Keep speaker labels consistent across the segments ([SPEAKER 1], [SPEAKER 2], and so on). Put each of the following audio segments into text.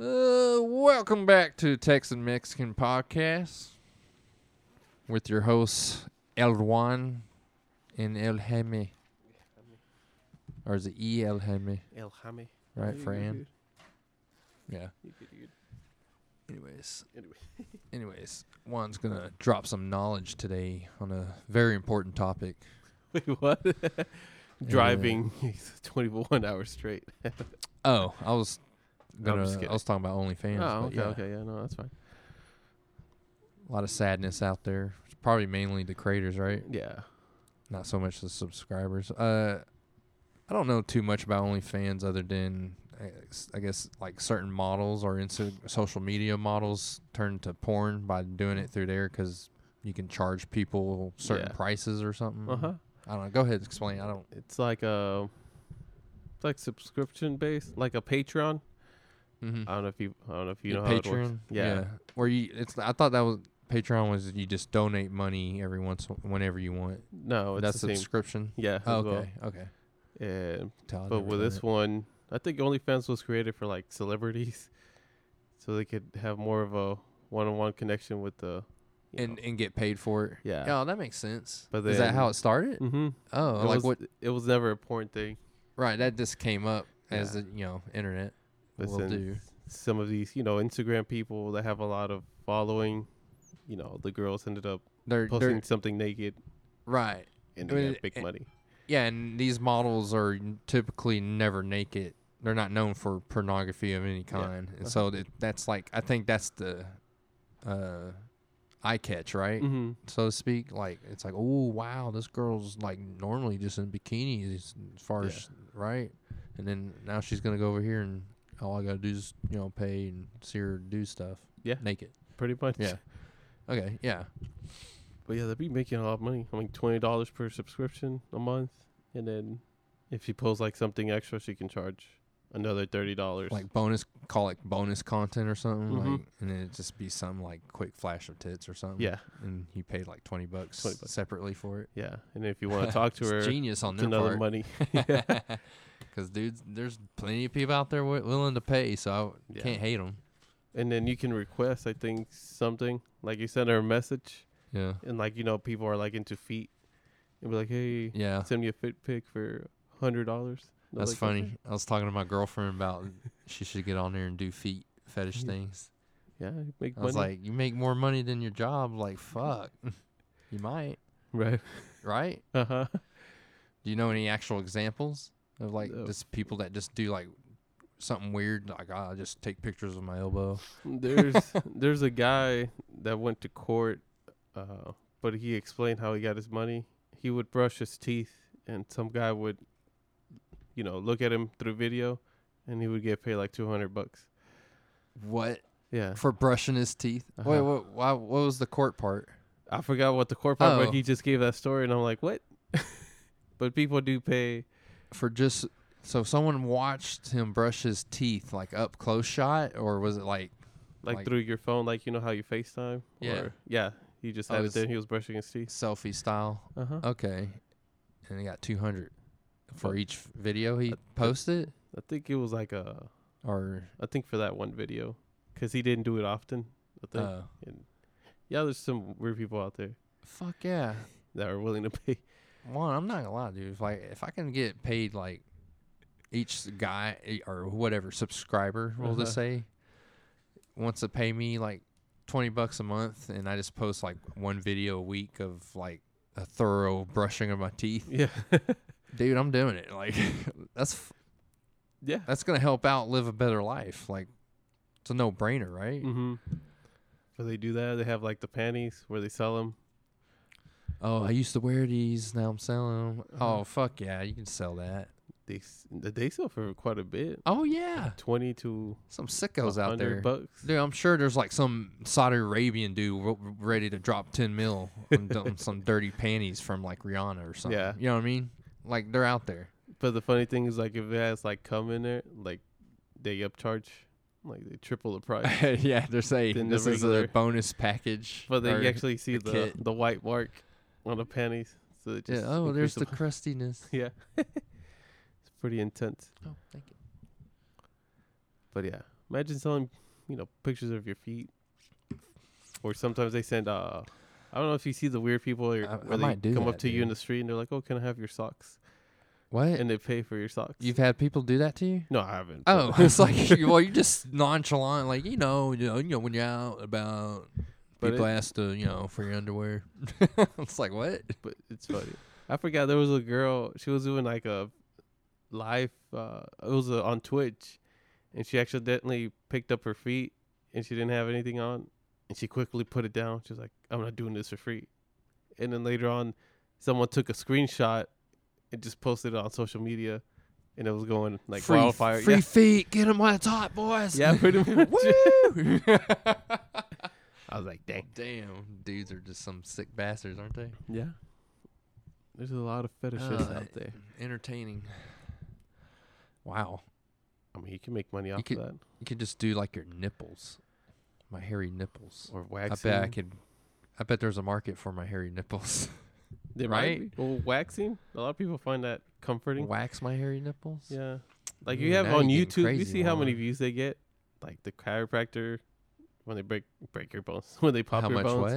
[SPEAKER 1] Uh, welcome back to Texan Mexican Podcast with your hosts El Juan and El Jaime, or is it E El Jaime?
[SPEAKER 2] El Hammy.
[SPEAKER 1] Right, Fran. Yeah. Anyways,
[SPEAKER 2] Anyway.
[SPEAKER 1] anyways, Juan's gonna drop some knowledge today on a very important topic.
[SPEAKER 2] Wait, what? Driving 21 hours straight.
[SPEAKER 1] Oh, I was
[SPEAKER 2] No, I'm
[SPEAKER 1] gonna.
[SPEAKER 2] just
[SPEAKER 1] I
[SPEAKER 2] kidding.
[SPEAKER 1] was talking about OnlyFans.
[SPEAKER 2] oh,
[SPEAKER 1] but
[SPEAKER 2] okay,
[SPEAKER 1] yeah,
[SPEAKER 2] okay, yeah, no, that's fine.
[SPEAKER 1] A lot of sadness out there. It's probably mainly the creators, right?
[SPEAKER 2] Yeah,
[SPEAKER 1] Not so much the subscribers. Uh, I don't know too much about OnlyFans other than I s- I guess like certain models or insta- social media models turn to porn by doing it through there because you can charge people certain
[SPEAKER 2] Yeah.
[SPEAKER 1] prices or something.
[SPEAKER 2] uh huh.
[SPEAKER 1] I don't know. Go ahead, explain. I don't.
[SPEAKER 2] It's like a, it's like subscription based, like a Patreon.
[SPEAKER 1] Mm-hmm.
[SPEAKER 2] I don't know if you, I don't know if Uh, you know how it works.
[SPEAKER 1] Patreon.
[SPEAKER 2] Yeah.
[SPEAKER 1] where you it's. I thought that was Patreon was you just donate money every once whenever you want.
[SPEAKER 2] No, Oh, it's
[SPEAKER 1] That's
[SPEAKER 2] the same.
[SPEAKER 1] subscription.
[SPEAKER 2] yeah, as
[SPEAKER 1] Oh,
[SPEAKER 2] well.
[SPEAKER 1] okay, okay.
[SPEAKER 2] And
[SPEAKER 1] Tell I
[SPEAKER 2] but
[SPEAKER 1] never
[SPEAKER 2] with
[SPEAKER 1] done
[SPEAKER 2] this
[SPEAKER 1] it.
[SPEAKER 2] one, I think OnlyFans was created for like celebrities, so they could have more of a one-on-one connection with the. you
[SPEAKER 1] and
[SPEAKER 2] know.
[SPEAKER 1] and get paid for it.
[SPEAKER 2] yeah.
[SPEAKER 1] Oh, that makes sense.
[SPEAKER 2] But
[SPEAKER 1] is that how
[SPEAKER 2] then-
[SPEAKER 1] it started?
[SPEAKER 2] Mm-hmm.
[SPEAKER 1] Oh,
[SPEAKER 2] it
[SPEAKER 1] like
[SPEAKER 2] was,
[SPEAKER 1] what?
[SPEAKER 2] It was never a porn thing.
[SPEAKER 1] Right, that just came up as
[SPEAKER 2] Yeah.
[SPEAKER 1] the you know internet
[SPEAKER 2] But
[SPEAKER 1] will
[SPEAKER 2] since
[SPEAKER 1] do.
[SPEAKER 2] some of these, you know, Instagram people that have a lot of following, you know, the girls ended up
[SPEAKER 1] They're,
[SPEAKER 2] posting
[SPEAKER 1] they're
[SPEAKER 2] something naked
[SPEAKER 1] right.
[SPEAKER 2] and
[SPEAKER 1] I mean,
[SPEAKER 2] they got
[SPEAKER 1] it-
[SPEAKER 2] big
[SPEAKER 1] it-
[SPEAKER 2] money.
[SPEAKER 1] Yeah, and these models are typically never naked. They're not known for pornography of any kind, and so that, that's like I think that's the uh, eye catch, right?
[SPEAKER 2] Mm-hmm.
[SPEAKER 1] So to speak. Like it's like, oh wow, this girl's like normally just in bikinis, as far
[SPEAKER 2] Yeah.
[SPEAKER 1] as right, and then now she's gonna go over here and all I gotta do is you know pay and see her do stuff.
[SPEAKER 2] Yeah.
[SPEAKER 1] naked.
[SPEAKER 2] Pretty much.
[SPEAKER 1] Yeah. Okay, yeah.
[SPEAKER 2] But yeah, they'd be making a lot of money. I mean, twenty dollars per subscription a month, and then if she posts like something extra, she can charge another thirty dollars.
[SPEAKER 1] like um, bonus call it bonus content or something
[SPEAKER 2] Mhm.
[SPEAKER 1] like and then it just be some like quick flash of tits or something
[SPEAKER 2] yeah,
[SPEAKER 1] and you paid like 20 bucks,
[SPEAKER 2] 20 bucks.
[SPEAKER 1] separately for it
[SPEAKER 2] yeah. And if you want to talk to
[SPEAKER 1] It's
[SPEAKER 2] her,
[SPEAKER 1] genius on
[SPEAKER 2] it's
[SPEAKER 1] their
[SPEAKER 2] another
[SPEAKER 1] part
[SPEAKER 2] money.
[SPEAKER 1] because dudes there's plenty of people out there wi- willing to pay so i w-
[SPEAKER 2] Yeah.
[SPEAKER 1] can't hate them
[SPEAKER 2] And then you can request, I think, something like you send her a message,
[SPEAKER 1] yeah
[SPEAKER 2] and like you know, people are like into feet, and be like, hey,
[SPEAKER 1] yeah
[SPEAKER 2] send me a fit pic for hundred dollars.
[SPEAKER 1] that's funny i was talking to my girlfriend about she should get on there and do feet fetish
[SPEAKER 2] Yeah.
[SPEAKER 1] things
[SPEAKER 2] Yeah, make
[SPEAKER 1] i
[SPEAKER 2] money.
[SPEAKER 1] was like you make more money than your job like fuck you might
[SPEAKER 2] right.
[SPEAKER 1] right
[SPEAKER 2] Uh huh.
[SPEAKER 1] Do you know any actual examples of like
[SPEAKER 2] No.
[SPEAKER 1] just people that just do like something weird? Like "Ah, I just take pictures of my elbow.
[SPEAKER 2] There's there's a guy that went to court, uh, but he explained how he got his money. He would brush his teeth, and some guy would, you know, look at him through video, and he would get paid like two hundred bucks.
[SPEAKER 1] What
[SPEAKER 2] Yeah,
[SPEAKER 1] for brushing his teeth? Wait,
[SPEAKER 2] Uh-huh.
[SPEAKER 1] what? Why, what was the court part?
[SPEAKER 2] I forgot what the court part,
[SPEAKER 1] Oh.
[SPEAKER 2] but he just gave that story, and I'm like, what? but people do pay.
[SPEAKER 1] For just so someone watched him brush his teeth like up close shot, or was it like
[SPEAKER 2] Like,
[SPEAKER 1] Like-
[SPEAKER 2] through your phone, like you know how you FaceTime.
[SPEAKER 1] Yeah.
[SPEAKER 2] Or, yeah. He just
[SPEAKER 1] Oh,
[SPEAKER 2] had
[SPEAKER 1] it's- Uh-huh.
[SPEAKER 2] it there. He was brushing his teeth.
[SPEAKER 1] selfie style?
[SPEAKER 2] Uh huh.
[SPEAKER 1] Okay, and he got two hundred for
[SPEAKER 2] Well,
[SPEAKER 1] each video he
[SPEAKER 2] I-
[SPEAKER 1] posted,
[SPEAKER 2] I think it was like a.
[SPEAKER 1] or
[SPEAKER 2] I think for that one video, because he didn't do it often. I think.
[SPEAKER 1] uh,
[SPEAKER 2] and yeah, there's some weird people out there
[SPEAKER 1] fuck yeah.
[SPEAKER 2] that are willing to pay.
[SPEAKER 1] One, I'm not gonna lie, dude. If like if I can get paid like each guy eh, or whatever subscriber, we'll just say, wants to pay me like twenty bucks a month, and I just post like one video a week of like a thorough brushing of my teeth,
[SPEAKER 2] Yeah.
[SPEAKER 1] dude, I'm doing it. Like that's f-
[SPEAKER 2] yeah.
[SPEAKER 1] that's gonna help out live a better life. Like it's a no brainer, right?
[SPEAKER 2] Mm-hmm. But they do that. They have like the panties where they sell them.
[SPEAKER 1] Oh, I used to wear these, now I'm selling them.
[SPEAKER 2] Uh-huh.
[SPEAKER 1] Oh fuck yeah, you can sell that.
[SPEAKER 2] They s- they sell for quite a bit,
[SPEAKER 1] Oh yeah,
[SPEAKER 2] twenty to
[SPEAKER 1] some sickos out there.
[SPEAKER 2] hundred bucks.
[SPEAKER 1] Dude, I'm sure there's like some Saudi Arabian dude w- w- ready to drop 10 mil on dump some dirty panties from like Rihanna or something.
[SPEAKER 2] Yeah.
[SPEAKER 1] You know what I mean? Like they're out there.
[SPEAKER 2] But the funny thing is, like, if it has like come in there, like they upcharge, like they triple the price.
[SPEAKER 1] yeah, they're saying
[SPEAKER 2] Than the
[SPEAKER 1] this is a
[SPEAKER 2] regular-
[SPEAKER 1] bucking package.
[SPEAKER 2] But they
[SPEAKER 1] or-
[SPEAKER 2] actually see
[SPEAKER 1] the
[SPEAKER 2] the
[SPEAKER 1] kit.
[SPEAKER 2] the white mark on the panties. So it
[SPEAKER 1] Yeah,
[SPEAKER 2] just
[SPEAKER 1] oh,
[SPEAKER 2] increase
[SPEAKER 1] there's the
[SPEAKER 2] pri-
[SPEAKER 1] crustiness.
[SPEAKER 2] yeah. it's pretty intense.
[SPEAKER 1] Oh, thank you.
[SPEAKER 2] But yeah, Imagine selling, you know, pictures of your feet. Or sometimes they send. Uh, I don't know if you see the weird people or
[SPEAKER 1] I- I
[SPEAKER 2] where they
[SPEAKER 1] might do
[SPEAKER 2] come up
[SPEAKER 1] that,
[SPEAKER 2] to you in
[SPEAKER 1] dude.
[SPEAKER 2] the street and they're like, "Oh, can I have your socks?"
[SPEAKER 1] What?
[SPEAKER 2] And they pay for your socks.
[SPEAKER 1] You've had people do that to you?
[SPEAKER 2] no, I haven't.
[SPEAKER 1] Oh,
[SPEAKER 2] but-
[SPEAKER 1] it's like you- well, you just nonchalant, like you know, you know, you know, when you're out about,
[SPEAKER 2] But
[SPEAKER 1] people
[SPEAKER 2] it-
[SPEAKER 1] ask to, you know, for your underwear. it's like what?
[SPEAKER 2] but it's funny. I forgot there was a girl. She was doing like a live. Uh, it was uh, on Twitch, and she accidentally picked up her feet, and she didn't have anything on, and she quickly put it down. She was like, "I'm not doing this for free." And then later on, someone took a screenshot and just posted it on social media, and it was going like
[SPEAKER 1] free,
[SPEAKER 2] wildfire.
[SPEAKER 1] free feet, get them while it's hot, boys.
[SPEAKER 2] yeah, yeah, pretty much.
[SPEAKER 1] Woo!
[SPEAKER 2] I was like, "Dang,
[SPEAKER 1] Damn, dudes are just some sick bastards, aren't they?
[SPEAKER 2] yeah." There's a lot of fetishists
[SPEAKER 1] Uh,
[SPEAKER 2] out there.
[SPEAKER 1] Entertaining. Wow,
[SPEAKER 2] I mean, you can make money off
[SPEAKER 1] could-
[SPEAKER 2] of that,
[SPEAKER 1] you could just do like your nipples, my hairy nipples.
[SPEAKER 2] or
[SPEAKER 1] I
[SPEAKER 2] waxing.
[SPEAKER 1] bet I could. I bet there's a market for my hairy nipples.
[SPEAKER 2] They
[SPEAKER 1] right?
[SPEAKER 2] might be. Well, waxing. A lot of people find that comforting.
[SPEAKER 1] Wax my hairy nipples.
[SPEAKER 2] Yeah, like
[SPEAKER 1] Ooh,
[SPEAKER 2] you have
[SPEAKER 1] Mm, now
[SPEAKER 2] on
[SPEAKER 1] you're getting
[SPEAKER 2] YouTube. You
[SPEAKER 1] crazy,
[SPEAKER 2] see how many
[SPEAKER 1] Walmart.
[SPEAKER 2] views they get. Like the chiropractor when they break break your bones when they pop
[SPEAKER 1] How
[SPEAKER 2] your
[SPEAKER 1] much
[SPEAKER 2] bones.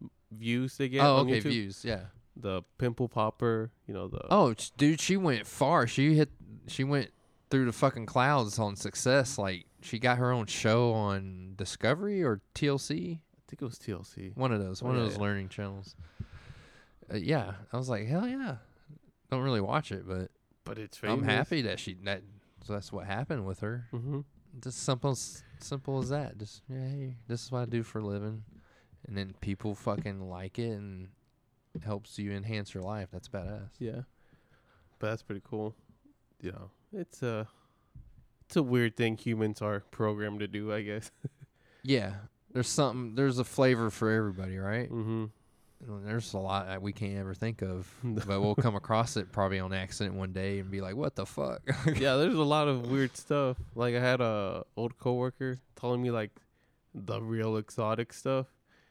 [SPEAKER 1] what?
[SPEAKER 2] Views they get.
[SPEAKER 1] oh,
[SPEAKER 2] on
[SPEAKER 1] okay,
[SPEAKER 2] YouTube. Uh,
[SPEAKER 1] views. Yeah.
[SPEAKER 2] The pimple popper. You know the.
[SPEAKER 1] Oh, sh- dude, she went far. She hit. She went through the fucking clouds on success. Like she got her own show on Discovery or TLC.
[SPEAKER 2] I think it was TLC.
[SPEAKER 1] One of those.
[SPEAKER 2] Oh,
[SPEAKER 1] One of
[SPEAKER 2] yeah,
[SPEAKER 1] those
[SPEAKER 2] yeah.
[SPEAKER 1] learning channels. Uh, yeah, I was like, hell yeah. Don't really watch it, but
[SPEAKER 2] But it's
[SPEAKER 1] I'm happy that she that. So that's what happened with her.
[SPEAKER 2] Mm-hmm.
[SPEAKER 1] Just simple, as- simple as that. Just yeah, hey, this is what I do for a living, and then people fucking like it and it helps you enhance your life. That's badass.
[SPEAKER 2] Yeah, but that's pretty cool. You know, it's a it's a weird thing humans are programmed to do. I guess.
[SPEAKER 1] Yeah, there's something. There's a flavor for everybody, right?
[SPEAKER 2] Mm-hmm.
[SPEAKER 1] And There's a lot that we can't ever think of,
[SPEAKER 2] No.
[SPEAKER 1] but we'll come across it probably on accident one day and be like, "What the fuck?"
[SPEAKER 2] yeah, there's a lot of weird stuff. Like I had a old coworker telling me like the real exotic stuff.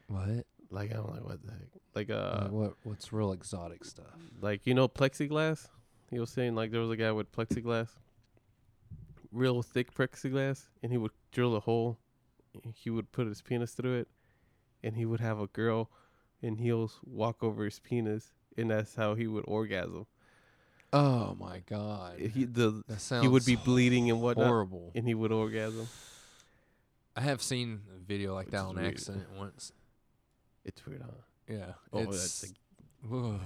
[SPEAKER 1] what?
[SPEAKER 2] Like I'm like, what the heck? Like uh,
[SPEAKER 1] Like, what? What's real exotic stuff?
[SPEAKER 2] like you know plexiglass. He was saying like there was a guy with plexiglass, real thick plexiglass, and he would drill a hole. and He would put his penis through it, and he would have a girl in heels walk over his penis, and that's how he would orgasm.
[SPEAKER 1] Oh my god,
[SPEAKER 2] He the
[SPEAKER 1] that sounds
[SPEAKER 2] he would be bleeding and whatnot,
[SPEAKER 1] horrible.
[SPEAKER 2] and he would orgasm.
[SPEAKER 1] I have seen a video like
[SPEAKER 2] Which
[SPEAKER 1] that
[SPEAKER 2] is
[SPEAKER 1] on
[SPEAKER 2] weird.
[SPEAKER 1] accident once.
[SPEAKER 2] It's weird, huh?
[SPEAKER 1] Yeah,
[SPEAKER 2] Oh,
[SPEAKER 1] it's
[SPEAKER 2] that's
[SPEAKER 1] ugh.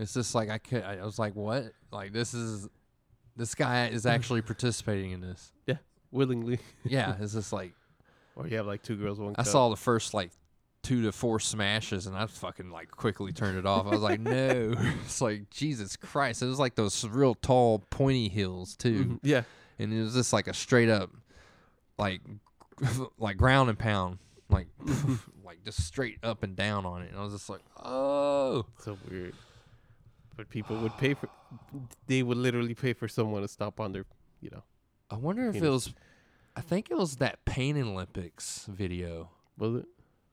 [SPEAKER 1] it's just like I could. I was like, "What? Like this is this guy is actually participating in this?"
[SPEAKER 2] willingly.
[SPEAKER 1] Yeah, it's just like.
[SPEAKER 2] Or you have like two girls, one
[SPEAKER 1] I
[SPEAKER 2] cup.
[SPEAKER 1] saw the first like two to four smashes, and I fucking like quickly turned it off. I was like, no, it's like Jesus Christ. It was like those real tall, pointy hills too,
[SPEAKER 2] Mhm. Yeah,
[SPEAKER 1] and it was just like a straight up, like, like ground and pound, like, like just straight up and down on it. And I was just like, oh,
[SPEAKER 2] so weird. But people would pay for. They would literally pay for someone to stop on their, you know.
[SPEAKER 1] I wonder if it
[SPEAKER 2] Penis.
[SPEAKER 1] was. I think it was that Pain Olympics video.
[SPEAKER 2] Was it?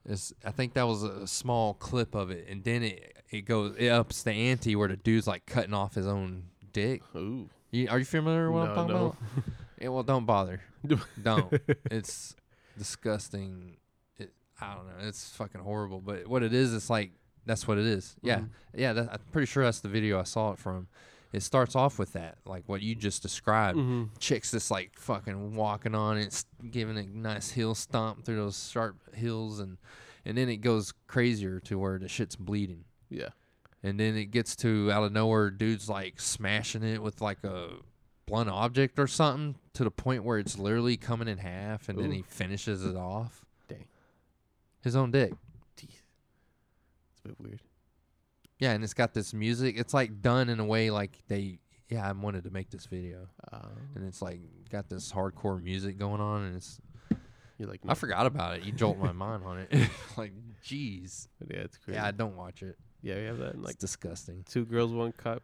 [SPEAKER 1] It's, I think that was a small clip of it, and then it it goes it ups the ante where the dude's like cutting off his own dick.
[SPEAKER 2] Ooh.
[SPEAKER 1] You, are you familiar with what I'm
[SPEAKER 2] No,
[SPEAKER 1] talking
[SPEAKER 2] no.
[SPEAKER 1] about? Yeah, well, don't bother. don't. It's disgusting. It, I don't know. It's fucking horrible. But what it is, it's like that's what it is. Yeah,
[SPEAKER 2] Mhm.
[SPEAKER 1] yeah. That, I'm pretty sure that's the video I saw it from. It starts off with that, like what you just described
[SPEAKER 2] Mm-hmm.
[SPEAKER 1] chicks that's like fucking walking on it, s- giving a nice heel stomp through those sharp hills, and and then it goes crazier to where the shit's bleeding,
[SPEAKER 2] Yeah.
[SPEAKER 1] and then it gets to out of nowhere, dudes like smashing it with like a blunt object or something to the point where it's literally coming in half, and then he finishes it off.
[SPEAKER 2] Dang.
[SPEAKER 1] His own dick.
[SPEAKER 2] It's a bit weird.
[SPEAKER 1] Yeah, and it's got this music. It's like done in a way like they. Yeah, I wanted to make this video,
[SPEAKER 2] Um,
[SPEAKER 1] and it's like got this hardcore music going on, and it's
[SPEAKER 2] you're like,
[SPEAKER 1] I
[SPEAKER 2] no.
[SPEAKER 1] forgot about it. You jolted my mind on it. like, jeez.
[SPEAKER 2] But yeah, it's crazy.
[SPEAKER 1] Yeah,
[SPEAKER 2] Yeah,
[SPEAKER 1] I don't watch it.
[SPEAKER 2] yeah, we have that in like
[SPEAKER 1] it's disgusting.
[SPEAKER 2] two girls, one cup.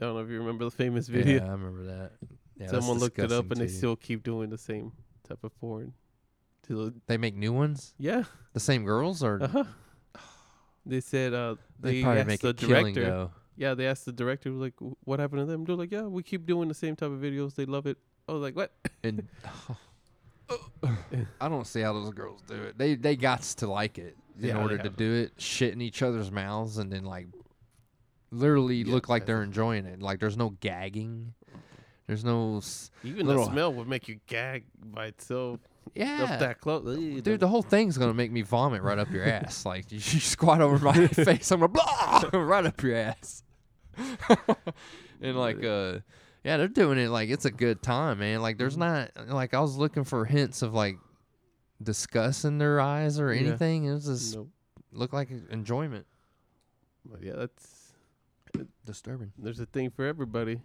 [SPEAKER 2] I don't know if you remember the famous video.
[SPEAKER 1] Yeah, I remember that. Yeah, that's
[SPEAKER 2] Someone looked it up,
[SPEAKER 1] disgusting
[SPEAKER 2] and they
[SPEAKER 1] too.
[SPEAKER 2] still keep doing the same type of porn. To the,
[SPEAKER 1] they make new ones.
[SPEAKER 2] yeah.
[SPEAKER 1] The same girls, or
[SPEAKER 2] Uh-huh. They said uh,
[SPEAKER 1] they,
[SPEAKER 2] they,
[SPEAKER 1] probably
[SPEAKER 2] asked
[SPEAKER 1] make
[SPEAKER 2] the
[SPEAKER 1] it killing
[SPEAKER 2] director.
[SPEAKER 1] though.
[SPEAKER 2] Yeah, they asked the director like, "Wh- "What happened to them?" They're like, "Yeah, we keep doing the same type of videos. They love it." I was like, "What?"
[SPEAKER 1] And I don't see how those girls do it. They they got to like it in
[SPEAKER 2] Yeah, they
[SPEAKER 1] order to
[SPEAKER 2] have
[SPEAKER 1] do it. Shit in each other's mouths and then like literally
[SPEAKER 2] Yeah,
[SPEAKER 1] look like
[SPEAKER 2] that's
[SPEAKER 1] they're enjoying it. Like there's no gagging. There's no s-
[SPEAKER 2] Even
[SPEAKER 1] Little-
[SPEAKER 2] the smell would make you gag by itself. Up
[SPEAKER 1] yeah.
[SPEAKER 2] that close. Ew,
[SPEAKER 1] Dude, the whole thing's gonna make me vomit right up your ass. Like you squat over my face, I'm gonna blah right up your ass. and like uh yeah, they're doing it like it's a good time, man. Like there's not
[SPEAKER 2] Mm-hmm.
[SPEAKER 1] like I was looking for hints of like disgust in their eyes or
[SPEAKER 2] Yeah.
[SPEAKER 1] anything. It was just
[SPEAKER 2] Nope.
[SPEAKER 1] look like enjoyment.
[SPEAKER 2] But yeah, that's
[SPEAKER 1] Disturbing.
[SPEAKER 2] there's a thing for everybody.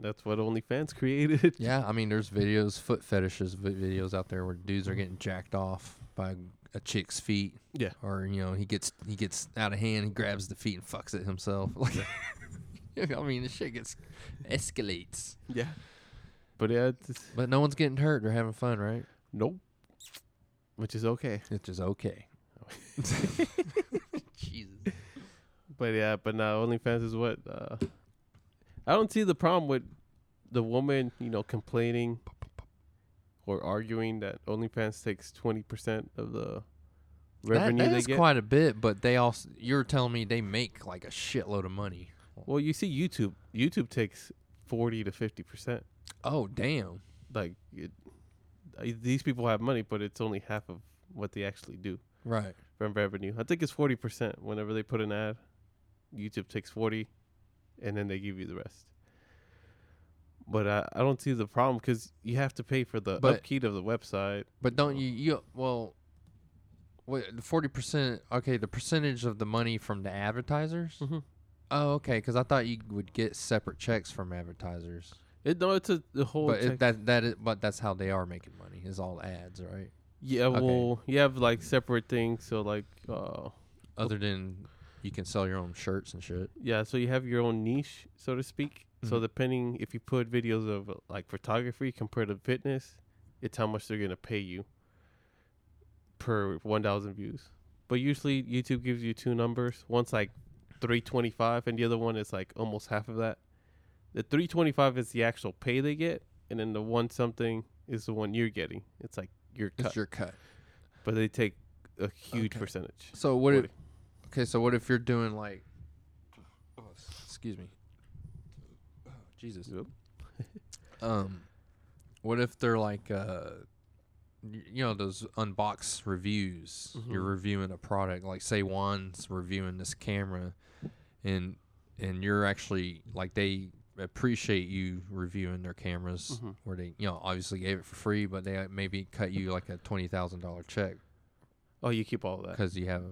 [SPEAKER 2] That's what OnlyFans created.
[SPEAKER 1] Yeah, I mean, there's videos, foot fetishes vi- videos out there where dudes are getting jacked off by a chick's feet.
[SPEAKER 2] Yeah.
[SPEAKER 1] Or you know, he gets he gets out of hand, he grabs the feet and fucks it himself. Like, I mean, the shit gets escalates.
[SPEAKER 2] Yeah. But yeah, it's,
[SPEAKER 1] But no one's getting hurt. They're having fun, right?
[SPEAKER 2] nope. Which is okay.
[SPEAKER 1] It's just okay. Jesus.
[SPEAKER 2] But yeah, but now OnlyFans is what uh, I don't see the problem with the woman, you know, complaining or arguing that OnlyFans takes twenty percent of the revenue
[SPEAKER 1] that,
[SPEAKER 2] they
[SPEAKER 1] that's
[SPEAKER 2] get.
[SPEAKER 1] quite a bit, but they also you're telling me they make like a shitload of money.
[SPEAKER 2] well, you see YouTube. YouTube takes forty to fifty percent.
[SPEAKER 1] Oh damn.
[SPEAKER 2] Like it, uh, these people have money, but it's only half of what they actually do
[SPEAKER 1] Right.
[SPEAKER 2] from revenue. I think it's forty percent. Whenever they put an ad, YouTube takes forty, and then they give you the rest. But I, I don't see the problem because you have to pay for the
[SPEAKER 1] But-
[SPEAKER 2] upkeep of the website.
[SPEAKER 1] But don't you you well what the forty percent okay, the percentage of the money from the advertisers?
[SPEAKER 2] Mhm.
[SPEAKER 1] Oh, okay, because I thought you would get separate checks from advertisers.
[SPEAKER 2] It, no, it's a the whole.
[SPEAKER 1] but
[SPEAKER 2] tech-
[SPEAKER 1] it, that that is, but that's how they are making money, is all ads, right?
[SPEAKER 2] yeah,
[SPEAKER 1] okay.
[SPEAKER 2] well, you have like separate things. So like, uh,
[SPEAKER 1] Other than you can sell your own shirts and shit.
[SPEAKER 2] yeah, so you have your own niche, so to speak. So
[SPEAKER 1] Mhm.
[SPEAKER 2] depending if you put videos of uh, like photography compared to fitness, it's how much they're gonna pay you per one thousand views. But usually YouTube gives you two numbers. One's like three twenty five and the other one is like almost half of that. The three twenty five is the actual pay they get, and then the one something is the one you're getting. It's like your
[SPEAKER 1] It's
[SPEAKER 2] cut.
[SPEAKER 1] your cut.
[SPEAKER 2] but they take a huge
[SPEAKER 1] Okay.
[SPEAKER 2] percentage.
[SPEAKER 1] So what if
[SPEAKER 2] Forty.
[SPEAKER 1] okay, so what if you're doing like oh, s- excuse me. Oh, Jesus.
[SPEAKER 2] Yep.
[SPEAKER 1] um what if they're like uh y- you know those unboxed reviews you're
[SPEAKER 2] Mhm.
[SPEAKER 1] reviewing a product like say juan's reviewing this camera and and you're actually like they appreciate you reviewing their cameras
[SPEAKER 2] Mhm.
[SPEAKER 1] where they you know obviously gave it for free but they uh, maybe cut you like a $20000 check
[SPEAKER 2] Oh, you keep all of that
[SPEAKER 1] because you have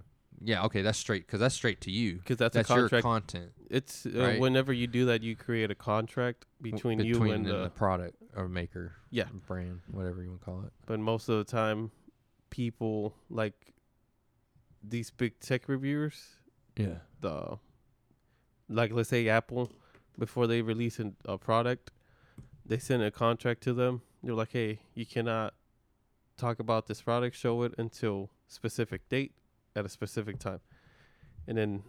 [SPEAKER 1] yeah okay that's straight because that's straight to you
[SPEAKER 2] because that's,
[SPEAKER 1] that's
[SPEAKER 2] a
[SPEAKER 1] your
[SPEAKER 2] contract
[SPEAKER 1] content
[SPEAKER 2] It's uh,
[SPEAKER 1] Right.
[SPEAKER 2] whenever you do that, you create a contract
[SPEAKER 1] w-
[SPEAKER 2] between, you and the.
[SPEAKER 1] product or maker
[SPEAKER 2] Yeah.
[SPEAKER 1] brand whatever you want to call it
[SPEAKER 2] But most of the time, people like these big tech reviewers,
[SPEAKER 1] yeah
[SPEAKER 2] the like let's say Apple, before they release an, a product, they send a contract to them. They're like, hey, you cannot talk about this product, show it until specific date at a specific time, and then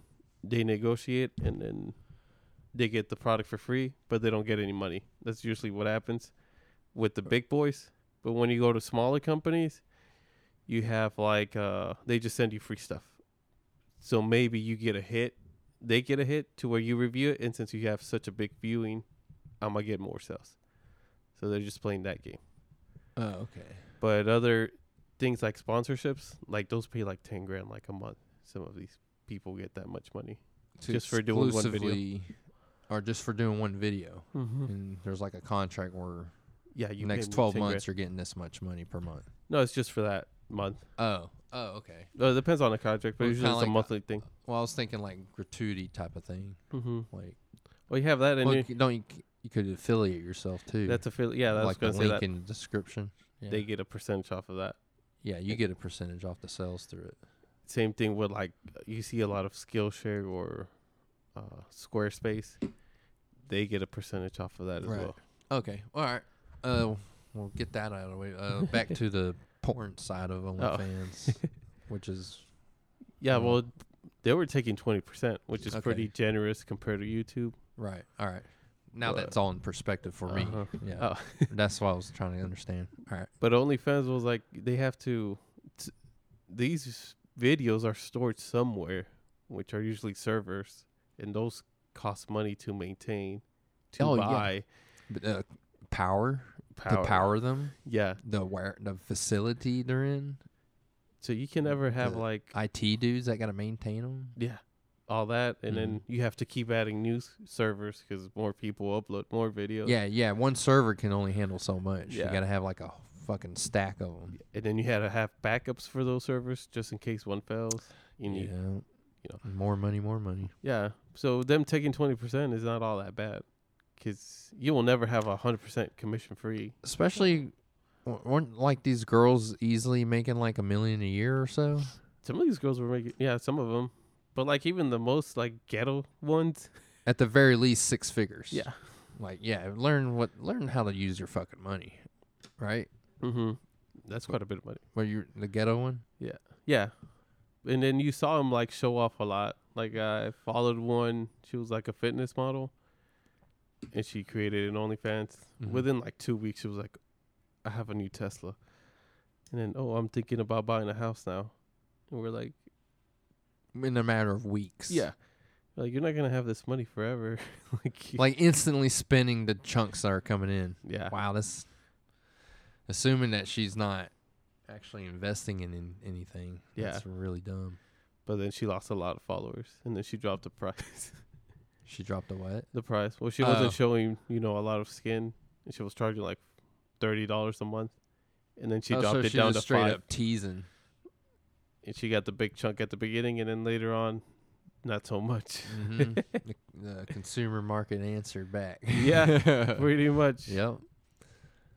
[SPEAKER 2] they negotiate, and then they get the product for free, but they don't get any money. That's usually what happens with the big boys. But when you go to smaller companies, you have like uh, they just send you free stuff. So maybe you get a hit, they get a hit to where you review it, and since you have such a big viewing, I'm gonna get more sales. So they're just playing that game.
[SPEAKER 1] oh okay
[SPEAKER 2] But other things like sponsorships, like those pay like ten grand like a month. Some of these people get that much money.
[SPEAKER 1] to
[SPEAKER 2] Just for doing one video.
[SPEAKER 1] exclusively- or just for doing one video.
[SPEAKER 2] Mm-hmm.
[SPEAKER 1] And there's like a contract where
[SPEAKER 2] Yeah, you pay
[SPEAKER 1] next
[SPEAKER 2] me
[SPEAKER 1] 12
[SPEAKER 2] 10 grand.
[SPEAKER 1] months you're getting this much money per month.
[SPEAKER 2] No, it's just for that month.
[SPEAKER 1] Oh, oh, okay.
[SPEAKER 2] Well, it depends on the contract, but
[SPEAKER 1] Well,
[SPEAKER 2] usually
[SPEAKER 1] kinda
[SPEAKER 2] it's a
[SPEAKER 1] like,
[SPEAKER 2] monthly thing.
[SPEAKER 1] Well, I was thinking like gratuity type of thing.
[SPEAKER 2] Mm-hmm.
[SPEAKER 1] Like,
[SPEAKER 2] Well, you have that, and
[SPEAKER 1] well,
[SPEAKER 2] you
[SPEAKER 1] c- don't you, c- you could affiliate yourself too?
[SPEAKER 2] that's a fair, yeah. That's
[SPEAKER 1] like the
[SPEAKER 2] gonna say
[SPEAKER 1] link
[SPEAKER 2] that
[SPEAKER 1] in the description. Yeah.
[SPEAKER 2] they get a percentage off of that.
[SPEAKER 1] yeah, you get a percentage off the sales through it.
[SPEAKER 2] Same thing with like you see a lot of Skillshare or uh, Squarespace, they get a percentage off of that as
[SPEAKER 1] Right.
[SPEAKER 2] well.
[SPEAKER 1] Okay, all right. Uh, we'll get that out of the way. Uh, back to the porn side of
[SPEAKER 2] Oh.
[SPEAKER 1] OnlyFans, which is
[SPEAKER 2] Yeah,
[SPEAKER 1] Mm.
[SPEAKER 2] well, they were taking twenty percent, which is
[SPEAKER 1] Okay.
[SPEAKER 2] pretty generous compared to YouTube.
[SPEAKER 1] right. All right. now
[SPEAKER 2] But-
[SPEAKER 1] that's all in perspective for me.
[SPEAKER 2] Uh, Uh-huh.
[SPEAKER 1] Yeah,
[SPEAKER 2] Oh.
[SPEAKER 1] that's what I was trying to understand. All right.
[SPEAKER 2] But OnlyFans was like they have to. T- these videos are stored somewhere, which are usually servers, and those cost money to maintain, to
[SPEAKER 1] Oh, yeah.
[SPEAKER 2] buy
[SPEAKER 1] But, uh, power,
[SPEAKER 2] power.
[SPEAKER 1] to power them,
[SPEAKER 2] Yeah,
[SPEAKER 1] the where the facility they're in,
[SPEAKER 2] so you can never have
[SPEAKER 1] The-
[SPEAKER 2] like
[SPEAKER 1] IT dudes that got to maintain them.
[SPEAKER 2] yeah, all that, and
[SPEAKER 1] Mhm.
[SPEAKER 2] then you have to keep adding new s- servers because more people upload more videos.
[SPEAKER 1] Yeah, yeah. One server can only handle so much. You
[SPEAKER 2] Yeah.
[SPEAKER 1] got to have like a fucking stack of them.
[SPEAKER 2] and then you had to have backups for those servers just in case one fails.
[SPEAKER 1] yeah.
[SPEAKER 2] You need
[SPEAKER 1] know, more money, more money.
[SPEAKER 2] Yeah. So them taking 20% is not all that bad cuz you will never have a 100% commission free.
[SPEAKER 1] Especially, w- weren't like these girls easily making like a million a year or so?
[SPEAKER 2] Some of these girls were making yeah, some of them. But like even the most like ghetto ones.
[SPEAKER 1] At the very least, six figures.
[SPEAKER 2] Yeah.
[SPEAKER 1] Like, yeah, learn what, learn how to use your fucking money, right?
[SPEAKER 2] Mhm. That's quite a bit of money.
[SPEAKER 1] Where you the ghetto one?
[SPEAKER 2] Yeah. And then you saw them like show off a lot. Like I followed one, she was like a fitness model and she created an OnlyFans.
[SPEAKER 1] Mhm.
[SPEAKER 2] Within like 2 weeks she was like I have a new Tesla. And then oh, I'm thinking about buying a house now. And we're like
[SPEAKER 1] in a matter of weeks.
[SPEAKER 2] Yeah. Like you're not gonna have this money forever. like, you-
[SPEAKER 1] Like instantly spending the chunks that are coming in.
[SPEAKER 2] yeah.
[SPEAKER 1] Wow, that's assuming that she's not actually investing in, in anything.
[SPEAKER 2] Yeah.
[SPEAKER 1] That's really dumb.
[SPEAKER 2] But then she lost a lot of followers, and then she dropped the price.
[SPEAKER 1] She dropped a what?
[SPEAKER 2] the price. Well, she wasn't
[SPEAKER 1] Oh.
[SPEAKER 2] showing you know a lot of skin, and she was charging like thirty dollars a month, and then she
[SPEAKER 1] Oh, so
[SPEAKER 2] dropped it
[SPEAKER 1] she
[SPEAKER 2] down
[SPEAKER 1] was
[SPEAKER 2] to
[SPEAKER 1] straight
[SPEAKER 2] five.
[SPEAKER 1] up teasing.
[SPEAKER 2] And she got the big chunk at the beginning, and then later on, not so much.
[SPEAKER 1] hmm the, the consumer market answered back.
[SPEAKER 2] Yeah. Pretty much.
[SPEAKER 1] yep.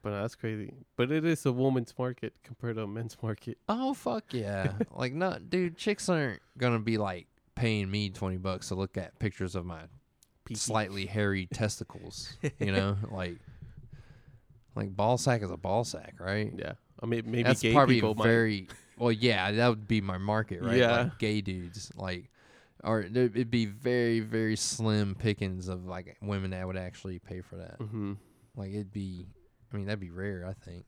[SPEAKER 2] But that's crazy. But it is a woman's market compared to a men's market.
[SPEAKER 1] Oh fuck yeah! like, not dude. Chicks aren't gonna be like paying me twenty bucks to look at pictures of my
[SPEAKER 2] Pee-pee.
[SPEAKER 1] slightly hairy testicles. You know, like like ball sack is a ball sack, right?
[SPEAKER 2] Yeah. I mean, maybe
[SPEAKER 1] That's
[SPEAKER 2] gay
[SPEAKER 1] probably
[SPEAKER 2] people might.
[SPEAKER 1] very well. Yeah, that would be my market, right?
[SPEAKER 2] Yeah.
[SPEAKER 1] like gay dudes, like, or there- it'd be very very slim pickings of like women that would actually pay for that.
[SPEAKER 2] Mm-hmm.
[SPEAKER 1] Like it'd be, I mean, that'd be rare. I think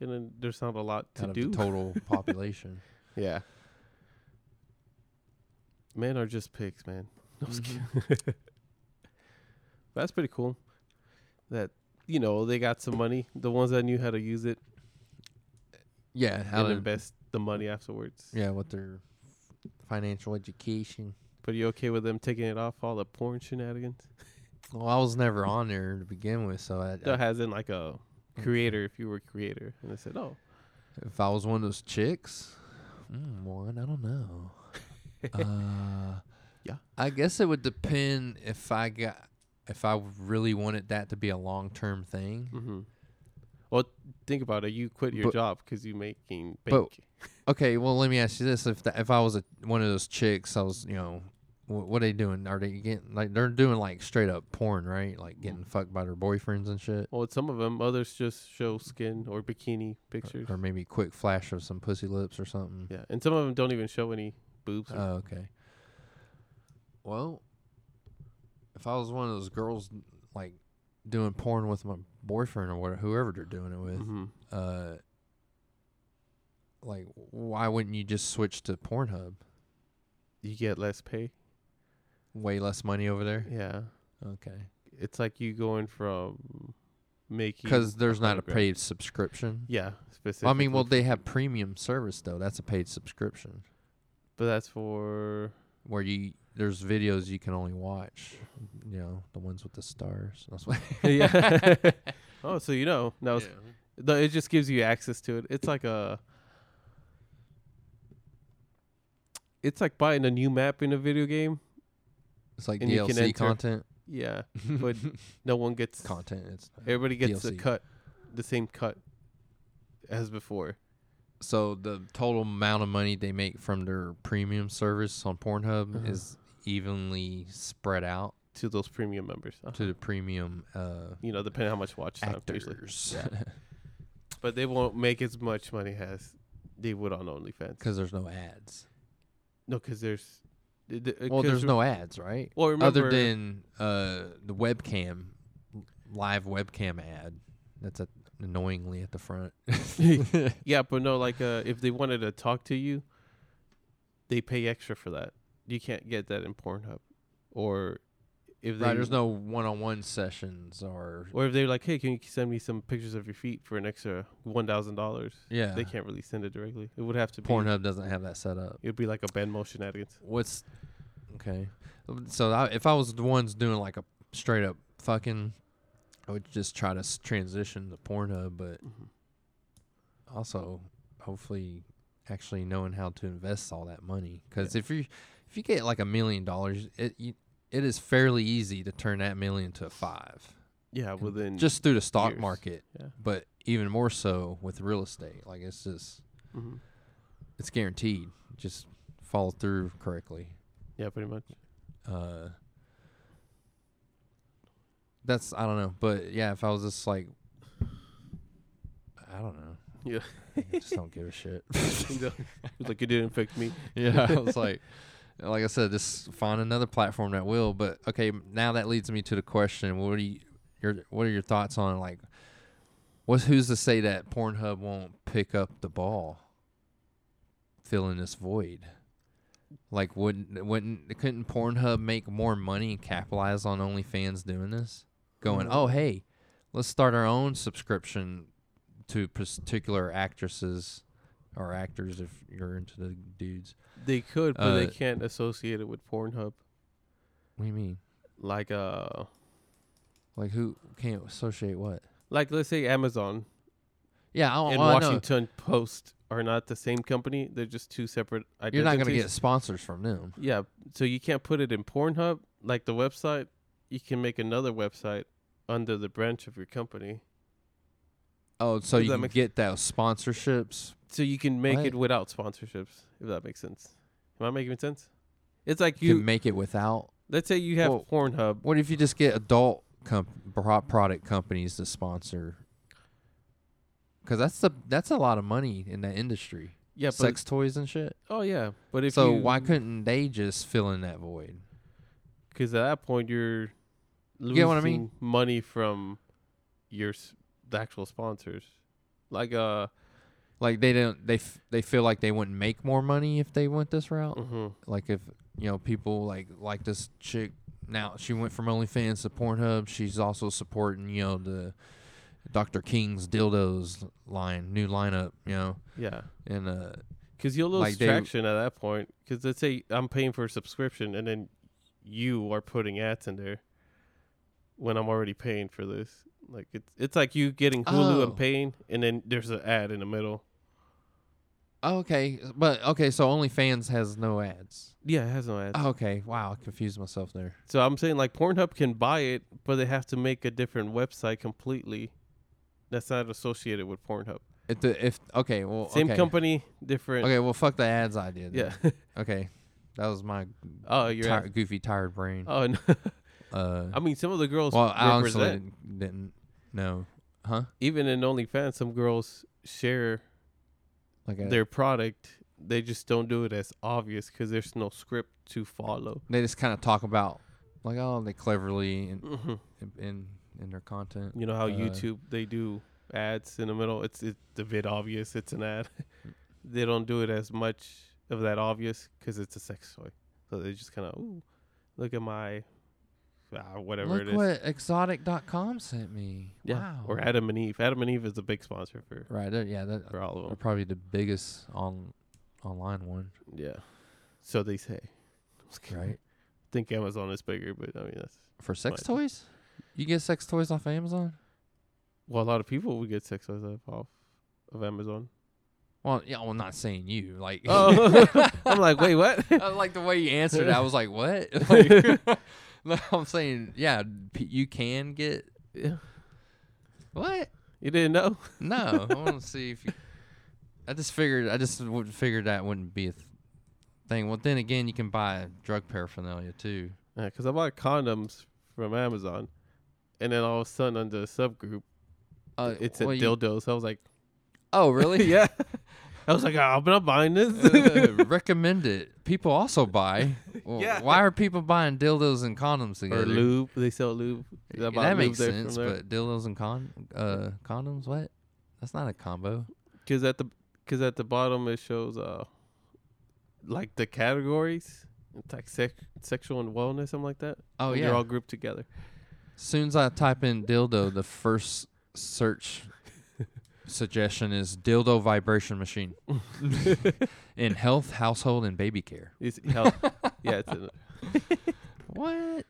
[SPEAKER 2] And then there's not a lot to
[SPEAKER 1] out of
[SPEAKER 2] do.
[SPEAKER 1] the total population.
[SPEAKER 2] Yeah. Men are just pigs, man. No, I'm
[SPEAKER 1] Mm-hmm.
[SPEAKER 2] just kidding. That's pretty cool. That you know they got some money. The ones that knew how to use it
[SPEAKER 1] Yeah, how
[SPEAKER 2] and
[SPEAKER 1] to
[SPEAKER 2] invest the money afterwards.
[SPEAKER 1] yeah with their financial education.
[SPEAKER 2] But you okay with them taking it off all the porn shenanigans?
[SPEAKER 1] Well, I was never on there to begin with, so I,
[SPEAKER 2] No, has in like a
[SPEAKER 1] Mm-hmm.
[SPEAKER 2] creator. If you were a creator, and they said, "Oh,
[SPEAKER 1] If I was one of those chicks, mm, one I don't know. uh,
[SPEAKER 2] Yeah.
[SPEAKER 1] I guess it would depend if I got if I really wanted that to be a long term thing.
[SPEAKER 2] mm-hmm. well, think about it. You quit your
[SPEAKER 1] But-
[SPEAKER 2] job because you making
[SPEAKER 1] But-
[SPEAKER 2] bank."
[SPEAKER 1] Okay, well let me ask you this: if tha if I was a, one of those chicks, I was you know. wh- What are they doing? Are they getting like they're doing like straight up porn, right? Like getting
[SPEAKER 2] Mm.
[SPEAKER 1] fucked by their boyfriends and shit,
[SPEAKER 2] well, some of them, others just show skin or bikini pictures.
[SPEAKER 1] or maybe quick flash of some pussy lips or something.
[SPEAKER 2] Yeah, and some of them don't even show any boobs. or-
[SPEAKER 1] Oh, okay. Well, if I was one of those girls like doing porn with my boyfriend or whatever, whoever they're doing it with,
[SPEAKER 2] Mhm.
[SPEAKER 1] uh, like why wouldn't you just switch to Pornhub?
[SPEAKER 2] You get less pay.
[SPEAKER 1] Way less money over there.
[SPEAKER 2] Yeah,
[SPEAKER 1] Okay,
[SPEAKER 2] it's like you going from making
[SPEAKER 1] because there's not a
[SPEAKER 2] hundred grand.
[SPEAKER 1] paid subscription.
[SPEAKER 2] yeah specifically.
[SPEAKER 1] I mean, well, they have premium service though. That's a paid subscription
[SPEAKER 2] but that's for
[SPEAKER 1] where you there's videos you can only watch. You know, the ones with the stars. That's what.
[SPEAKER 2] yeah. oh, so you know that was
[SPEAKER 1] Yeah.
[SPEAKER 2] no, it just gives you access to it. It's like a it's like buying a new map in a video game.
[SPEAKER 1] It's like
[SPEAKER 2] And you can
[SPEAKER 1] DLC
[SPEAKER 2] enter-
[SPEAKER 1] content.
[SPEAKER 2] Yeah, but no one gets
[SPEAKER 1] content. It's
[SPEAKER 2] everybody gets the
[SPEAKER 1] DLC.
[SPEAKER 2] cut, the same cut as before.
[SPEAKER 1] so the total amount of money they make from their premium service on Pornhub
[SPEAKER 2] Uh-huh.
[SPEAKER 1] is evenly spread out
[SPEAKER 2] to those premium members. Uh,
[SPEAKER 1] to the premium uh,
[SPEAKER 2] you know, depending how much watch time usually.
[SPEAKER 1] actors
[SPEAKER 2] But they won't make as much money as they would on OnlyFans.
[SPEAKER 1] because there's no ads.
[SPEAKER 2] No, because there's. th- th-
[SPEAKER 1] Well,
[SPEAKER 2] 'cause
[SPEAKER 1] there's
[SPEAKER 2] re-
[SPEAKER 1] no ads, right?
[SPEAKER 2] Well, remember,
[SPEAKER 1] Other than uh, the webcam live webcam ad that's at, annoyingly at the front.
[SPEAKER 2] Yeah, but no, like uh, if they wanted to talk to you, they pay extra for that. You can't get that in Pornhub, or if they
[SPEAKER 1] right, there's no one-on-one sessions or
[SPEAKER 2] or if they're like, hey, can you send me some pictures of your feet for an extra one thousand dollars?
[SPEAKER 1] yeah.
[SPEAKER 2] They can't really send it directly. It would have to be
[SPEAKER 1] Pornhub doesn't have that set up.
[SPEAKER 2] It'd be like a Venmo shenanigans.
[SPEAKER 1] What's okay? So I, if I was the ones doing like a straight up fucking, I would just try to s- transition to Pornhub, but also hopefully actually knowing how to invest all that money. Because if you if you get like a million dollars, it you, it is fairly easy to turn that million to five
[SPEAKER 2] Yeah,
[SPEAKER 1] And
[SPEAKER 2] Uh, within
[SPEAKER 1] just through the stock
[SPEAKER 2] years.
[SPEAKER 1] market.
[SPEAKER 2] Yeah.
[SPEAKER 1] But even more so with real estate, like it's just Mm-hmm.
[SPEAKER 2] Mhm.
[SPEAKER 1] it's guaranteed. Just follow through correctly
[SPEAKER 2] yeah, pretty much.
[SPEAKER 1] uh that's I don't know, but yeah, if I was just like I don't know.
[SPEAKER 2] Yeah.
[SPEAKER 1] I just don't give a shit.
[SPEAKER 2] It's like it didn't affect me.
[SPEAKER 1] yeah, I was like like I said, just find another platform that will, but okay, now that leads me to the question, what do you your what are your thoughts on like what's who's to say that Pornhub won't pick up the ball filling this void? Like wouldn't wouldn't couldn't Pornhub make more money and capitalize on OnlyFans doing this? Going,
[SPEAKER 2] Mhm.
[SPEAKER 1] oh hey, let's start our own subscription to particular actresses or actors if you're into the dudes.
[SPEAKER 2] They could, but they
[SPEAKER 1] Uh,
[SPEAKER 2] can't associate it with Pornhub.
[SPEAKER 1] What do you mean?
[SPEAKER 2] Like uh,
[SPEAKER 1] Like who can't associate what?
[SPEAKER 2] like let's say Amazon
[SPEAKER 1] Yeah, Oh, I,
[SPEAKER 2] and
[SPEAKER 1] well, I know.
[SPEAKER 2] Washington Post are not the same company. They're just two separate
[SPEAKER 1] You're
[SPEAKER 2] identities.
[SPEAKER 1] not gonna get sponsors from them.
[SPEAKER 2] Yeah, so you can't put it in Pornhub like the website. You can make another website under the branch of your company,
[SPEAKER 1] Oh, so
[SPEAKER 2] Does
[SPEAKER 1] you
[SPEAKER 2] that
[SPEAKER 1] can
[SPEAKER 2] make-
[SPEAKER 1] get those sponsorships.
[SPEAKER 2] so you can make
[SPEAKER 1] Right.
[SPEAKER 2] it without sponsorships. If that makes sense, am I making sense? It's like
[SPEAKER 1] You
[SPEAKER 2] you.
[SPEAKER 1] can make it without.
[SPEAKER 2] let's say you have
[SPEAKER 1] Well-
[SPEAKER 2] Pornhub.
[SPEAKER 1] What if you just get adult comp- pro- product companies to sponsor? Because that's the that's a lot of money in that industry.
[SPEAKER 2] Yeah, but
[SPEAKER 1] Sex toys and shit.
[SPEAKER 2] oh yeah, but if
[SPEAKER 1] So
[SPEAKER 2] you-
[SPEAKER 1] why couldn't they just fill in that void?
[SPEAKER 2] Because at that point, you're losing
[SPEAKER 1] get what I mean?
[SPEAKER 2] money from your s- the actual sponsors. Like uh,
[SPEAKER 1] Like they don't they f- they feel like they wouldn't make more money if they went this route.
[SPEAKER 2] mhm.
[SPEAKER 1] like if you know people like like this chick now she went from OnlyFans to Pornhub. She's also supporting you know the Dr. King's dildos line new lineup. You know
[SPEAKER 2] yeah,
[SPEAKER 1] and uh
[SPEAKER 2] because you'll lose
[SPEAKER 1] Like they-
[SPEAKER 2] traction at that point. Because let's say I'm paying for a subscription, and then you are putting ads in there when I'm already paying for this. Like it's it's like you getting Hulu
[SPEAKER 1] Oh.
[SPEAKER 2] and paying, and then there's an ad in the middle.
[SPEAKER 1] oh, okay but okay so OnlyFans has no ads.
[SPEAKER 2] Yeah, it has no ads.
[SPEAKER 1] Oh, okay wow I confused myself there.
[SPEAKER 2] So I'm saying like Pornhub can buy it, but they have to make a different website completely that's not associated with Pornhub.
[SPEAKER 1] If the if okay well
[SPEAKER 2] Same
[SPEAKER 1] okay.
[SPEAKER 2] company, different.
[SPEAKER 1] Okay well fuck the ads idea. Then.
[SPEAKER 2] Yeah.
[SPEAKER 1] Okay. That was my
[SPEAKER 2] oh, you're.
[SPEAKER 1] ti-
[SPEAKER 2] right.
[SPEAKER 1] goofy tired brain.
[SPEAKER 2] Oh, no.
[SPEAKER 1] uh,
[SPEAKER 2] I mean, some of the girls
[SPEAKER 1] well, I honestly
[SPEAKER 2] represent.
[SPEAKER 1] didn't, didn't know, huh?
[SPEAKER 2] Even in OnlyFans, some girls share
[SPEAKER 1] Like a,
[SPEAKER 2] their product. They just don't do it as obvious because there's no script to follow.
[SPEAKER 1] they just kind of talk about like oh they cleverly in
[SPEAKER 2] hmm
[SPEAKER 1] in, in their content.
[SPEAKER 2] You know how
[SPEAKER 1] Uh,
[SPEAKER 2] YouTube they do ads in the middle. It's it's a bit obvious. It's an ad. they don't do it as much of that obvious because it's a sex toy. So they just kind of ooh, look at my ah, whatever
[SPEAKER 1] Look
[SPEAKER 2] it is.
[SPEAKER 1] what exotic.com sent me.
[SPEAKER 2] yeah,
[SPEAKER 1] Wow.
[SPEAKER 2] or Adam and Eve. Adam and Eve is a big sponsor for
[SPEAKER 1] right, they're- yeah, that,
[SPEAKER 2] for all of
[SPEAKER 1] they're
[SPEAKER 2] them.
[SPEAKER 1] probably the biggest on online one,
[SPEAKER 2] Yeah. So they say.
[SPEAKER 1] right?
[SPEAKER 2] think Amazon is bigger, but I mean that's
[SPEAKER 1] For sex
[SPEAKER 2] Right.
[SPEAKER 1] toys? You get sex toys off Amazon?
[SPEAKER 2] well, a lot of people would get sex toys off- off of Amazon.
[SPEAKER 1] Well, yeah, well, not saying you. Like,
[SPEAKER 2] Oh, I'm like, wait, what?
[SPEAKER 1] I like the way you answered. it, I was like, what? Like, no, I'm saying, yeah, p- you can get
[SPEAKER 2] yeah.
[SPEAKER 1] what?
[SPEAKER 2] You didn't know?
[SPEAKER 1] No, I want to see if you. I just figured. I just would figured that wouldn't be a th- thing. Well, then again, you can buy drug paraphernalia too.
[SPEAKER 2] because I bought condoms from Amazon, and then all of a sudden under the subgroup,
[SPEAKER 1] Uh,
[SPEAKER 2] it's a
[SPEAKER 1] well, you-
[SPEAKER 2] dildo. So I was like,
[SPEAKER 1] Oh, really?
[SPEAKER 2] yeah. I was like, "Ah, I'm "Oh, not buying this.
[SPEAKER 1] Uh, recommend it. people also buy. Well,
[SPEAKER 2] Yeah.
[SPEAKER 1] Why are people buying dildos and condoms together?
[SPEAKER 2] or lube. They sell lube. They
[SPEAKER 1] Yeah,
[SPEAKER 2] buy
[SPEAKER 1] that
[SPEAKER 2] lube
[SPEAKER 1] makes
[SPEAKER 2] there
[SPEAKER 1] sense,
[SPEAKER 2] from there.
[SPEAKER 1] but dildos and con uh condoms, what? That's not a combo.
[SPEAKER 2] Cause at the cause at the bottom it shows uh like the categories. It's like sex, sexual and wellness, something like that.
[SPEAKER 1] Oh
[SPEAKER 2] And
[SPEAKER 1] yeah.
[SPEAKER 2] they're all grouped together.
[SPEAKER 1] Soon as I type in dildo, the first search suggestion is dildo vibration machine in health, household, and baby care.
[SPEAKER 2] It's health. yeah, it's in,
[SPEAKER 1] What?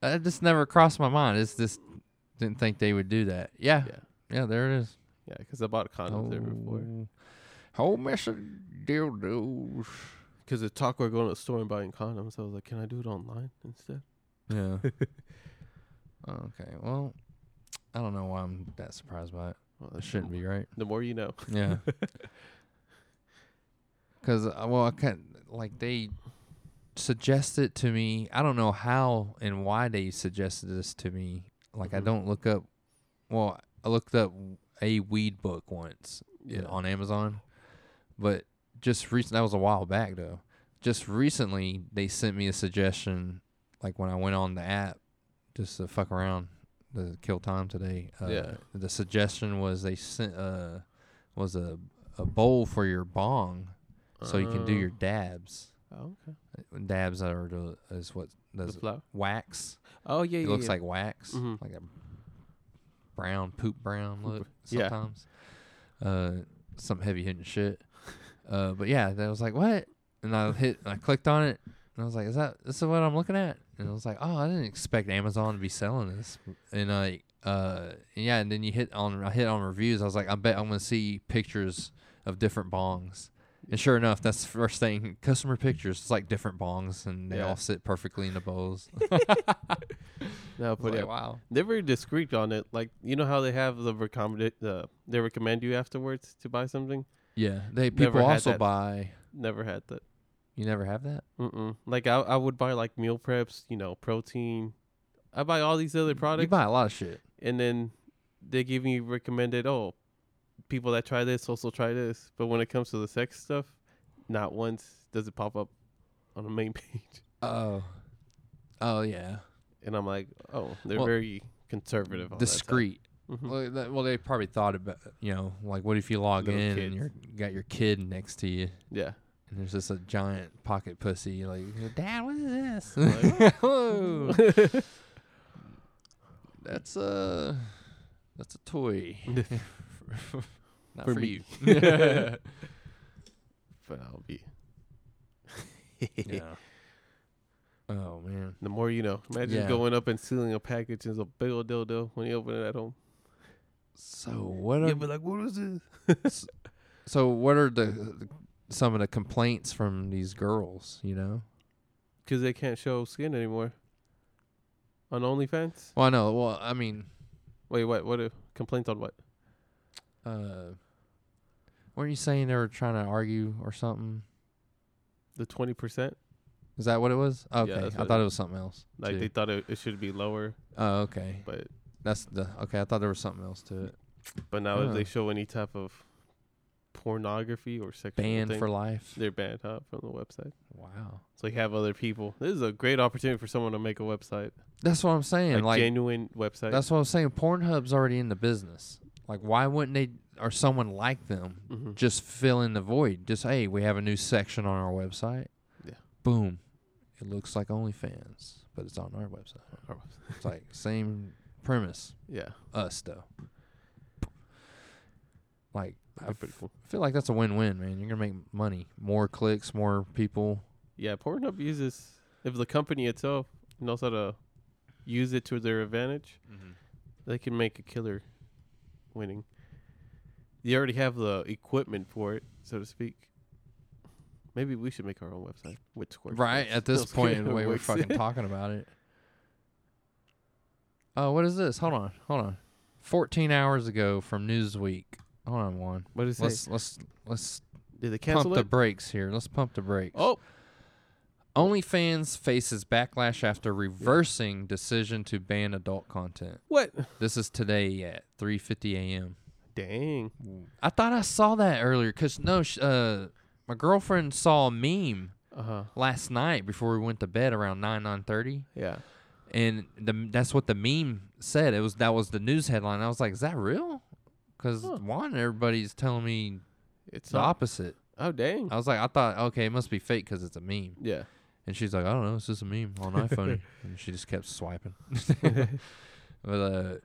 [SPEAKER 1] That just never crossed my mind. It's just didn't think they would do that. Yeah,
[SPEAKER 2] yeah,
[SPEAKER 1] yeah, there it is.
[SPEAKER 2] yeah. Cause I bought condoms
[SPEAKER 1] Oh.
[SPEAKER 2] there before.
[SPEAKER 1] whole mess of dildos.
[SPEAKER 2] Cause the talk we're going to the store and buying condoms. I was like, can I do it online instead?
[SPEAKER 1] Yeah. okay. Well, I don't know why I'm that surprised by it.
[SPEAKER 2] Well,
[SPEAKER 1] It
[SPEAKER 2] that's-
[SPEAKER 1] shouldn't be right.
[SPEAKER 2] The more you know.
[SPEAKER 1] Yeah. Because uh, well, I can't like they suggested to me. I don't know how and why they suggested this to me. Like I
[SPEAKER 2] Mhm.
[SPEAKER 1] don't look up. Well, I looked up a weed book once
[SPEAKER 2] Yeah.
[SPEAKER 1] on Amazon, but just recent. That was a while back though. Just recently, they sent me a suggestion. Like when I went on the app, just to fuck around, to kill time today. Uh,
[SPEAKER 2] Yeah.
[SPEAKER 1] The suggestion was they sent uh was a a bowl for your bong, so you can do
[SPEAKER 2] Uh,
[SPEAKER 1] your dabs.
[SPEAKER 2] Oh, okay.
[SPEAKER 1] Dabs are the is what
[SPEAKER 2] The
[SPEAKER 1] does
[SPEAKER 2] flower.
[SPEAKER 1] wax.
[SPEAKER 2] Oh yeah.
[SPEAKER 1] It
[SPEAKER 2] yeah,
[SPEAKER 1] looks
[SPEAKER 2] yeah.
[SPEAKER 1] like wax,
[SPEAKER 2] Mhm.
[SPEAKER 1] like a brown poop brown look
[SPEAKER 2] Yeah.
[SPEAKER 1] sometimes. Uh, some heavy hitting shit. Uh, but yeah, that was like what, and I hit, I clicked on it, and I was like, is that this is what I'm looking at? And I was like, oh, I didn't expect Amazon to be selling this. And I, uh, yeah, and then you hit on, I hit on reviews. I was like, I bet I'm gonna see pictures of different bongs. And sure enough, that's the first thing. Customer pictures. It's like different bongs, and they
[SPEAKER 2] Yeah.
[SPEAKER 1] all sit perfectly in the bowls.
[SPEAKER 2] no, but
[SPEAKER 1] But
[SPEAKER 2] yeah,
[SPEAKER 1] wow.
[SPEAKER 2] They're very discreet on it. Like you know how they have the recommend uh, they recommend you afterwards to buy something.
[SPEAKER 1] Yeah, they
[SPEAKER 2] Never
[SPEAKER 1] people
[SPEAKER 2] had
[SPEAKER 1] also
[SPEAKER 2] that.
[SPEAKER 1] buy.
[SPEAKER 2] Never had that.
[SPEAKER 1] You never have that.
[SPEAKER 2] Mm-mm. Like I, I would buy like meal preps, you know, protein. I buy all these other
[SPEAKER 1] You
[SPEAKER 2] products,
[SPEAKER 1] buy a lot of shit.
[SPEAKER 2] and then they give me recommended. Oh, people that try this also try this. But when it comes to the sex stuff, not once does it pop up on the main page.
[SPEAKER 1] Oh, oh yeah,
[SPEAKER 2] And I'm like, oh, they're
[SPEAKER 1] Well,
[SPEAKER 2] very conservative. On
[SPEAKER 1] discreet.
[SPEAKER 2] That side. Mhm.
[SPEAKER 1] Well, that, well, they probably thought about you know like what if you log
[SPEAKER 2] Little
[SPEAKER 1] in
[SPEAKER 2] kids.
[SPEAKER 1] and you're got your kid next to you
[SPEAKER 2] Yeah.
[SPEAKER 1] and there's just a giant pocket pussy like Dad, what is this?
[SPEAKER 2] Like-
[SPEAKER 1] Whoa. that's a that's a toy. Not for,
[SPEAKER 2] For me.
[SPEAKER 1] you.
[SPEAKER 2] But I'll be.
[SPEAKER 1] yeah. Oh man.
[SPEAKER 2] The more you know. Imagine
[SPEAKER 1] Yeah.
[SPEAKER 2] going up and sealing a package and it's a big old dildo when you open it at home.
[SPEAKER 1] So what
[SPEAKER 2] You'll
[SPEAKER 1] are
[SPEAKER 2] be like, what is this?
[SPEAKER 1] so what are the some of the complaints from these girls? You know.
[SPEAKER 2] Because they can't show skin anymore. On OnlyFans?
[SPEAKER 1] Well, I know. Well, I mean,
[SPEAKER 2] Wait, what? What? A complaint on what?
[SPEAKER 1] uh, weren't you saying they were trying to argue or something?
[SPEAKER 2] The 20%?
[SPEAKER 1] Is that what it was? Okay,
[SPEAKER 2] that's
[SPEAKER 1] I
[SPEAKER 2] what-
[SPEAKER 1] thought it was something else.
[SPEAKER 2] Like,
[SPEAKER 1] too.
[SPEAKER 2] they thought it, it should be lower,
[SPEAKER 1] oh, okay.
[SPEAKER 2] but
[SPEAKER 1] That's the okay. I thought there was something else to it.
[SPEAKER 2] but now if
[SPEAKER 1] Huh.
[SPEAKER 2] they show any type of pornography or sexual
[SPEAKER 1] Banned
[SPEAKER 2] thing,
[SPEAKER 1] for life.
[SPEAKER 2] they're banned huh, from the website.
[SPEAKER 1] Wow,
[SPEAKER 2] So you have other people. This is a great opportunity for someone to make a website,
[SPEAKER 1] that's what I'm saying.
[SPEAKER 2] a
[SPEAKER 1] Like
[SPEAKER 2] genuine website.
[SPEAKER 1] that's what I'm saying. Pornhub's already in the business. Like, why wouldn't they or someone like them
[SPEAKER 2] Mhm.
[SPEAKER 1] just fill in the void. Just hey, we have a new section on our website.
[SPEAKER 2] Yeah.
[SPEAKER 1] Boom. It looks like OnlyFans, but it's on our website.
[SPEAKER 2] Our
[SPEAKER 1] it's like same premise.
[SPEAKER 2] yeah,
[SPEAKER 1] Us though. Like I
[SPEAKER 2] that'd be pretty cool.
[SPEAKER 1] feel like that's a win-win, man. You're gonna make money, more clicks, more people.
[SPEAKER 2] Yeah, Pornhub uses if the company itself knows how to use it to their advantage, they can make a killer winning. They already have the equipment for it, so to speak. Maybe we should make our own website with Squarespace.
[SPEAKER 1] Right at this
[SPEAKER 2] Those
[SPEAKER 1] point, in
[SPEAKER 2] kind
[SPEAKER 1] the
[SPEAKER 2] of
[SPEAKER 1] way we're
[SPEAKER 2] works.
[SPEAKER 1] fucking talking about it. Oh, what is this? Hold on, hold on. Fourteen hours ago from Newsweek. Hold on, one.
[SPEAKER 2] What is it?
[SPEAKER 1] Let's
[SPEAKER 2] say?
[SPEAKER 1] let's let's
[SPEAKER 2] Did they cancel
[SPEAKER 1] pump
[SPEAKER 2] it?
[SPEAKER 1] the brakes here. Let's pump the brakes.
[SPEAKER 2] oh,
[SPEAKER 1] OnlyFans faces backlash after reversing decision to ban adult content.
[SPEAKER 2] what?
[SPEAKER 1] This is today at 3:50 a.m.
[SPEAKER 2] Dang.
[SPEAKER 1] I thought I saw that earlier cuz no sh- uh my girlfriend saw a meme
[SPEAKER 2] Uh huh.
[SPEAKER 1] last night before we went to bed around nine nine thirty,
[SPEAKER 2] Yeah.
[SPEAKER 1] and the that's what the meme said. It was that was the news headline. I was like, is that real? Because
[SPEAKER 2] Huh.
[SPEAKER 1] one, everybody's telling me
[SPEAKER 2] It's
[SPEAKER 1] the
[SPEAKER 2] not.
[SPEAKER 1] opposite.
[SPEAKER 2] Oh dang.
[SPEAKER 1] I was like, I thought, okay, it must be fake because it's a meme.
[SPEAKER 2] Yeah.
[SPEAKER 1] And she's like, I don't know, it's just a meme on iPhone, and she just kept swiping. but uh,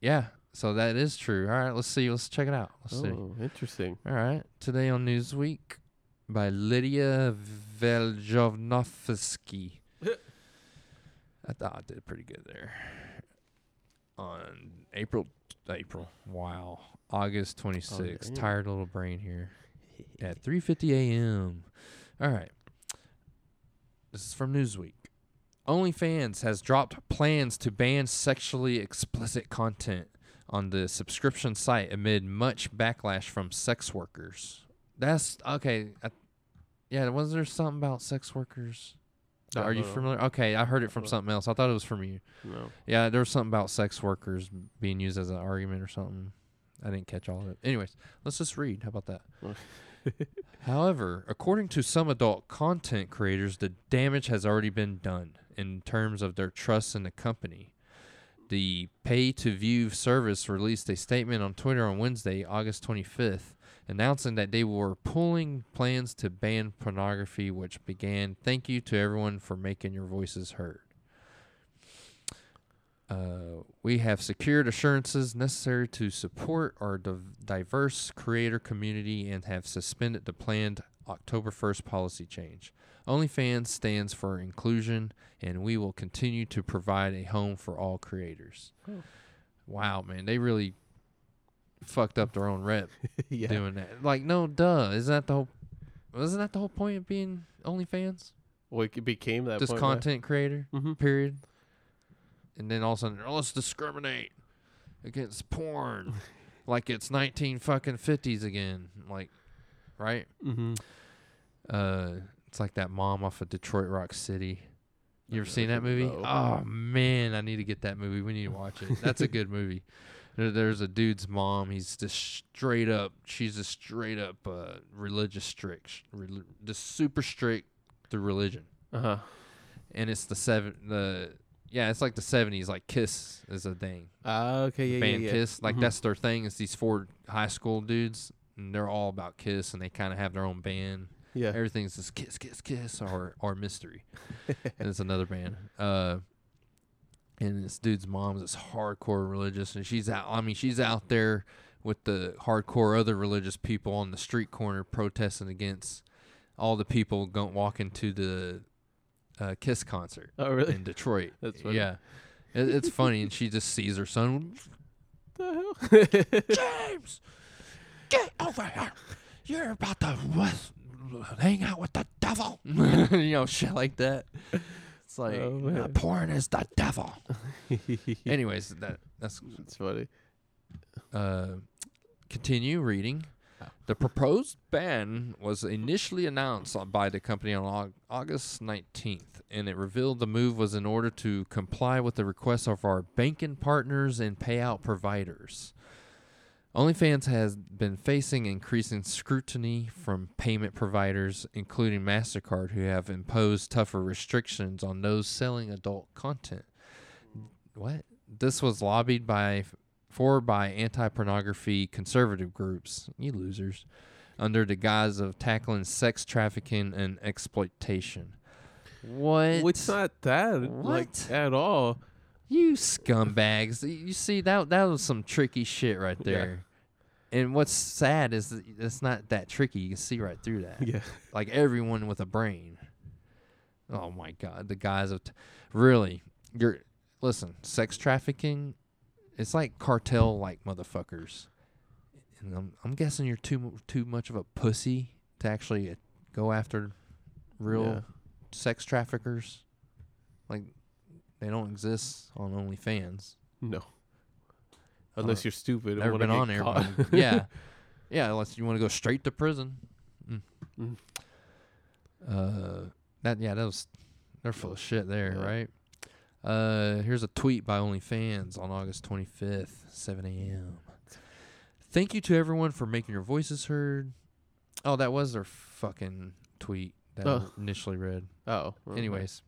[SPEAKER 1] yeah, so that is true. All right, let's see. Let's check it out. Let's see.
[SPEAKER 2] Oh, interesting.
[SPEAKER 1] All right. Today on Newsweek by Lydia Veljovnovsky. I thought I did pretty good there. On April, April, wow, August 26th.
[SPEAKER 2] Oh, damn.
[SPEAKER 1] Tired little brain here. At 3:50 a.m. All right. This is from Newsweek. OnlyFans has dropped plans to ban sexually explicit content on the subscription site amid much backlash from sex workers. That's okay. I, yeah, was there something about sex workers?
[SPEAKER 2] I
[SPEAKER 1] Are you
[SPEAKER 2] don't know.
[SPEAKER 1] familiar? Okay, I heard it from
[SPEAKER 2] don't know.
[SPEAKER 1] something else. I thought it was from you.
[SPEAKER 2] No.
[SPEAKER 1] Yeah, there was something about sex workers being used as an argument or something. I didn't catch all of it. Anyways, let's just read. How about that? However, according to some adult content creators, the damage has already been done in terms of their trust in the company. The pay to view service released a statement on Twitter on Wednesday, August 25th, announcing that they were pulling plans to ban pornography, which began, Thank you to everyone for making your voices heard. Uh, we have secured assurances necessary to support our div- diverse creator community and have suspended the planned October 1st policy change. OnlyFans stands for inclusion, and we will continue to provide a home for all creators.
[SPEAKER 2] Oh.
[SPEAKER 1] Wow, man, they really fucked up their own rep
[SPEAKER 2] yeah.
[SPEAKER 1] doing that. Like, no, duh, isn't that the whole? Wasn't that the whole point of being OnlyFans?
[SPEAKER 2] Well, it became that.
[SPEAKER 1] Just content creator
[SPEAKER 2] Mm-hmm.
[SPEAKER 1] period. And then all of a sudden, oh, let's discriminate against porn, like it's nineteen fucking fifties again, like, right?
[SPEAKER 2] Mm-hmm.
[SPEAKER 1] Uh, it's like that mom off of Detroit Rock City. You ever
[SPEAKER 2] Uh,
[SPEAKER 1] seen that movie?
[SPEAKER 2] no.
[SPEAKER 1] Oh man, I need to get that movie. We need to watch it. That's a good movie. There, there's a dude's mom. He's just straight up. She's a straight up uh, religious strict, rel- just super strict through religion
[SPEAKER 2] Uh huh.
[SPEAKER 1] and it's the seven the yeah it's like the 70s like kiss is a thing
[SPEAKER 2] Ah, okay. Yeah.
[SPEAKER 1] band
[SPEAKER 2] yeah. Yeah.
[SPEAKER 1] kiss like
[SPEAKER 2] Mhm.
[SPEAKER 1] that's their thing it's these four high school dudes and they're all about kiss and they kind of have their own band
[SPEAKER 2] Yeah.
[SPEAKER 1] everything's just kiss kiss kiss or or mystery and it's another band uh and this dude's mom is hardcore religious and she's out i mean she's out there with the hardcore other religious people on the street corner protesting against all the people go walking to the uh, kiss concert
[SPEAKER 2] Oh really?
[SPEAKER 1] in Detroit.
[SPEAKER 2] That's funny.
[SPEAKER 1] Yeah, it, it's funny, and she just sees her son.
[SPEAKER 2] What the hell?
[SPEAKER 1] James, get over here! You're about to was- hang out with the devil. you know, shit like that. It's like
[SPEAKER 2] Oh,
[SPEAKER 1] "Uh,
[SPEAKER 2] man.
[SPEAKER 1] porn is the devil. Anyways, that that's
[SPEAKER 2] It's funny.
[SPEAKER 1] uh, continue reading.
[SPEAKER 2] Oh.
[SPEAKER 1] The proposed ban was initially announced on- by the company on Au- August 19th, and it revealed the move was in order to comply with the requests of our banking partners and payout providers. OnlyFans has been facing increasing scrutiny from payment providers, including MasterCard, who have imposed tougher restrictions on those selling adult content. What? This was lobbied by for by anti pornography conservative groups, you losers, under the guise of tackling sex trafficking and exploitation. What?
[SPEAKER 2] Well, it's not that
[SPEAKER 1] What?
[SPEAKER 2] like at all.
[SPEAKER 1] You scumbags. You see that that was some tricky shit right
[SPEAKER 2] Yeah.
[SPEAKER 1] there. And what's sad is that it's not that tricky. You can see right through that.
[SPEAKER 2] Yeah.
[SPEAKER 1] Like everyone with a brain. Oh my god, the guys of t- really. You're listen, sex trafficking it's like cartel like motherfuckers. And I'm I'm guessing you're too mu- too much of a pussy to actually uh, go after real
[SPEAKER 2] Yeah.
[SPEAKER 1] sex traffickers. Like they don't exist on OnlyFans.
[SPEAKER 2] No.
[SPEAKER 1] don't-
[SPEAKER 2] Unless you're stupid. and
[SPEAKER 1] Never
[SPEAKER 2] wanna
[SPEAKER 1] been
[SPEAKER 2] get
[SPEAKER 1] on there.
[SPEAKER 2] caught.
[SPEAKER 1] but- yeah, yeah. Unless you want to go straight to prison. Mm.
[SPEAKER 2] Mm.
[SPEAKER 1] Uh, that yeah, that was they're full of shit there,
[SPEAKER 2] Yeah.
[SPEAKER 1] right? Uh, here's a tweet by OnlyFans on August 25th, 7 a.m. Thank you to everyone for making your voices heard. Oh, that was their fucking tweet. that
[SPEAKER 2] Oh.
[SPEAKER 1] I initially read.
[SPEAKER 2] Oh. okay.
[SPEAKER 1] Anyways,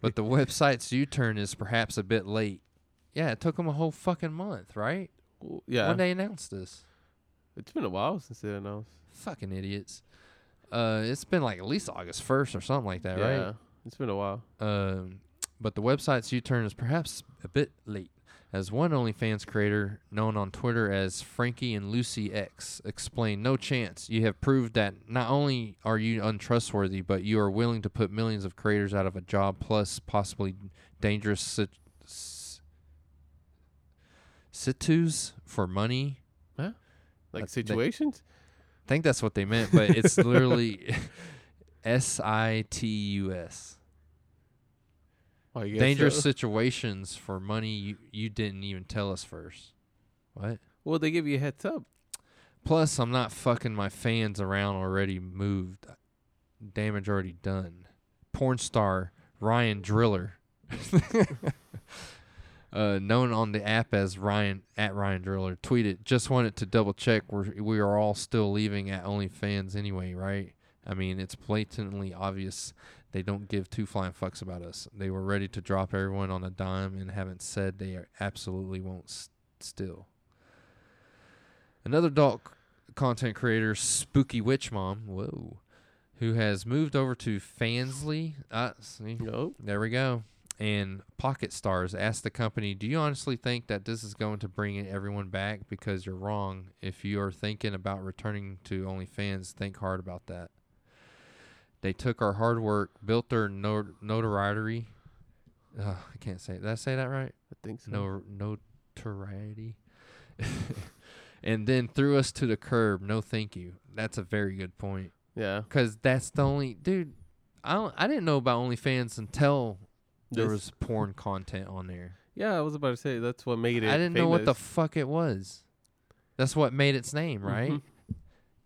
[SPEAKER 1] but the website's U turn is perhaps a bit late. Yeah, it took them a whole fucking month, right?
[SPEAKER 2] Well, yeah.
[SPEAKER 1] When they announced this.
[SPEAKER 2] It's been a while since they announced.
[SPEAKER 1] Fucking idiots. Uh, it's been like at least August 1st or something like that, right?
[SPEAKER 2] It's been a while.
[SPEAKER 1] Um, but the website's U-turn is perhaps a bit late, as one OnlyFans creator known on Twitter as Frankie and Lucy X explained, "No chance. You have proved that not only are you untrustworthy, but you are willing to put millions of creators out of a job, plus possibly dangerous sit- s- situs for money."
[SPEAKER 2] Like
[SPEAKER 1] That's- they-
[SPEAKER 2] situations?
[SPEAKER 1] I think that's what they meant, but it's literally S I T U S.
[SPEAKER 2] oh, you guess
[SPEAKER 1] dangerous
[SPEAKER 2] so?
[SPEAKER 1] situations for money you, you didn't even tell us first. What?
[SPEAKER 2] Well, they give you a heads up.
[SPEAKER 1] Plus, I'm not fucking my fans around already moved. Damage already done. Porn star Ryan Driller. Uh, known on the app as Ryan at Ryan Driller tweeted, just wanted to double check we're, we are all still leaving at OnlyFans anyway, right? I mean, it's blatantly obvious they don't give two flying fucks about us. They were ready to drop everyone on a dime and haven't said they are- absolutely won't s- still. Another dark content creator, Spooky Witch Mom, whoa, who has moved over to Fansly. Ah, see,
[SPEAKER 2] Nope.
[SPEAKER 1] there we go. And Pocket Stars asked the company, "Do you honestly think that this is going to bring everyone back? Because you're wrong. If you are thinking about returning to OnlyFans, think hard about that." They took our hard work, built their no- notoriety. Ugh, I can't say. Did I say that right?
[SPEAKER 2] I think so.
[SPEAKER 1] No notoriety. and then threw us to the curb. No, thank you. That's a very good point.
[SPEAKER 2] Yeah.
[SPEAKER 1] Cause that's the only dude. I don't, I didn't know about OnlyFans until there was
[SPEAKER 2] This-
[SPEAKER 1] porn content on there.
[SPEAKER 2] Yeah, I was about to say that's what made it.
[SPEAKER 1] I didn't know what the
[SPEAKER 2] famous.
[SPEAKER 1] fuck it was. That's what made its name, right?
[SPEAKER 2] Mhm.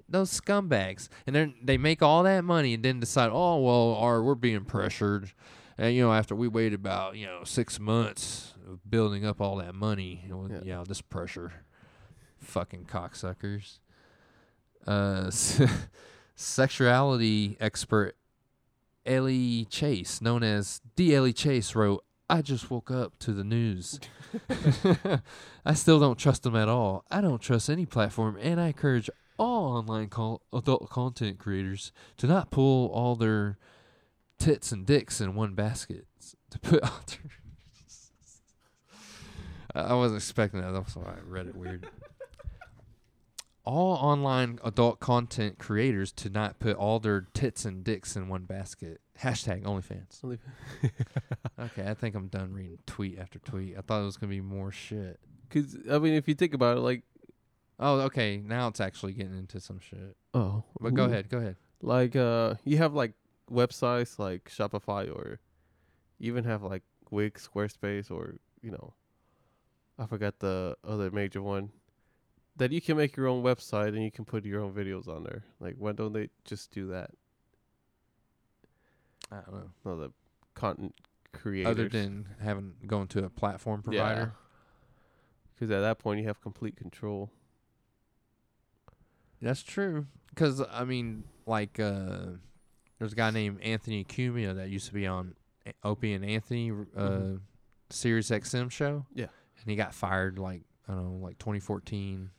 [SPEAKER 1] Those scumbags, and then they make all that money and then decide, oh well, our, we're being pressured, and you know after we waited about you know six months of building up all that money, you know,
[SPEAKER 2] Yeah.
[SPEAKER 1] you know, this pressure, fucking cocksuckers. Uh, sexuality expert Ellie Chase, known as D. Ellie Chase, wrote, I just woke up to the news. I still don't trust them at all. I don't trust any platform, and I encourage all online col- adult content creators to not pull all their tits and dicks in one basket. To put out their. I I wasn't expecting that. That's why I read it weird. all online adult content creators to not put all their tits and dicks in one basket. Hashtag OnlyFans.
[SPEAKER 2] Only-
[SPEAKER 1] Okay, I think I'm done reading tweet after tweet. I thought it was gonna be more shit.
[SPEAKER 2] Cause I mean, if you think about it, like
[SPEAKER 1] Oh, okay. Now it's actually getting into some shit.
[SPEAKER 2] oh,
[SPEAKER 1] But go
[SPEAKER 2] ooh.
[SPEAKER 1] ahead, go ahead.
[SPEAKER 2] Like uh, you have like websites like Shopify or you even have like Wix, Squarespace, or you know, I forgot the other major one that you can make your own website and you can put your own videos on there. Like, why don't they just do that?
[SPEAKER 1] I don't know.
[SPEAKER 2] No, the content creators.
[SPEAKER 1] Other than having going to a platform provider.
[SPEAKER 2] Because at that point you have complete control.
[SPEAKER 1] That's true. Cause I mean, like, uh, there's a guy named Anthony Cumia that used to be on A- Opie and Anthony uh,
[SPEAKER 2] Mhm.
[SPEAKER 1] Sirius XM show.
[SPEAKER 2] Yeah.
[SPEAKER 1] and he got fired like I don't know, like 2014,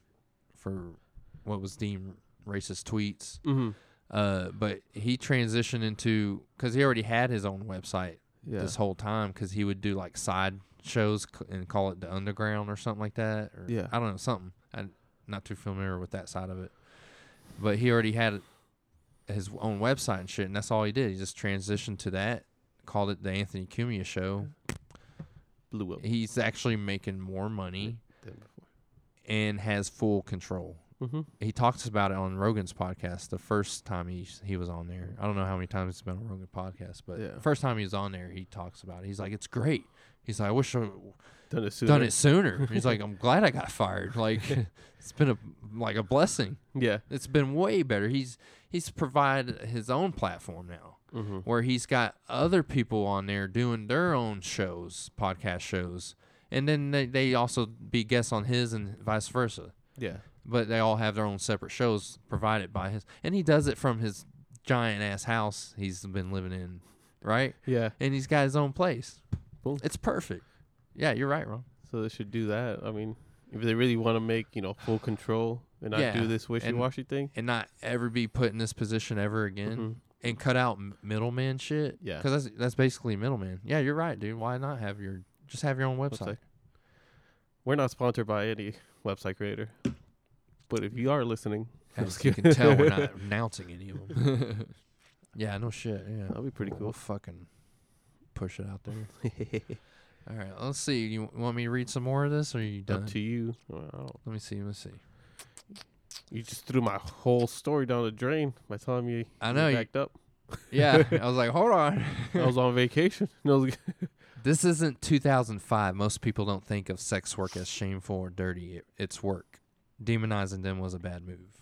[SPEAKER 1] for what was deemed racist tweets.
[SPEAKER 2] Mm-hmm.
[SPEAKER 1] Uh, but he transitioned into because he already had his own website
[SPEAKER 2] Yeah.
[SPEAKER 1] this whole time because he would do like side shows c- and call it the underground or something like that. Or,
[SPEAKER 2] Yeah.
[SPEAKER 1] I don't know something. I'm not too familiar with that side of it, but he already had his own website and shit, and that's all he did. He just transitioned to that, called it the Anthony Cumia Show.
[SPEAKER 2] Blew up.
[SPEAKER 1] He's actually making more money
[SPEAKER 2] than
[SPEAKER 1] and has full control.
[SPEAKER 2] before. hmm
[SPEAKER 1] he talks about it on Rogan's podcast the first time he he was on there. I don't know how many times it's been on Rogan's podcast, but
[SPEAKER 2] Yeah.
[SPEAKER 1] the first time he was on there, he talks about it. He's like, "It's great." He's like, "I wish I w-
[SPEAKER 2] Done it sooner.
[SPEAKER 1] done it sooner." He's like, "I'm glad I got fired. Like, it's been a like a blessing.
[SPEAKER 2] Yeah.
[SPEAKER 1] It's been way better." He's he's provided his own platform now
[SPEAKER 2] Mm-hmm.
[SPEAKER 1] where he's got other people on there doing their own shows, podcast shows, and then they, they also be guests on his and vice versa
[SPEAKER 2] Yeah.
[SPEAKER 1] but they all have their own separate shows provided by his and he does it from his giant ass house he's been living in, right?
[SPEAKER 2] Yeah.
[SPEAKER 1] And he's got his own place.
[SPEAKER 2] Cool.
[SPEAKER 1] It's perfect. Yeah, you're right, Ron.
[SPEAKER 2] So they should do that. I mean, if they really want to make, you know, full control and not
[SPEAKER 1] Yeah,
[SPEAKER 2] do this wishy washy thing.
[SPEAKER 1] And not ever be put in this position ever again.
[SPEAKER 2] Mhm.
[SPEAKER 1] And cut out m- middleman shit.
[SPEAKER 2] Yeah.
[SPEAKER 1] because that's that's basically middleman. Yeah, you're right, dude. Why not have your just have your own
[SPEAKER 2] Website.
[SPEAKER 1] website?
[SPEAKER 2] We're not sponsored by any website creator. But if you are listening,
[SPEAKER 1] As you can tell, we're not announcing any of them. yeah, no shit. Yeah,
[SPEAKER 2] that'll be pretty
[SPEAKER 1] We'll
[SPEAKER 2] cool.
[SPEAKER 1] fucking push it out there. All right, let's see. You want me to read some more of this, or you done?
[SPEAKER 2] Up to you. Wow.
[SPEAKER 1] Let me see. Let me see.
[SPEAKER 2] You just threw my whole story down the drain by telling me
[SPEAKER 1] I
[SPEAKER 2] you
[SPEAKER 1] know, you-
[SPEAKER 2] backed up.
[SPEAKER 1] Yeah, I was like, hold on.
[SPEAKER 2] I was on vacation. No,
[SPEAKER 1] This isn't 2005. Most people don't think of sex work as shameful or dirty. It, it's work. Demonizing them was a bad move.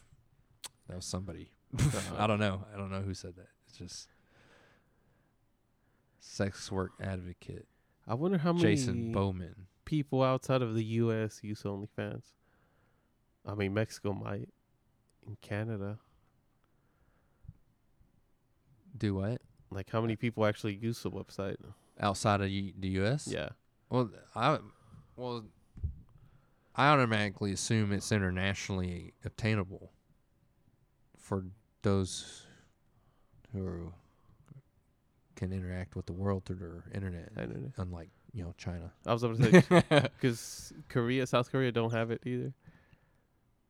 [SPEAKER 1] That was somebody. I don't know. I don't know who said that. It's just sex work advocate
[SPEAKER 2] I wonder how many
[SPEAKER 1] Jason Bowman.
[SPEAKER 2] people outside of the U.S. use OnlyFans. I mean, Mexico might, in Canada.
[SPEAKER 1] Do what
[SPEAKER 2] Like, how
[SPEAKER 1] Uh,
[SPEAKER 2] many people actually use the website?
[SPEAKER 1] outside of U- the U.S.
[SPEAKER 2] Yeah,
[SPEAKER 1] Well, I well, I automatically assume it's internationally obtainable for those who can interact with the world through their internet,
[SPEAKER 2] I don't know.
[SPEAKER 1] unlike you know China.
[SPEAKER 2] I was about to say because Korea, South Korea, don't have it either.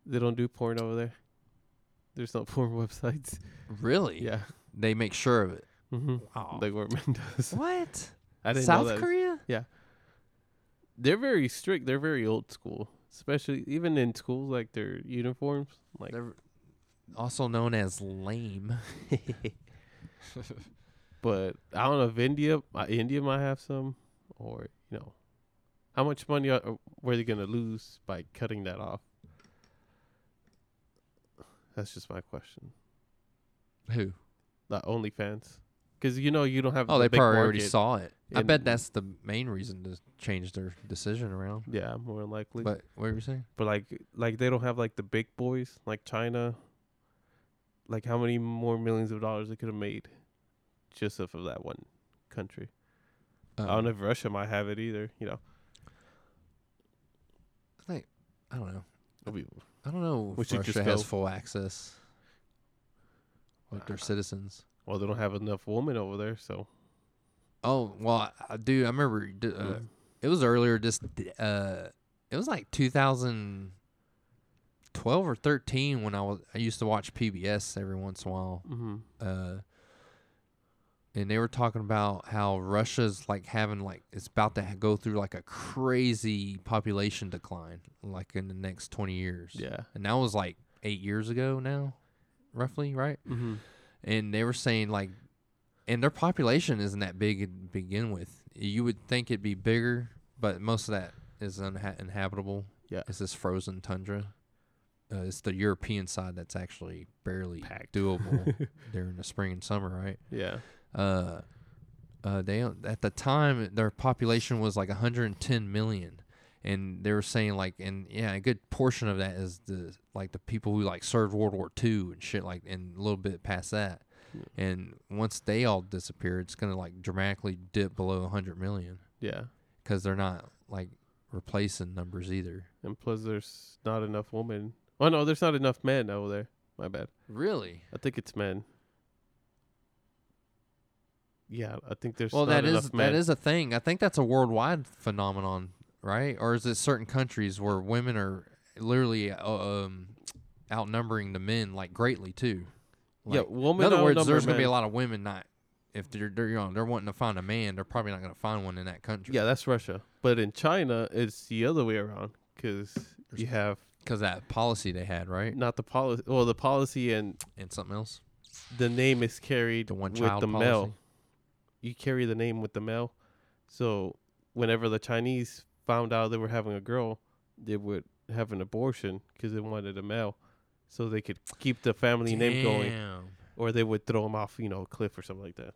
[SPEAKER 2] They don't do porn over there. There's no porn websites.
[SPEAKER 1] Really?
[SPEAKER 2] Yeah,
[SPEAKER 1] They make sure of it.
[SPEAKER 2] mm-hmm.
[SPEAKER 1] Wow.
[SPEAKER 2] like what men does.
[SPEAKER 1] what?
[SPEAKER 2] I didn't know
[SPEAKER 1] South
[SPEAKER 2] that.
[SPEAKER 1] Korea?
[SPEAKER 2] They're very strict. They're very old school, especially even in schools. Like their uniforms, like
[SPEAKER 1] They're also known as lame.
[SPEAKER 2] But I don't know if India, uh, India might have some, or you know, how much money are, uh, were they gonna lose by cutting that off? That's just my question.
[SPEAKER 1] Who?
[SPEAKER 2] Not OnlyFans, because you know you don't have.
[SPEAKER 1] Oh,
[SPEAKER 2] the
[SPEAKER 1] they
[SPEAKER 2] big
[SPEAKER 1] probably already
[SPEAKER 2] market.
[SPEAKER 1] saw it. I
[SPEAKER 2] in-
[SPEAKER 1] bet that's the main reason to change their decision around.
[SPEAKER 2] Yeah, more than likely. But,
[SPEAKER 1] But what were you saying?
[SPEAKER 2] like, like they don't have like the big boys like China. Like how many more millions of dollars they could have made, just off of that one
[SPEAKER 1] Um,
[SPEAKER 2] country. I
[SPEAKER 1] Uh-huh.
[SPEAKER 2] don't know if Russia might have it either. You know,
[SPEAKER 1] I think I don't know.
[SPEAKER 2] It'll be-
[SPEAKER 1] I don't know
[SPEAKER 2] We
[SPEAKER 1] if
[SPEAKER 2] should
[SPEAKER 1] Russia
[SPEAKER 2] just
[SPEAKER 1] has
[SPEAKER 2] go.
[SPEAKER 1] full access with their
[SPEAKER 2] Uh,
[SPEAKER 1] citizens.
[SPEAKER 2] well they don't have enough women over there, so
[SPEAKER 1] Oh well, I, I do. I remember d- uh,
[SPEAKER 2] Mm.
[SPEAKER 1] it was earlier. Just uh, it was like 2012 or 13 when I was. I used to watch PBS every once in a while,
[SPEAKER 2] Mm-hmm.
[SPEAKER 1] uh, and they were talking about how Russia's like having like it's about to ha- go through like a crazy population decline, like in the next 20 years.
[SPEAKER 2] Yeah.
[SPEAKER 1] and that was like eight years ago now, roughly, right?
[SPEAKER 2] Mm-hmm.
[SPEAKER 1] And they were saying like, and their population isn't that big to begin with. You would think it'd be bigger, but most of that is unha- inhabitable.
[SPEAKER 2] Yeah.
[SPEAKER 1] it's this frozen tundra. Uh, it's the European side that's actually barely
[SPEAKER 2] Packed.
[SPEAKER 1] doable during the spring and summer, right?
[SPEAKER 2] Yeah.
[SPEAKER 1] uh, uh, they at the time their population was like 110 million, and they were saying like, and yeah, a good portion of that is the like the people who like served World War II and shit like, and a little bit past that,
[SPEAKER 2] Yeah.
[SPEAKER 1] and once they all disappear, it's gonna like dramatically dip below 100 million
[SPEAKER 2] Yeah.
[SPEAKER 1] because they're not like replacing numbers either.
[SPEAKER 2] And plus, there's not enough women. Oh no, there's not enough men over there. My bad.
[SPEAKER 1] Really?
[SPEAKER 2] I think it's men. Yeah, I think there's.
[SPEAKER 1] Well,
[SPEAKER 2] not
[SPEAKER 1] that is
[SPEAKER 2] enough men.
[SPEAKER 1] that is a thing. I think that's a worldwide phenomenon, right? Or is it certain countries where women are literally uh, um, outnumbering the men like greatly too?
[SPEAKER 2] yeah,
[SPEAKER 1] Like, in
[SPEAKER 2] women.
[SPEAKER 1] other words,
[SPEAKER 2] outnumber
[SPEAKER 1] there's gonna be
[SPEAKER 2] men.
[SPEAKER 1] a lot of women not if they're they're you know, they're wanting to find a man, they're probably not gonna find one in that country.
[SPEAKER 2] Yeah, that's Russia. But in China, it's the other way around because you have
[SPEAKER 1] because that policy they had, right?
[SPEAKER 2] not the policy. Well, the policy and
[SPEAKER 1] And something else,
[SPEAKER 2] the name is carried
[SPEAKER 1] the one
[SPEAKER 2] with
[SPEAKER 1] child
[SPEAKER 2] the
[SPEAKER 1] policy.
[SPEAKER 2] male. you carry the name with the male. So whenever the Chinese found out they were having a girl, they would have an abortion because they wanted a male, so they could keep the family name going,
[SPEAKER 1] Damn.
[SPEAKER 2] or they would throw him off, you know, a cliff or something like that.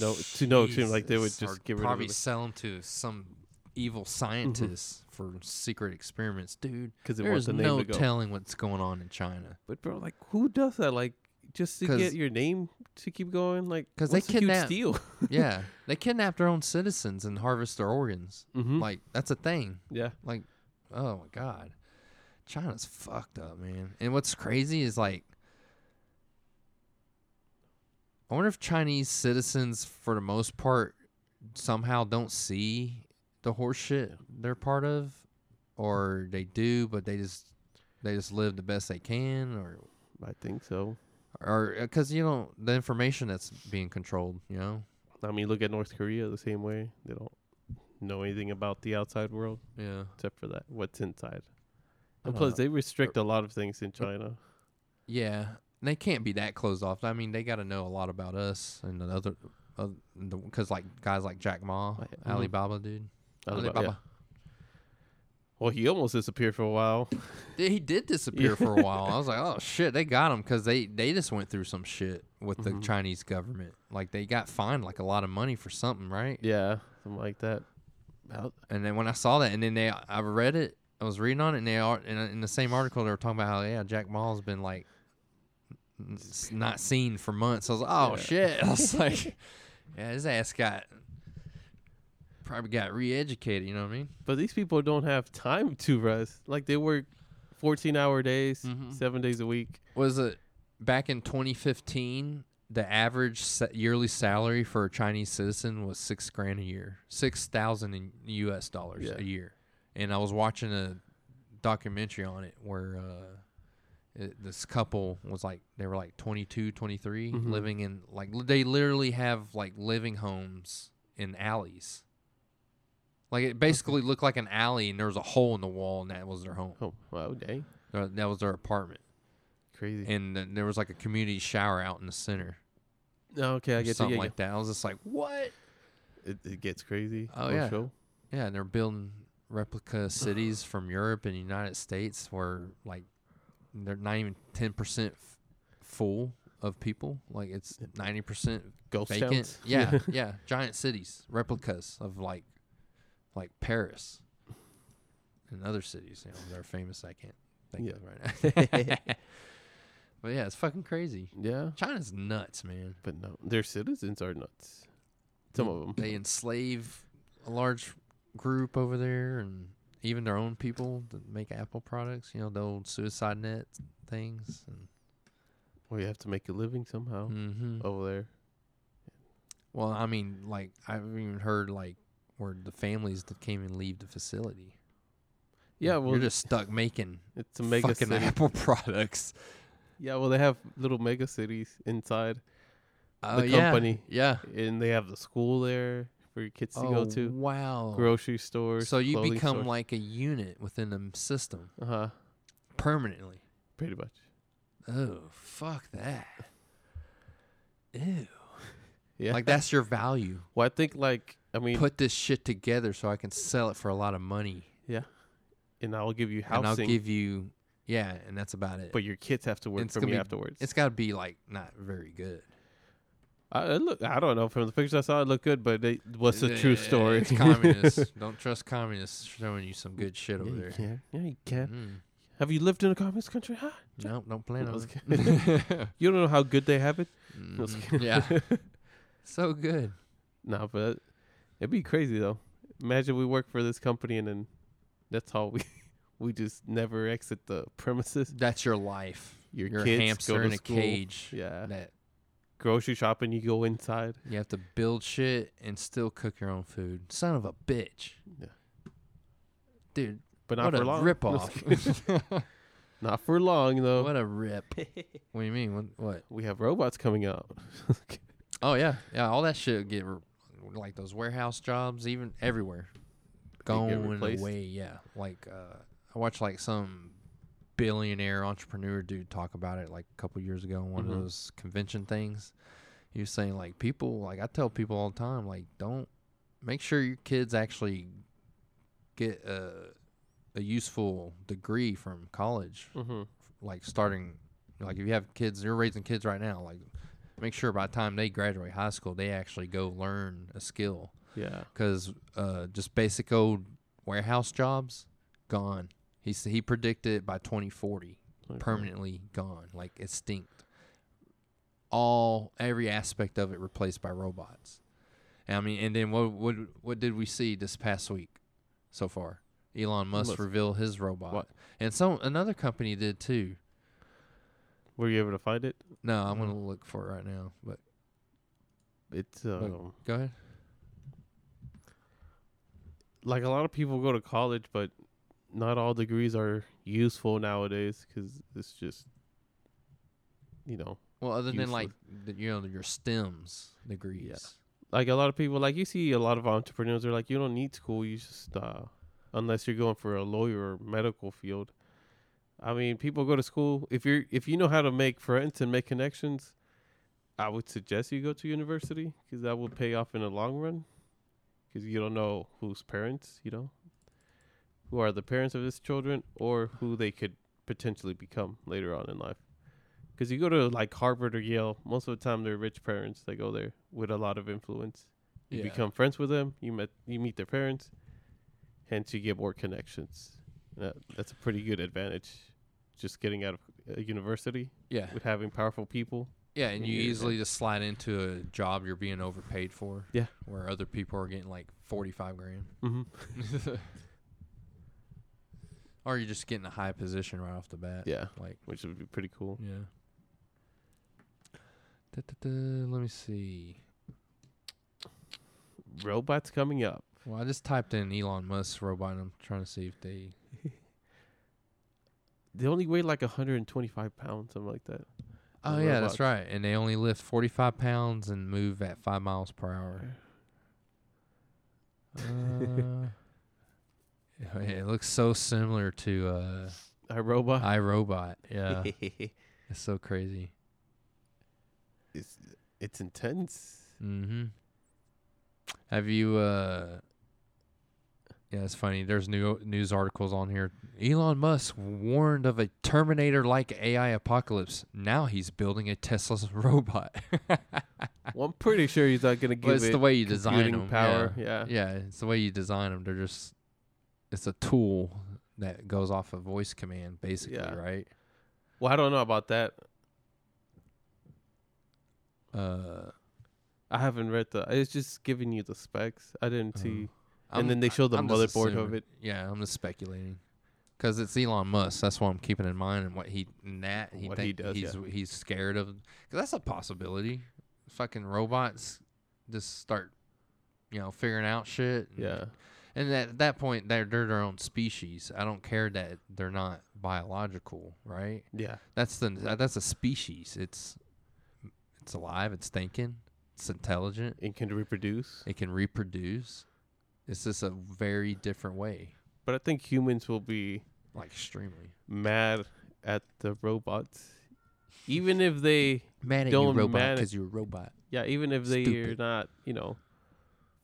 [SPEAKER 2] No, to no extreme, like they would
[SPEAKER 1] Jesus. Or
[SPEAKER 2] just get rid
[SPEAKER 1] probably
[SPEAKER 2] of it Mm-hmm.
[SPEAKER 1] sell them to some evil scientists for secret experiments, dude.
[SPEAKER 2] because they want
[SPEAKER 1] There's
[SPEAKER 2] the name
[SPEAKER 1] no
[SPEAKER 2] to go.
[SPEAKER 1] telling what's going on in China.
[SPEAKER 2] but bro, like who does that? Like just to
[SPEAKER 1] 'Cause-
[SPEAKER 2] get your name to keep going? Like,
[SPEAKER 1] 'Cause they
[SPEAKER 2] what's a huge
[SPEAKER 1] kidnap-
[SPEAKER 2] steal.
[SPEAKER 1] yeah, they kidnap their own citizens and harvest their organs.
[SPEAKER 2] Mhm.
[SPEAKER 1] Like that's a thing.
[SPEAKER 2] yeah,
[SPEAKER 1] Like, oh my god, China's fucked up, man. And what's crazy is like, I wonder if Chinese citizens, for the most part, somehow don't see the horse shit they're part of, or they do, but they just they just live the best they can, or
[SPEAKER 2] I think so.
[SPEAKER 1] or because you know the information that's being controlled, you know.
[SPEAKER 2] I mean, look at North Korea the same way. They don't know anything about the outside world
[SPEAKER 1] Yeah.
[SPEAKER 2] except for that what's inside.
[SPEAKER 1] I
[SPEAKER 2] And
[SPEAKER 1] don't
[SPEAKER 2] plus,
[SPEAKER 1] know.
[SPEAKER 2] they restrict a lot of things in China.
[SPEAKER 1] Yeah, they can't be that closed off. I mean, they got to know a lot about us and the other, because like guys like Jack Ma,
[SPEAKER 2] Oh, yeah. Mhm.
[SPEAKER 1] Alibaba dude,
[SPEAKER 2] Alibaba, yeah. Well, he almost disappeared for a while.
[SPEAKER 1] Dude, He did disappear for a while. I was like, oh shit, they got him because they they just went through some shit with the
[SPEAKER 2] Mhm.
[SPEAKER 1] Chinese government. Like they got fined like a lot of money for something, right?
[SPEAKER 2] Yeah, something like that. How-
[SPEAKER 1] And then when I saw that, and then they, I read it, I was reading on it, and they are in, in the same article they were talking about how yeah, Jack Ma's been like n- s- not seen for months. I was like, oh
[SPEAKER 2] Yeah.
[SPEAKER 1] shit, I was like, yeah, his ass got probably got re-educated. You know what I mean?
[SPEAKER 2] But these people don't have time to rest. Like they work 14 hour days,
[SPEAKER 1] Mhm.
[SPEAKER 2] seven days a week.
[SPEAKER 1] Was it back in 2015? The average sa- yearly salary for a Chinese citizen was six grand a year, six thousand in U.S. dollars
[SPEAKER 2] Yeah.
[SPEAKER 1] a year. And I was watching a documentary on it where uh, it, this couple was like they were like 22 23
[SPEAKER 2] Mhm.
[SPEAKER 1] living in like li- they literally have like living homes in alleys like it basically looked like an alley and there was a hole in the wall and that was their home
[SPEAKER 2] Oh, wow, dang.
[SPEAKER 1] Uh, that was their apartment
[SPEAKER 2] Crazy.
[SPEAKER 1] and th- there was like a community shower out in the center
[SPEAKER 2] Oh, okay, I
[SPEAKER 1] or
[SPEAKER 2] get
[SPEAKER 1] something
[SPEAKER 2] you. yeah,
[SPEAKER 1] like that i was just like what
[SPEAKER 2] yeah. It, it gets crazy.
[SPEAKER 1] Oh,
[SPEAKER 2] for
[SPEAKER 1] yeah.
[SPEAKER 2] sure.
[SPEAKER 1] yeah and they're building replica cities from europe and united states where like they're not even 10% f- full of people like it's 90%
[SPEAKER 2] Ghost
[SPEAKER 1] vacant
[SPEAKER 2] towns.
[SPEAKER 1] yeah yeah giant cities replicas of like like paris and other cities you know they're famous i can't think
[SPEAKER 2] Yeah.
[SPEAKER 1] of right now but yeah it's fucking crazy
[SPEAKER 2] yeah.
[SPEAKER 1] china's nuts man
[SPEAKER 2] But no, their citizens are nuts. Some of them.
[SPEAKER 1] they enslave a large group over there and even their own people that make apple products you know the old suicide net things and,
[SPEAKER 2] We have to make a living somehow
[SPEAKER 1] hmm
[SPEAKER 2] over there.
[SPEAKER 1] well i mean like i've even heard like where the families that came and leave the facility
[SPEAKER 2] Yeah,
[SPEAKER 1] Like,
[SPEAKER 2] well,
[SPEAKER 1] you're just stuck making
[SPEAKER 2] it's a mega
[SPEAKER 1] fucking
[SPEAKER 2] city.
[SPEAKER 1] apple products
[SPEAKER 2] Yeah, well, they have little mega cities inside,
[SPEAKER 1] oh,
[SPEAKER 2] The
[SPEAKER 1] yeah.
[SPEAKER 2] company
[SPEAKER 1] yeah
[SPEAKER 2] and they have the school there for your kids to go
[SPEAKER 1] Oh,
[SPEAKER 2] to,
[SPEAKER 1] wow
[SPEAKER 2] grocery stores.
[SPEAKER 1] so you become like a unit within the system
[SPEAKER 2] uh huh,
[SPEAKER 1] permanently
[SPEAKER 2] pretty much.
[SPEAKER 1] oh fuck that ew
[SPEAKER 2] Yeah,
[SPEAKER 1] Like that's your value.
[SPEAKER 2] Well, I think like I mean,
[SPEAKER 1] Put this shit together so I can sell it for a lot of money,
[SPEAKER 2] and I'll give you housing,
[SPEAKER 1] and I'll give you yeah, and that's about it.
[SPEAKER 2] but your kids have to work
[SPEAKER 1] It's
[SPEAKER 2] for
[SPEAKER 1] gonna
[SPEAKER 2] me
[SPEAKER 1] be-
[SPEAKER 2] afterwards.
[SPEAKER 1] it's got to be like not very good.
[SPEAKER 2] I, it look, I don't know from the pictures I saw, it looked good, but it, what's the true story?
[SPEAKER 1] It's communists. Don't trust communists showing you some good shit
[SPEAKER 2] yeah,
[SPEAKER 1] over
[SPEAKER 2] you
[SPEAKER 1] there.
[SPEAKER 2] can. Yeah, you can.
[SPEAKER 1] Mm.
[SPEAKER 2] Have you lived in a communist country? Huh?
[SPEAKER 1] No, don't plan on
[SPEAKER 2] Let's
[SPEAKER 1] it.
[SPEAKER 2] You don't know how good they have it. Let's
[SPEAKER 1] Mm, yeah, so good.
[SPEAKER 2] No, but it'd be crazy though. Imagine we work for this company and then that's all we we just never exit the premises.
[SPEAKER 1] That's your life.
[SPEAKER 2] Your
[SPEAKER 1] You're
[SPEAKER 2] kids
[SPEAKER 1] a
[SPEAKER 2] go
[SPEAKER 1] hamster
[SPEAKER 2] to
[SPEAKER 1] in a
[SPEAKER 2] school.
[SPEAKER 1] cage.
[SPEAKER 2] Yeah.
[SPEAKER 1] That
[SPEAKER 2] Grocery shopping, you go inside.
[SPEAKER 1] you have to build shit and still cook your own food. Son of a bitch.
[SPEAKER 2] Yeah.
[SPEAKER 1] Dude,
[SPEAKER 2] But not
[SPEAKER 1] what
[SPEAKER 2] for
[SPEAKER 1] a
[SPEAKER 2] long.
[SPEAKER 1] rip off.
[SPEAKER 2] not for long though.
[SPEAKER 1] what a rip. What do you mean? What? what?
[SPEAKER 2] We have robots coming out.
[SPEAKER 1] Oh yeah, yeah. All that shit get re- like those warehouse jobs, even everywhere, going
[SPEAKER 2] replaced?
[SPEAKER 1] away. Yeah, like uh, I watched like some billionaire entrepreneur dude talk about it like a couple years ago in one
[SPEAKER 2] Mhm.
[SPEAKER 1] of those convention things. He was saying like people like I tell people all the time like don't make sure your kids actually get a a useful degree from college
[SPEAKER 2] mm-hmm.
[SPEAKER 1] like starting like if you have kids you're raising kids right now like make sure by the time they graduate high school they actually go learn a skill
[SPEAKER 2] Yeah.
[SPEAKER 1] because uh, just basic old warehouse jobs gone he s- he predicted by 2040
[SPEAKER 2] Like,
[SPEAKER 1] permanently gone like extinct all every aspect of it replaced by robots. And I mean, and then what what what did we see this past week so far? Elon Musk
[SPEAKER 2] Musk.
[SPEAKER 1] reveal his robot,
[SPEAKER 2] What?
[SPEAKER 1] and some another company did too.
[SPEAKER 2] Were you able to find it?
[SPEAKER 1] No, I'm gonna look for it right now. But
[SPEAKER 2] It's um,
[SPEAKER 1] go ahead.
[SPEAKER 2] like a lot of people go to college, but not all degrees are useful nowadays because it's just, you know,
[SPEAKER 1] Well, other than
[SPEAKER 2] Useless.
[SPEAKER 1] like the, you know your stems degrees.
[SPEAKER 2] like a lot of people, like you see a lot of entrepreneurs are like, you don't need school. You just, uh, unless you're going for a lawyer or medical field. I mean, people go to school. If you're, if you know how to make friends and make connections, I would suggest you go to university because that will pay off in the long run. Because you don't know whose parents, you know, who are the parents of his children or who they could potentially become later on in life. Because you go to like Harvard or Yale, most of the time they're rich parents that go there with a lot of influence. You
[SPEAKER 1] Yeah.
[SPEAKER 2] become friends with them. You met you meet their parents, hence you get more connections. That, that's a pretty good advantage, just getting out of uh, university
[SPEAKER 1] Yeah,
[SPEAKER 2] with having powerful people.
[SPEAKER 1] yeah, and
[SPEAKER 2] in
[SPEAKER 1] you
[SPEAKER 2] your-
[SPEAKER 1] easily just slide into a job you're being overpaid for.
[SPEAKER 2] Yeah.
[SPEAKER 1] where other people are getting like forty five grand,
[SPEAKER 2] Mm-hmm.
[SPEAKER 1] or you're just getting a high position right off the bat.
[SPEAKER 2] Yeah,
[SPEAKER 1] like
[SPEAKER 2] which would be pretty cool.
[SPEAKER 1] yeah. Da-da-da, let me see.
[SPEAKER 2] Robots coming up.
[SPEAKER 1] Well, I just typed in Elon Musk robot. and I'm trying to see if they.
[SPEAKER 2] They only weigh like 125 pounds, something like that.
[SPEAKER 1] Oh
[SPEAKER 2] The
[SPEAKER 1] yeah, that's
[SPEAKER 2] robots.
[SPEAKER 1] right. And they only lift 45 pounds and move at five miles per hour. Uh, yeah, it looks so similar to uh,
[SPEAKER 2] Our robot.
[SPEAKER 1] iRobot. Uh, Yeah, it's so crazy.
[SPEAKER 2] it's it's intense.
[SPEAKER 1] Mm-hmm. Have you? uh Yeah, it's funny. There's new news articles on here. Elon Musk warned of a Terminator-like AI apocalypse. Now he's building a Tesla robot.
[SPEAKER 2] well, I'm pretty sure he's not gonna give
[SPEAKER 1] well, it's
[SPEAKER 2] it
[SPEAKER 1] the way you design
[SPEAKER 2] computing
[SPEAKER 1] them.
[SPEAKER 2] power.
[SPEAKER 1] Yeah.
[SPEAKER 2] Yeah.
[SPEAKER 1] Yeah, it's the way you design them. They're just. It's a tool that goes off a voice command, basically,
[SPEAKER 2] Yeah.
[SPEAKER 1] right?
[SPEAKER 2] Well, I don't know about that.
[SPEAKER 1] Uh,
[SPEAKER 2] I haven't read the. It's just giving you the specs. I didn't
[SPEAKER 1] Oh.
[SPEAKER 2] see.
[SPEAKER 1] I'm-
[SPEAKER 2] and then they show the
[SPEAKER 1] I'm just
[SPEAKER 2] motherboard of
[SPEAKER 1] assuming.
[SPEAKER 2] it.
[SPEAKER 1] Yeah, I'm just speculating because it's Elon Musk. That's what I'm keeping in mind and what he and that he
[SPEAKER 2] What he
[SPEAKER 1] think
[SPEAKER 2] does,
[SPEAKER 1] he's
[SPEAKER 2] yeah.
[SPEAKER 1] he's scared of. Because that's a possibility. Fucking robots just start, you know, figuring out shit. and-
[SPEAKER 2] Yeah.
[SPEAKER 1] and at that point they're they're their own species. I don't care that they're not biological, right?
[SPEAKER 2] Yeah.
[SPEAKER 1] That's the uh, that's a species. It's it's alive. It's thinking. It's intelligent.
[SPEAKER 2] It can reproduce.
[SPEAKER 1] It can reproduce. It's just a very different way,
[SPEAKER 2] But I think humans will be
[SPEAKER 1] like extremely.
[SPEAKER 2] mad at the robots, even if they.
[SPEAKER 1] Mad
[SPEAKER 2] at you, Don't robot, mad at-
[SPEAKER 1] you're a robot.
[SPEAKER 2] Yeah, even if they are
[SPEAKER 1] Stupid.
[SPEAKER 2] not, you know,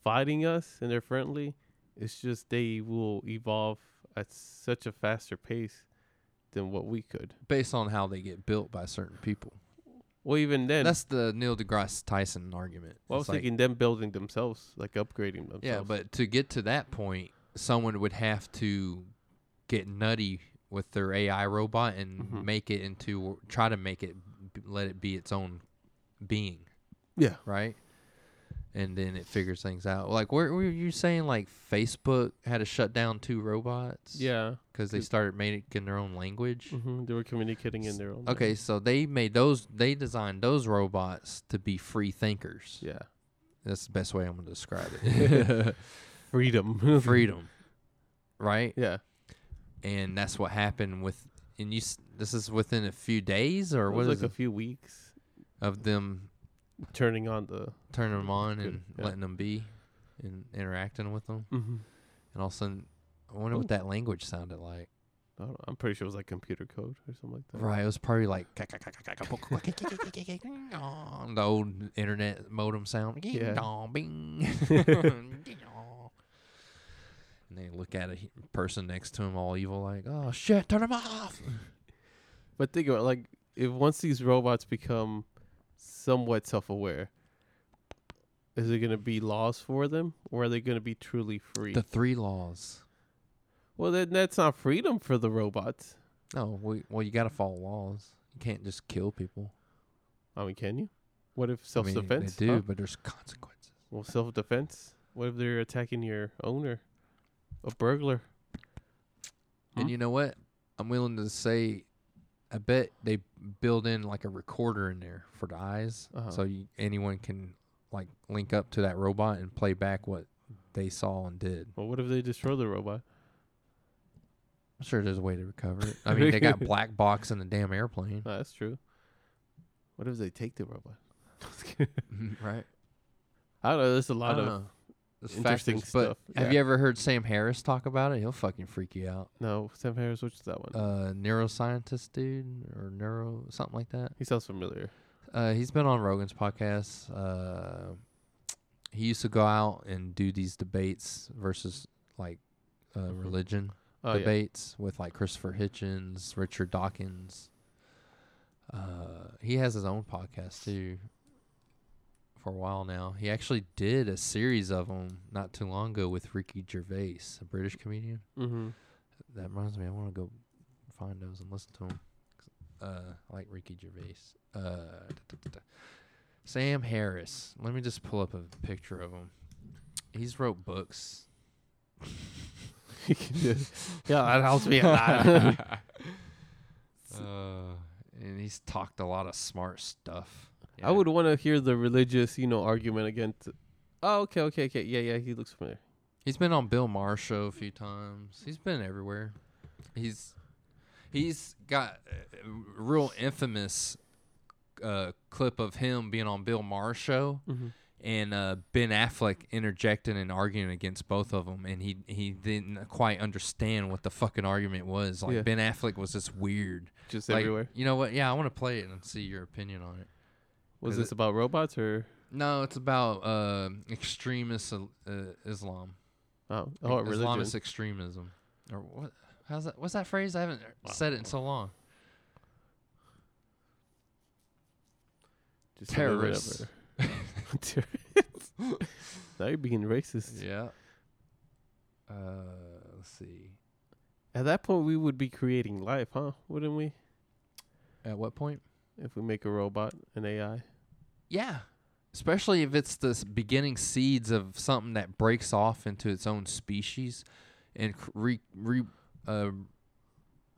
[SPEAKER 2] fighting us and they're friendly, it's just they will evolve at such a faster pace than what we could.
[SPEAKER 1] Based on how they get built by certain people.
[SPEAKER 2] Well, even then,
[SPEAKER 1] That's the Neil deGrasse Tyson argument.
[SPEAKER 2] well, I was
[SPEAKER 1] It's like,
[SPEAKER 2] thinking them building themselves, like upgrading themselves.
[SPEAKER 1] yeah, but to get to that point, someone would have to get nutty with their AI robot and
[SPEAKER 2] Mhm.
[SPEAKER 1] make it into try to make it let it be its own being.
[SPEAKER 2] yeah,
[SPEAKER 1] right? And then it figures things out. Like, where were you saying? Like, Facebook had to shut down two robots,
[SPEAKER 2] yeah,
[SPEAKER 1] because they
[SPEAKER 2] Cause-
[SPEAKER 1] started making their own language.
[SPEAKER 2] hmm they were communicating in their own.
[SPEAKER 1] Okay, so they made those. They designed those robots to be free thinkers.
[SPEAKER 2] Yeah.
[SPEAKER 1] That's the best way I'm gonna describe it.
[SPEAKER 2] Freedom.
[SPEAKER 1] Freedom, right?
[SPEAKER 2] yeah.
[SPEAKER 1] And that's what happened with. And you, s- this is within a few days, or
[SPEAKER 2] It
[SPEAKER 1] what
[SPEAKER 2] was
[SPEAKER 1] is
[SPEAKER 2] like a
[SPEAKER 1] it,
[SPEAKER 2] few weeks
[SPEAKER 1] of them
[SPEAKER 2] turning on the.
[SPEAKER 1] turning them on
[SPEAKER 2] Good,
[SPEAKER 1] and
[SPEAKER 2] yeah.
[SPEAKER 1] letting them be, and interacting with them. And all of a sudden, I wonder what that language sounded like.
[SPEAKER 2] I don't know, I'm pretty sure it was like computer code or something like that.
[SPEAKER 1] Right, it was probably like the old internet modem sound.
[SPEAKER 2] Yeah.
[SPEAKER 1] Ding dong, bing. Ding dong. And they look at a he- person next to him, all evil, like, "Oh shit, turn him off."
[SPEAKER 2] But think about it, like if once these robots become somewhat self-aware, is there going to be laws for them, or are they going to be truly free?
[SPEAKER 1] The three laws.
[SPEAKER 2] well, then that's not freedom for the robots.
[SPEAKER 1] No, we, well, you got to follow laws. You can't just kill people.
[SPEAKER 2] I mean, can you? What if
[SPEAKER 1] I mean,
[SPEAKER 2] self-defense?
[SPEAKER 1] They do,
[SPEAKER 2] huh?
[SPEAKER 1] but there's consequences.
[SPEAKER 2] Well, self-defense. What if they're attacking your owner, a burglar? Hmm?
[SPEAKER 1] And you know what? I'm willing to say, I bet they build in like a recorder in there for the eyes,
[SPEAKER 2] Uh-huh.
[SPEAKER 1] so you, anyone can like link up to that robot and play back what they saw and did.
[SPEAKER 2] Well, what if they destroy the robot?
[SPEAKER 1] I'm sure there's a way to recover it. I mean, they got black box in the damn airplane,
[SPEAKER 2] No, that's true. What if they take the robot?
[SPEAKER 1] right?
[SPEAKER 2] I don't know. There's a
[SPEAKER 1] I
[SPEAKER 2] lot
[SPEAKER 1] don't
[SPEAKER 2] of
[SPEAKER 1] know. There's
[SPEAKER 2] interesting
[SPEAKER 1] factors, but
[SPEAKER 2] stuff.
[SPEAKER 1] Have
[SPEAKER 2] Yeah.
[SPEAKER 1] you ever heard Sam Harris talk about it? He'll fucking freak you out.
[SPEAKER 2] no. Sam Harris, which is that one?
[SPEAKER 1] Uh, neuroscientist dude or neuro something like that.
[SPEAKER 2] he sounds familiar.
[SPEAKER 1] Uh, he's been on Rogan's podcast. Uh, he used to go out and do these debates versus like uh,
[SPEAKER 2] Mhm.
[SPEAKER 1] religion
[SPEAKER 2] Oh yeah.
[SPEAKER 1] debates with like Christopher Hitchens, Richard Dawkins. Uh, he has his own podcast too. For a while now, he actually did a series of them not too long ago with Ricky Gervais, a British comedian.
[SPEAKER 2] Mm-hmm.
[SPEAKER 1] That reminds me, I want to go find those and listen to them. Uh, I like Ricky Gervais. Uh, da-da-da-da. Sam Harris. Let me just pull up a picture of him. He's wrote books.
[SPEAKER 2] yeah, that helps me a lot.
[SPEAKER 1] Uh, and he's talked a lot of smart stuff.
[SPEAKER 2] I would want to hear the religious, you know, argument against. Oh, okay, okay, okay. Yeah, yeah. He looks familiar.
[SPEAKER 1] He's been on Bill Maher's show a few times. He's been everywhere. He's he's got a real infamous uh, clip of him being on Bill Maher's show
[SPEAKER 2] Mhm.
[SPEAKER 1] and uh, Ben Affleck interjecting and arguing against both of them, and he he didn't quite understand what the fucking argument was. Like
[SPEAKER 2] Yeah.
[SPEAKER 1] Ben Affleck was just weird.
[SPEAKER 2] Just
[SPEAKER 1] Like,
[SPEAKER 2] everywhere.
[SPEAKER 1] You know what? Yeah, I want to play it and see your opinion on it.
[SPEAKER 2] Was
[SPEAKER 1] is
[SPEAKER 2] this
[SPEAKER 1] it-
[SPEAKER 2] about robots or?
[SPEAKER 1] No, it's about uh, extremist uh, uh, Islam.
[SPEAKER 2] Oh, oh,
[SPEAKER 1] Islamist
[SPEAKER 2] religion.
[SPEAKER 1] extremism, or what? How's that? What's that phrase? I haven't said it in so long.
[SPEAKER 2] Just say whatever.
[SPEAKER 1] terrorists.
[SPEAKER 2] Terrorists. now you're being racist.
[SPEAKER 1] Yeah. Uh, let's see.
[SPEAKER 2] At that point, we would be creating life, huh? Wouldn't we?
[SPEAKER 1] At what point?
[SPEAKER 2] If we make a robot, an AI.
[SPEAKER 1] Yeah, especially if it's the s- beginning seeds of something that breaks off into its own species, and cr- re, re uh,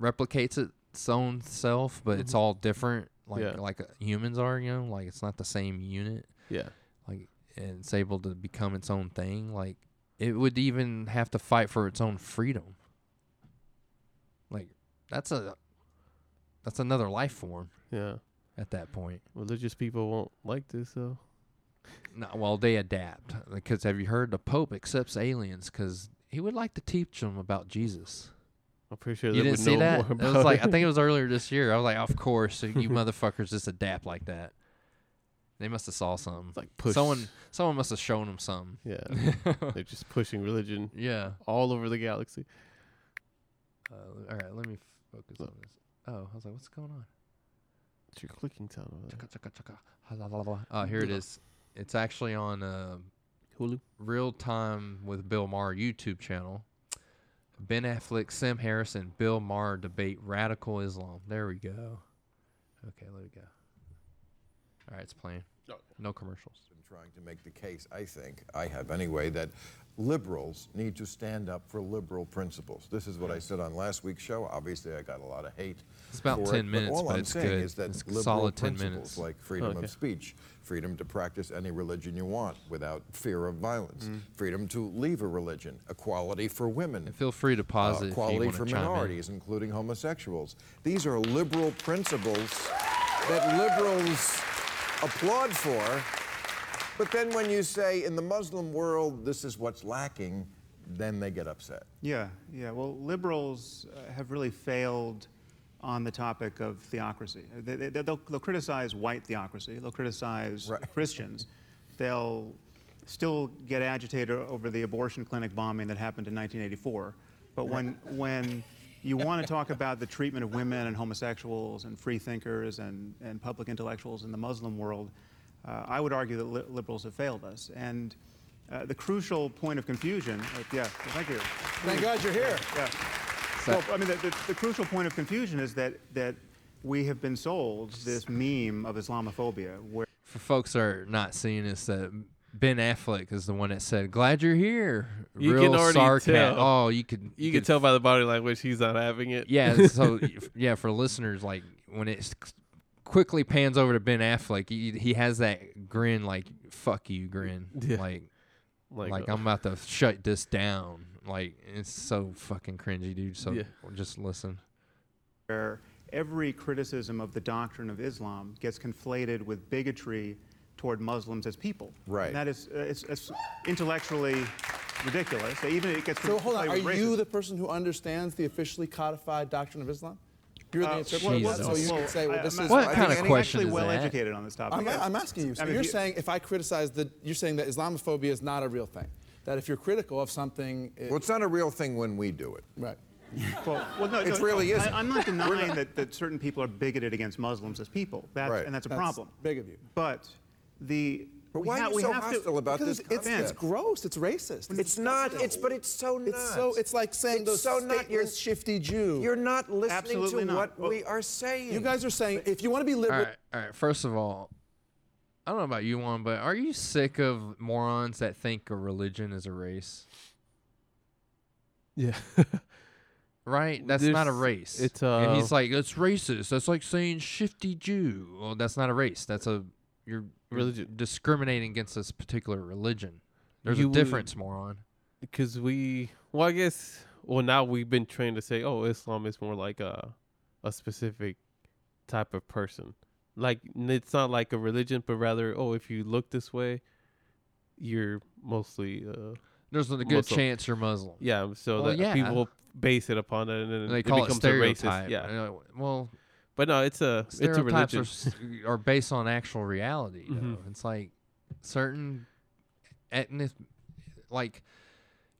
[SPEAKER 1] replicates it- its own self, but it's
[SPEAKER 2] Mhm.
[SPEAKER 1] all different. Like
[SPEAKER 2] Yeah.
[SPEAKER 1] like uh, humans are, you know, like it's not the same unit.
[SPEAKER 2] Yeah.
[SPEAKER 1] like and it's able to become its own thing like it would even have to fight for its own freedom like that's a that's another life form
[SPEAKER 2] Yeah.
[SPEAKER 1] at that point
[SPEAKER 2] Religious people won't like this, though.
[SPEAKER 1] no, well they adapt because have you heard the pope accepts aliens because he would like to teach them about jesus
[SPEAKER 2] I'm pretty sure
[SPEAKER 1] you
[SPEAKER 2] they
[SPEAKER 1] didn't
[SPEAKER 2] would
[SPEAKER 1] see
[SPEAKER 2] know
[SPEAKER 1] that
[SPEAKER 2] more
[SPEAKER 1] it
[SPEAKER 2] about
[SPEAKER 1] was like i think it was earlier this year i was like of course you motherfuckers just adapt like that they must have saw something
[SPEAKER 2] It's like push.
[SPEAKER 1] someone someone must have shown them something
[SPEAKER 2] Yeah. They're just pushing religion
[SPEAKER 1] yeah
[SPEAKER 2] all over the galaxy.
[SPEAKER 1] Uh, l- all right, let me focus
[SPEAKER 2] Look.
[SPEAKER 1] on this. Oh, I was like, what's going on?
[SPEAKER 2] It's your clicking sound over there.
[SPEAKER 1] Chaka, chaka, chaka. Ha, la, la, la. Oh, here it
[SPEAKER 2] Yeah.
[SPEAKER 1] is. It's actually on uh,
[SPEAKER 2] Hulu.
[SPEAKER 1] Real Time with Bill Maher YouTube channel. Ben Affleck, Sam Harris, and Bill Maher debate radical Islam. There we go. Okay, let it go. All right, it's playing. No commercials.
[SPEAKER 3] been trying to make the case, I think, I have anyway, that liberals need to stand up for liberal principles. This is what I said on last week's show. Obviously, I got a lot of hate.
[SPEAKER 1] It's about
[SPEAKER 3] for
[SPEAKER 1] 10
[SPEAKER 3] it,
[SPEAKER 1] minutes,
[SPEAKER 3] but all
[SPEAKER 1] but
[SPEAKER 3] I'm
[SPEAKER 1] it's
[SPEAKER 3] saying
[SPEAKER 1] good.
[SPEAKER 3] is that
[SPEAKER 1] It's a
[SPEAKER 3] liberal
[SPEAKER 1] solid 10
[SPEAKER 3] principles
[SPEAKER 1] minutes.
[SPEAKER 3] like freedom
[SPEAKER 2] Okay.
[SPEAKER 3] of speech, freedom to practice any religion you want without fear of violence,
[SPEAKER 1] Mm.
[SPEAKER 3] freedom to leave a religion, equality for women,
[SPEAKER 1] And feel free to pause
[SPEAKER 3] uh,
[SPEAKER 1] it if you
[SPEAKER 3] equality
[SPEAKER 1] want
[SPEAKER 3] for
[SPEAKER 1] to chime
[SPEAKER 3] minorities, including homosexuals. These are liberal principles that liberals applaud for. But then when you say in the Muslim world this is what's lacking, then they get upset.
[SPEAKER 4] Yeah, yeah. Well, liberals uh, have really failed on the topic of theocracy. Uh, They, they, will they'll criticize white theocracy, they'll criticize
[SPEAKER 3] Right.
[SPEAKER 4] Christians, they'll still get agitated over the abortion clinic bombing that happened in 1984. But when, when you want to talk about the treatment of women and homosexuals and free thinkers and, and public intellectuals in the Muslim world, uh, I would argue that li- liberals have failed us. And uh, the crucial point of confusion, uh, yeah, thank you.
[SPEAKER 3] Thank God you're here.
[SPEAKER 4] Yeah. Well, I mean, the, the, the crucial point of confusion is that, that we have been sold this meme of Islamophobia, where
[SPEAKER 1] in. for folks that are not seeing this, that Ben Affleck is the one that said, "Glad you're here."
[SPEAKER 2] You
[SPEAKER 1] Real
[SPEAKER 2] can already
[SPEAKER 1] sarcasm.
[SPEAKER 2] tell.
[SPEAKER 1] Oh, you could
[SPEAKER 2] You can tell by the body language he's not having it.
[SPEAKER 1] Yeah. So f- yeah, for listeners, like when it s- quickly pans over to Ben Affleck, he, he has that grin, like "fuck you" grin,
[SPEAKER 2] Yeah.
[SPEAKER 1] like
[SPEAKER 2] Like,
[SPEAKER 1] like um,
[SPEAKER 2] uh,
[SPEAKER 1] I'm about to shut this down. Like it's so fucking cringy, dude. So
[SPEAKER 2] Yeah.
[SPEAKER 1] just listen.
[SPEAKER 4] where every criticism of the doctrine of Islam gets conflated with bigotry toward Muslims as people.
[SPEAKER 3] Right.
[SPEAKER 4] And that is uh, it's, it's intellectually ridiculous. Even it gets
[SPEAKER 5] So hold on, are
[SPEAKER 4] conflated with
[SPEAKER 5] you
[SPEAKER 4] racism.
[SPEAKER 5] the person who understands the officially codified doctrine of Islam? You're the
[SPEAKER 4] Uh,
[SPEAKER 5] interpreter,
[SPEAKER 1] Jesus.
[SPEAKER 5] so Oh, you can say, well,
[SPEAKER 4] I-
[SPEAKER 5] this
[SPEAKER 4] I'm
[SPEAKER 5] is.
[SPEAKER 1] What
[SPEAKER 4] not-
[SPEAKER 1] kind of
[SPEAKER 4] I'm
[SPEAKER 1] question
[SPEAKER 4] actually
[SPEAKER 1] is
[SPEAKER 4] well
[SPEAKER 1] that?
[SPEAKER 4] educated on this topic.
[SPEAKER 5] I'm, I'm asking you. So
[SPEAKER 4] I mean,
[SPEAKER 5] you're
[SPEAKER 4] if you-
[SPEAKER 5] saying if I criticize the, you're saying that Islamophobia is not a real thing. That if you're critical of something, it,
[SPEAKER 3] Well, it's not a real thing when we do it.
[SPEAKER 5] right?
[SPEAKER 4] Well, well, no,
[SPEAKER 3] It
[SPEAKER 4] no,
[SPEAKER 3] really isn't.
[SPEAKER 4] I, I'm not denying that, that certain people are bigoted against Muslims as people, that's,
[SPEAKER 3] Right.
[SPEAKER 4] and that's a
[SPEAKER 5] That's
[SPEAKER 4] problem.
[SPEAKER 5] big of you.
[SPEAKER 4] But the
[SPEAKER 3] But
[SPEAKER 4] we
[SPEAKER 3] why
[SPEAKER 4] ha-
[SPEAKER 3] are you
[SPEAKER 4] we
[SPEAKER 3] so
[SPEAKER 4] have to-
[SPEAKER 3] hostile about
[SPEAKER 5] Because
[SPEAKER 3] this?
[SPEAKER 5] it's, it's,
[SPEAKER 3] concept?
[SPEAKER 5] it's gross. It's racist.
[SPEAKER 3] It's not. It's but it's so not.
[SPEAKER 5] It's so. It's like saying
[SPEAKER 3] It's
[SPEAKER 5] those
[SPEAKER 3] so not. You're
[SPEAKER 5] stateless shifty Jew.
[SPEAKER 3] You're not listening
[SPEAKER 4] Absolutely
[SPEAKER 3] to
[SPEAKER 4] not.
[SPEAKER 3] what
[SPEAKER 4] Well,
[SPEAKER 3] we are saying.
[SPEAKER 5] you guys are saying if you want to be
[SPEAKER 1] All
[SPEAKER 5] liberal,
[SPEAKER 1] right, all right. First of all, I don't know about you, one, but are you sick of morons that think a religion is a race?
[SPEAKER 2] yeah.
[SPEAKER 1] Right? That's not a
[SPEAKER 2] There's-
[SPEAKER 1] race.
[SPEAKER 2] it's,
[SPEAKER 1] and he's
[SPEAKER 2] uh,
[SPEAKER 1] like, that's racist. That's like saying shifty Jew. Well, that's not a race. That's a you're you're
[SPEAKER 2] Religion.
[SPEAKER 1] discriminating against this particular religion. There's
[SPEAKER 2] You
[SPEAKER 1] a
[SPEAKER 2] would-
[SPEAKER 1] difference, moron.
[SPEAKER 2] because we, well, I guess, well, now we've been trained to say, oh, Islam is more like a, a specific type of person. Like, n- it's not like a religion, but rather, oh, if you look this way, you're mostly, uh,
[SPEAKER 1] There's a good
[SPEAKER 2] Muslim.
[SPEAKER 1] chance you're Muslim.
[SPEAKER 2] yeah. So
[SPEAKER 1] Well,
[SPEAKER 2] that
[SPEAKER 1] yeah.
[SPEAKER 2] people base it upon it, and then
[SPEAKER 1] And they
[SPEAKER 2] it
[SPEAKER 1] call it
[SPEAKER 2] becomes
[SPEAKER 1] stereotype.
[SPEAKER 2] a racist. Yeah.
[SPEAKER 1] Uh, Well,
[SPEAKER 2] But no, it's a, it's a
[SPEAKER 1] stereotypes are,
[SPEAKER 2] religion.
[SPEAKER 1] s- are based on actual reality. though.
[SPEAKER 2] Mhm.
[SPEAKER 1] It's like certain ethnic, like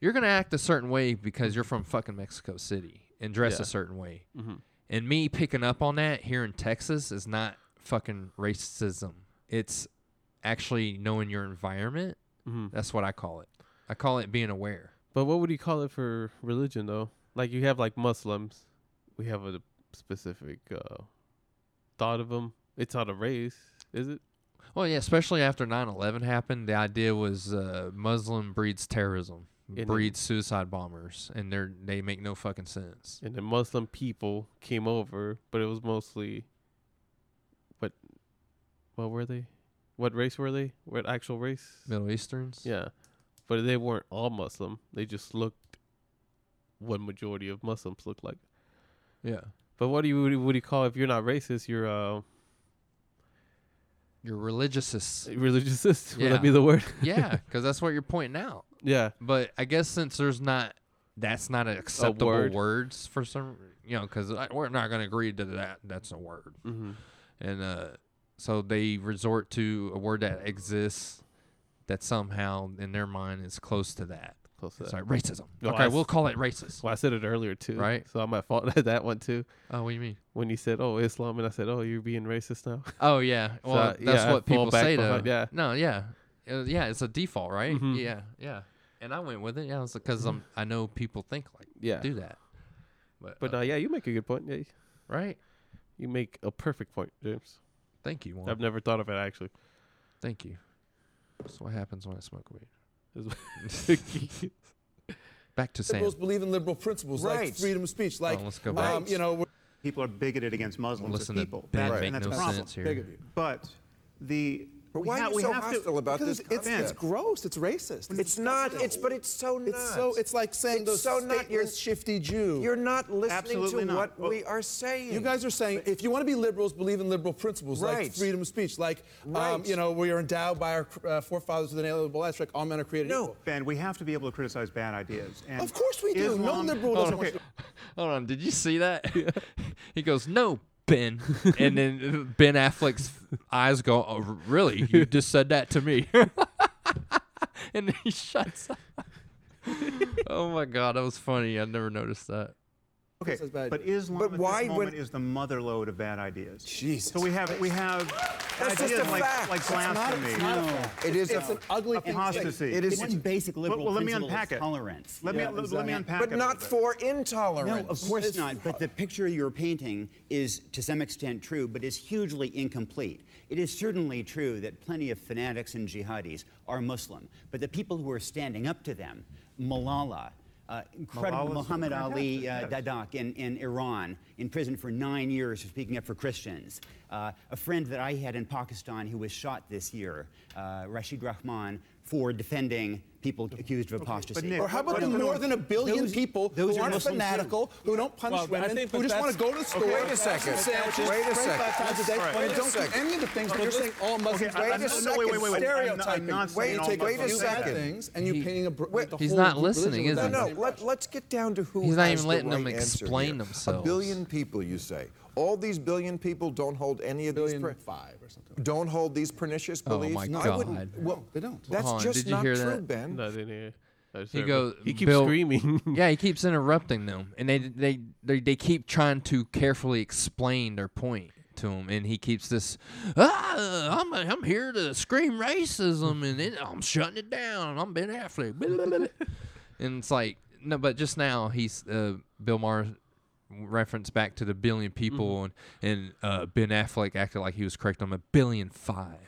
[SPEAKER 1] you're gonna act a certain way because you're from fucking Mexico City and dress
[SPEAKER 2] Yeah.
[SPEAKER 1] a certain way.
[SPEAKER 2] Mhm.
[SPEAKER 1] And me picking up on that here in Texas is not fucking racism. It's actually knowing your environment.
[SPEAKER 2] Mhm.
[SPEAKER 1] That's what I call it. I call it being aware.
[SPEAKER 2] But what would you call it for religion though? Like you have like Muslims, we have a specific uh, thought of them. It's not a race, is it?
[SPEAKER 1] Well, yeah, especially after 9/11 happened, the idea was uh, Muslim breeds terrorism,
[SPEAKER 2] then-
[SPEAKER 1] breeds suicide bombers, and they they make no fucking sense.
[SPEAKER 2] And the Muslim people came over, but it was mostly what? What were they? What race were they? What actual race?
[SPEAKER 1] Middle Easterns.
[SPEAKER 2] Yeah, but they weren't all Muslim. They just looked what majority of Muslims look like.
[SPEAKER 1] yeah.
[SPEAKER 2] But what do you what do you- what do you call if you're not racist? You're uh,
[SPEAKER 1] You're religiousist.
[SPEAKER 2] religiousist. Would
[SPEAKER 1] Yeah.
[SPEAKER 2] that be the word?
[SPEAKER 1] yeah, because that's what you're pointing out.
[SPEAKER 2] yeah.
[SPEAKER 1] But I guess since there's not, that's not an acceptable
[SPEAKER 2] word.
[SPEAKER 1] words for some, you know, because we're not going to agree to that. That's a word.
[SPEAKER 2] hmm
[SPEAKER 1] and uh, so they resort to a word that exists that somehow in their mind is close to that.
[SPEAKER 2] Close to
[SPEAKER 1] it's
[SPEAKER 2] that.
[SPEAKER 1] like racism.
[SPEAKER 2] No,
[SPEAKER 1] okay,
[SPEAKER 2] I
[SPEAKER 1] we'll
[SPEAKER 2] s-
[SPEAKER 1] call it racist.
[SPEAKER 2] Well, I said it earlier too,
[SPEAKER 1] Right.
[SPEAKER 2] So I'm at fault at that one too.
[SPEAKER 1] Oh, what do you mean?
[SPEAKER 2] When you said, "Oh, Islam," and I said, "Oh, you're being racist now."
[SPEAKER 1] Oh yeah. Well,
[SPEAKER 2] So,
[SPEAKER 1] that's
[SPEAKER 2] yeah, I
[SPEAKER 1] what
[SPEAKER 2] fall
[SPEAKER 1] people
[SPEAKER 2] back
[SPEAKER 1] say to.
[SPEAKER 2] behind- yeah.
[SPEAKER 1] No, yeah, Uh, yeah. It's a default, right?
[SPEAKER 2] Mhm.
[SPEAKER 1] Yeah, yeah. And I went with it. Yeah, because I'm I know people think like
[SPEAKER 2] Mm-hmm. Yeah.
[SPEAKER 1] do that. But
[SPEAKER 2] But
[SPEAKER 1] uh,
[SPEAKER 2] uh, yeah, you make a good point. Yeah, you-
[SPEAKER 1] right.
[SPEAKER 2] you make a perfect point, James.
[SPEAKER 1] Thank you. Juan.
[SPEAKER 2] I've never thought of it actually.
[SPEAKER 1] Thank you. That's what happens when I smoke weed. Back to Sam.
[SPEAKER 5] liberals believe in liberal principles like
[SPEAKER 3] Right.
[SPEAKER 5] freedom of speech, like
[SPEAKER 1] let's go
[SPEAKER 5] um,
[SPEAKER 1] back.
[SPEAKER 5] you know, we're
[SPEAKER 4] people are bigoted against Muslims
[SPEAKER 1] Listen
[SPEAKER 4] as
[SPEAKER 1] to
[SPEAKER 4] people.
[SPEAKER 1] Ben
[SPEAKER 4] That-
[SPEAKER 1] make
[SPEAKER 4] and that's
[SPEAKER 1] no
[SPEAKER 4] a problem.
[SPEAKER 1] sense here.
[SPEAKER 5] big of you.
[SPEAKER 4] But the
[SPEAKER 3] But
[SPEAKER 4] we
[SPEAKER 3] why
[SPEAKER 4] ha-
[SPEAKER 3] are you
[SPEAKER 4] we
[SPEAKER 3] so
[SPEAKER 4] have to-
[SPEAKER 3] hostile about
[SPEAKER 5] Because
[SPEAKER 3] this?
[SPEAKER 5] it's, it's, it's
[SPEAKER 3] concept?
[SPEAKER 5] gross. It's racist.
[SPEAKER 3] It's not. It's but it's so not.
[SPEAKER 5] It's so. It's like saying
[SPEAKER 3] It's so
[SPEAKER 5] those
[SPEAKER 3] not. You're-
[SPEAKER 5] stateless shifty Jew.
[SPEAKER 3] You're not listening
[SPEAKER 4] Absolutely
[SPEAKER 3] to
[SPEAKER 4] not.
[SPEAKER 3] what
[SPEAKER 4] Well,
[SPEAKER 3] we are saying.
[SPEAKER 5] You guys are saying if you want to be liberals, believe in liberal principles like
[SPEAKER 3] Right.
[SPEAKER 5] freedom of speech, like um,
[SPEAKER 3] Right.
[SPEAKER 5] you know we are endowed by our uh, forefathers with an inalienable rights, like all men are created
[SPEAKER 3] No.
[SPEAKER 5] equal.
[SPEAKER 4] Ben, we have to be able to criticize bad ideas. And
[SPEAKER 5] Of course we do.
[SPEAKER 4] Islam-
[SPEAKER 5] no liberal doesn't want you
[SPEAKER 1] Hold on, did you see that? he goes, "No, Ben," and then Ben Affleck's eyes go, "Oh, really? You just said that to me?" and then he shuts up. oh my god, that was funny. I never noticed that.
[SPEAKER 4] Okay,
[SPEAKER 5] This is bad.
[SPEAKER 4] but Islam
[SPEAKER 3] But why
[SPEAKER 4] at this moment
[SPEAKER 3] would-
[SPEAKER 4] is the motherlode of bad ideas.
[SPEAKER 5] Jesus
[SPEAKER 4] So we have we have
[SPEAKER 3] That's just
[SPEAKER 4] ideas
[SPEAKER 3] a
[SPEAKER 4] like
[SPEAKER 3] fact.
[SPEAKER 4] like
[SPEAKER 3] It's not-
[SPEAKER 4] blasphemy.
[SPEAKER 5] it's not a
[SPEAKER 6] No.
[SPEAKER 5] fact.
[SPEAKER 3] It is
[SPEAKER 5] It's
[SPEAKER 3] a-
[SPEAKER 5] an ugly thing.
[SPEAKER 4] apostasy.
[SPEAKER 3] It is-
[SPEAKER 6] One basic liberal
[SPEAKER 4] Well, let me
[SPEAKER 6] principle
[SPEAKER 4] unpack
[SPEAKER 6] is
[SPEAKER 4] it.
[SPEAKER 6] tolerance.
[SPEAKER 4] Let me
[SPEAKER 6] Yeah,
[SPEAKER 4] let, let
[SPEAKER 6] exactly.
[SPEAKER 4] me unpack
[SPEAKER 3] but
[SPEAKER 4] it a
[SPEAKER 3] not
[SPEAKER 4] little bit.
[SPEAKER 3] for
[SPEAKER 6] No,
[SPEAKER 3] intolerance.
[SPEAKER 6] of course not. But the picture you're painting is, to some extent, true, but is hugely incomplete. It is certainly true that plenty of fanatics and jihadis are Muslim, but the people who are standing up to them, Malala, uh, incredible
[SPEAKER 4] Malala's
[SPEAKER 6] Muhammad Ali uh,
[SPEAKER 4] fantastic, yes.
[SPEAKER 6] Dadak in, in Iran, in prison for nine years for speaking up for Christians. Uh, a friend that I had in Pakistan who was shot this year, uh, Rashid Rahman, for defending people accused of apostasy.
[SPEAKER 4] Nick,
[SPEAKER 5] Or how about the more than a billion
[SPEAKER 6] Those-
[SPEAKER 5] people
[SPEAKER 6] those
[SPEAKER 5] who
[SPEAKER 6] are
[SPEAKER 5] aren't
[SPEAKER 6] Muslims too.
[SPEAKER 5] fanatical, who don't punish
[SPEAKER 7] Well, I
[SPEAKER 5] women,
[SPEAKER 7] think-
[SPEAKER 5] who
[SPEAKER 7] but
[SPEAKER 5] just want to
[SPEAKER 7] that's-
[SPEAKER 5] go to the store,
[SPEAKER 3] wait a
[SPEAKER 5] have
[SPEAKER 3] second.
[SPEAKER 5] some sandwiches,
[SPEAKER 3] Wait a
[SPEAKER 5] pray five
[SPEAKER 3] second.
[SPEAKER 5] times a day,
[SPEAKER 3] All right.
[SPEAKER 5] and
[SPEAKER 3] Wait a
[SPEAKER 5] don't do
[SPEAKER 3] second.
[SPEAKER 5] any of the things. But you're saying all Muslims.
[SPEAKER 4] Okay,
[SPEAKER 5] are
[SPEAKER 4] I-
[SPEAKER 5] just
[SPEAKER 4] I'm- no, wait, wait, wait, wait. I'm not- I'm not
[SPEAKER 5] Stereotyping.
[SPEAKER 4] saying
[SPEAKER 5] you
[SPEAKER 4] all
[SPEAKER 5] take
[SPEAKER 4] Muslims
[SPEAKER 5] away
[SPEAKER 4] are
[SPEAKER 5] the
[SPEAKER 4] bad.
[SPEAKER 5] bad things, and you
[SPEAKER 1] He-
[SPEAKER 5] painting a. br-
[SPEAKER 1] Wait,
[SPEAKER 5] the
[SPEAKER 1] he's
[SPEAKER 5] whole
[SPEAKER 1] not
[SPEAKER 5] group religion
[SPEAKER 1] listening,
[SPEAKER 5] with
[SPEAKER 1] is
[SPEAKER 5] that
[SPEAKER 1] he?
[SPEAKER 5] same
[SPEAKER 1] No,
[SPEAKER 3] No,
[SPEAKER 1] Right.
[SPEAKER 5] brush.
[SPEAKER 3] let, let's get down to who
[SPEAKER 1] He's not
[SPEAKER 3] has
[SPEAKER 1] even
[SPEAKER 3] the
[SPEAKER 1] letting
[SPEAKER 3] right
[SPEAKER 1] them
[SPEAKER 3] answer
[SPEAKER 1] explain
[SPEAKER 3] here.
[SPEAKER 1] themselves.
[SPEAKER 3] A billion people, you say. All these billion people don't hold any of these
[SPEAKER 5] billion
[SPEAKER 3] pre-
[SPEAKER 5] five or something.
[SPEAKER 3] don't hold these pernicious
[SPEAKER 1] Oh,
[SPEAKER 3] beliefs.
[SPEAKER 1] my
[SPEAKER 3] I
[SPEAKER 1] God.
[SPEAKER 3] wouldn't-
[SPEAKER 5] Well, they don't.
[SPEAKER 3] That's
[SPEAKER 1] Hold on,
[SPEAKER 3] just
[SPEAKER 1] did you
[SPEAKER 3] not
[SPEAKER 1] hear
[SPEAKER 3] true,
[SPEAKER 1] that?
[SPEAKER 3] Ben.
[SPEAKER 2] Not in here. I just
[SPEAKER 1] He
[SPEAKER 2] heard-
[SPEAKER 1] goes.
[SPEAKER 2] He keeps
[SPEAKER 1] Bill-
[SPEAKER 2] screaming.
[SPEAKER 1] yeah, he keeps interrupting them, and they, they they they keep trying to carefully explain their point to him, and he keeps this. Ah, I'm I'm here to scream racism, and it, I'm shutting it down. I'm Ben Affleck, blah, blah, blah, blah." and it's like no, but just now he's uh, Bill Maher reference back to the billion people,
[SPEAKER 2] Mm-hmm.
[SPEAKER 1] and and uh, Ben Affleck acted like he was correct on a billion five.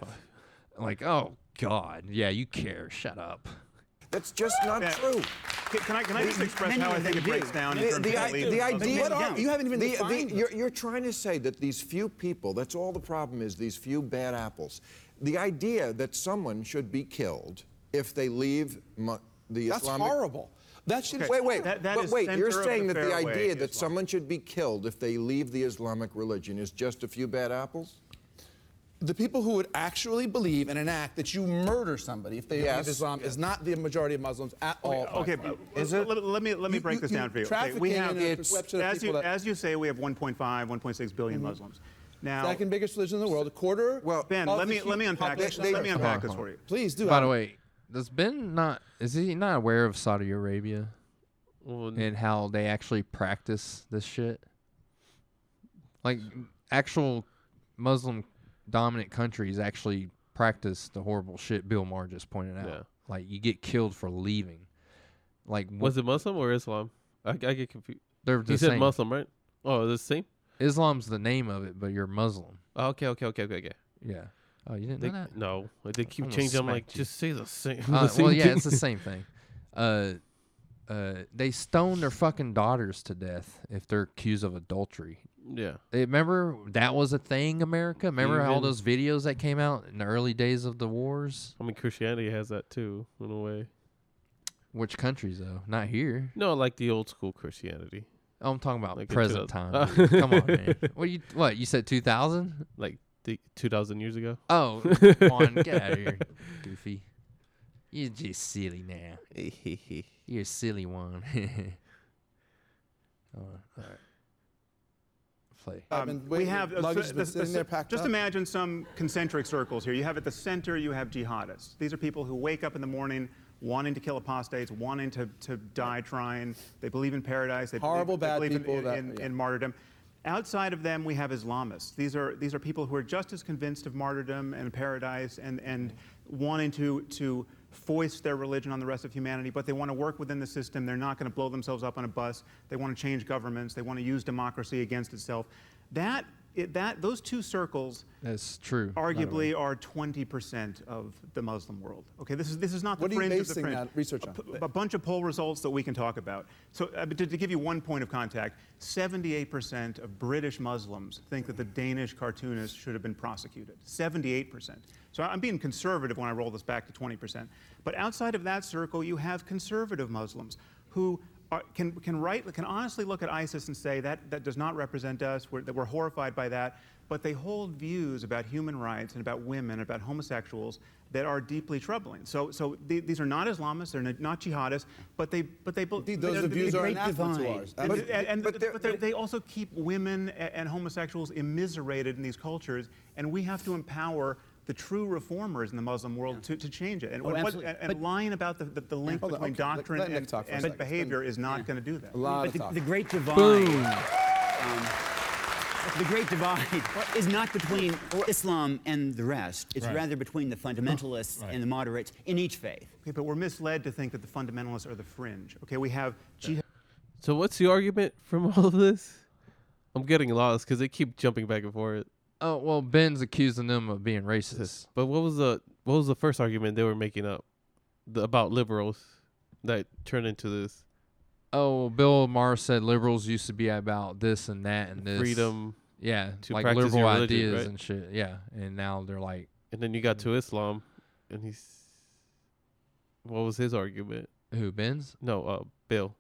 [SPEAKER 1] Like oh God, yeah, you care. Shut up.
[SPEAKER 3] That's just not
[SPEAKER 4] Yeah.
[SPEAKER 3] true.
[SPEAKER 4] Can, can I, can I just express
[SPEAKER 6] many
[SPEAKER 4] how I
[SPEAKER 6] of
[SPEAKER 4] think
[SPEAKER 6] them
[SPEAKER 4] it breaks
[SPEAKER 6] do.
[SPEAKER 4] down in
[SPEAKER 3] The,
[SPEAKER 4] terms
[SPEAKER 3] the,
[SPEAKER 4] of
[SPEAKER 3] i-
[SPEAKER 4] beliefs?
[SPEAKER 3] the
[SPEAKER 4] But
[SPEAKER 3] idea
[SPEAKER 5] what are- you haven't even
[SPEAKER 3] the,
[SPEAKER 5] defined
[SPEAKER 3] the,
[SPEAKER 5] them.
[SPEAKER 3] you're, you're trying to say that these few people that's all the problem is these few bad apples the idea that someone should be killed if they leave mu- the
[SPEAKER 5] That's
[SPEAKER 3] islamic
[SPEAKER 5] horrible. That should.
[SPEAKER 3] Wait, wait,
[SPEAKER 4] That- that
[SPEAKER 3] but
[SPEAKER 4] is
[SPEAKER 3] wait! You're
[SPEAKER 4] center of
[SPEAKER 3] saying
[SPEAKER 4] the
[SPEAKER 3] that the
[SPEAKER 4] fairway
[SPEAKER 3] idea
[SPEAKER 4] is
[SPEAKER 3] that
[SPEAKER 4] Islam.
[SPEAKER 3] someone should be killed if they leave the Islamic religion is just a few bad apples?
[SPEAKER 5] the people who would actually believe and enact that you murder somebody if they
[SPEAKER 3] Yes.
[SPEAKER 5] leave Islam is not the majority of Muslims at all.
[SPEAKER 4] Okay, but let, let- let me let me
[SPEAKER 5] You-
[SPEAKER 4] break
[SPEAKER 5] you-
[SPEAKER 4] this
[SPEAKER 5] you
[SPEAKER 4] down for you. Okay,
[SPEAKER 5] trafficking
[SPEAKER 4] we have
[SPEAKER 5] in a perception of
[SPEAKER 4] as you
[SPEAKER 5] people that-
[SPEAKER 4] as you say, we have 1.5, 1.6 billion Muslims. Now,
[SPEAKER 5] Second biggest religion in the world, a quarter.
[SPEAKER 3] Well,
[SPEAKER 4] Ben,
[SPEAKER 5] of
[SPEAKER 4] let
[SPEAKER 5] the
[SPEAKER 4] me let me
[SPEAKER 5] human
[SPEAKER 4] unpack this.
[SPEAKER 5] population of
[SPEAKER 4] Let me
[SPEAKER 5] Earth.
[SPEAKER 4] unpack
[SPEAKER 1] Hold
[SPEAKER 4] this
[SPEAKER 1] on.
[SPEAKER 4] for you.
[SPEAKER 5] Please do.
[SPEAKER 1] By
[SPEAKER 5] I'm-
[SPEAKER 1] the way, does Ben not is he not aware of Saudi Arabia
[SPEAKER 2] Well,
[SPEAKER 1] and how they actually practice this shit? Like actual Muslim dominant countries actually practice the horrible shit Bill Maher just pointed out.
[SPEAKER 2] Yeah.
[SPEAKER 1] Like you get killed for leaving. Like wh-
[SPEAKER 2] was it Muslim or Islam? I, I get confused.
[SPEAKER 1] they're
[SPEAKER 2] He
[SPEAKER 1] the
[SPEAKER 2] said
[SPEAKER 1] same.
[SPEAKER 2] Muslim, right? Oh, the same.
[SPEAKER 1] Islam's the name of it, but you're Muslim.
[SPEAKER 2] Oh, okay, okay, okay, okay, okay.
[SPEAKER 1] Yeah. Oh, you didn't
[SPEAKER 2] They,
[SPEAKER 1] know that?
[SPEAKER 2] no, like, they keep
[SPEAKER 1] Almost
[SPEAKER 2] changing. I'm like,
[SPEAKER 1] smacked you.
[SPEAKER 2] just say the same.
[SPEAKER 1] Uh,
[SPEAKER 2] the same
[SPEAKER 1] well, yeah,
[SPEAKER 2] thing.
[SPEAKER 1] it's the same thing. Uh, uh, they stone their fucking daughters to death if they're accused of adultery.
[SPEAKER 2] yeah.
[SPEAKER 1] They, remember that was a thing, America. Remember all
[SPEAKER 2] Even-
[SPEAKER 1] those videos that came out in the early days of the wars?
[SPEAKER 2] I mean, Christianity has that too, in a way.
[SPEAKER 1] Which countries though? Not here.
[SPEAKER 2] No, like the old school Christianity,
[SPEAKER 1] Oh, I'm talking about
[SPEAKER 2] Like in
[SPEAKER 1] present
[SPEAKER 2] 2000.
[SPEAKER 1] time. dude. Come on, man. What you what you said? Two thousand?
[SPEAKER 2] like the two thousand years ago.
[SPEAKER 1] Oh, come on, get out of here, goofy. You're just silly now. You're a silly one. oh, all right. Play.
[SPEAKER 5] I've
[SPEAKER 4] Um,
[SPEAKER 5] been
[SPEAKER 4] we
[SPEAKER 5] waiting.
[SPEAKER 4] have
[SPEAKER 5] luggage
[SPEAKER 4] so-
[SPEAKER 5] been
[SPEAKER 4] the-
[SPEAKER 5] sitting
[SPEAKER 4] the-
[SPEAKER 5] there packed
[SPEAKER 4] just
[SPEAKER 5] up.
[SPEAKER 4] imagine some concentric circles here. You have at the center, you have jihadists. These are people who wake up in the morning wanting to kill apostates, wanting to, to die trying. They believe in paradise. They
[SPEAKER 5] Horrible
[SPEAKER 4] believe, they
[SPEAKER 5] bad
[SPEAKER 4] believe in-
[SPEAKER 5] people
[SPEAKER 4] in,
[SPEAKER 5] that-
[SPEAKER 4] in-
[SPEAKER 5] yeah.
[SPEAKER 4] in martyrdom. Outside of them, we have Islamists. These are these are people who are just as convinced of martyrdom and paradise and and wanting to to foist their religion on the rest of humanity, but they want to work within the system. They're not going to blow themselves up on a bus. They want to change governments. They want to use democracy against itself. That it, that those two circles
[SPEAKER 1] That's true. by the way.
[SPEAKER 4] arguably are 20% of the Muslim world. Okay, this is this is not
[SPEAKER 5] What
[SPEAKER 4] the
[SPEAKER 5] are you
[SPEAKER 4] fringe of the
[SPEAKER 5] basing
[SPEAKER 4] fringe.
[SPEAKER 5] that research
[SPEAKER 4] A
[SPEAKER 5] on?
[SPEAKER 4] p- A, bunch of poll results that we can talk about. So uh, but to, to give you one point of contact, 78% of British Muslims think that the Danish cartoonist should have been prosecuted. 78%. So I'm being conservative when I roll this back to 20%. But outside of that circle, you have conservative Muslims who are, Uh, can, can, right, can honestly look at ISIS and say that, that does not represent us, we're, that we're horrified by that, but they hold views about human rights and about women, about homosexuals that are deeply troubling. So, so the- these are not Islamists, they're not jihadists, but they, but they, bel-
[SPEAKER 5] Indeed, those
[SPEAKER 4] they're-
[SPEAKER 5] views
[SPEAKER 4] they're
[SPEAKER 5] are
[SPEAKER 4] great
[SPEAKER 5] anathema to
[SPEAKER 6] divide.
[SPEAKER 5] ours.
[SPEAKER 4] and,
[SPEAKER 3] But-
[SPEAKER 4] and- and-
[SPEAKER 3] but
[SPEAKER 4] but,
[SPEAKER 3] there-
[SPEAKER 4] they're- they also keep women a- and homosexuals immiserated in these cultures, and we have to empower the true reformers in the Muslim world to, to change
[SPEAKER 5] Oh,
[SPEAKER 4] it. And, what-
[SPEAKER 6] absolutely.
[SPEAKER 4] and, and lying about the, the, the link
[SPEAKER 5] Hold on,
[SPEAKER 4] between
[SPEAKER 5] okay, let-
[SPEAKER 4] doctrine
[SPEAKER 5] let Nick
[SPEAKER 4] and,
[SPEAKER 5] talk for a
[SPEAKER 4] and
[SPEAKER 5] second. It's
[SPEAKER 4] behavior
[SPEAKER 5] been-
[SPEAKER 4] is not going to do that.
[SPEAKER 5] A lot
[SPEAKER 6] But
[SPEAKER 5] of
[SPEAKER 6] the,
[SPEAKER 5] talk.
[SPEAKER 6] the great divide. um, the great divide is not between Islam and the rest. It's rather between the fundamentalists and the moderates in each faith.
[SPEAKER 4] Okay, but we're misled to think that the fundamentalists are the fringe. Okay, we have jihad.
[SPEAKER 2] So what's the argument from all of this? I'm getting lost because they keep jumping back and forth.
[SPEAKER 1] Oh well, Ben's accusing them of being racist.
[SPEAKER 2] But what was the what was the first argument they were making up the, about liberals that turned into this
[SPEAKER 1] Oh, Bill Maher said liberals used to be about this and that and this
[SPEAKER 2] freedom?
[SPEAKER 1] Yeah,
[SPEAKER 2] to
[SPEAKER 1] like
[SPEAKER 2] practice
[SPEAKER 1] liberal
[SPEAKER 2] your religion,
[SPEAKER 1] ideas
[SPEAKER 2] right?
[SPEAKER 1] and shit. Yeah, and now they're like,
[SPEAKER 2] And then you got
[SPEAKER 1] Mm.
[SPEAKER 2] to Islam, and he's what was his argument?
[SPEAKER 1] who Ben's?
[SPEAKER 2] No, uh, Bill.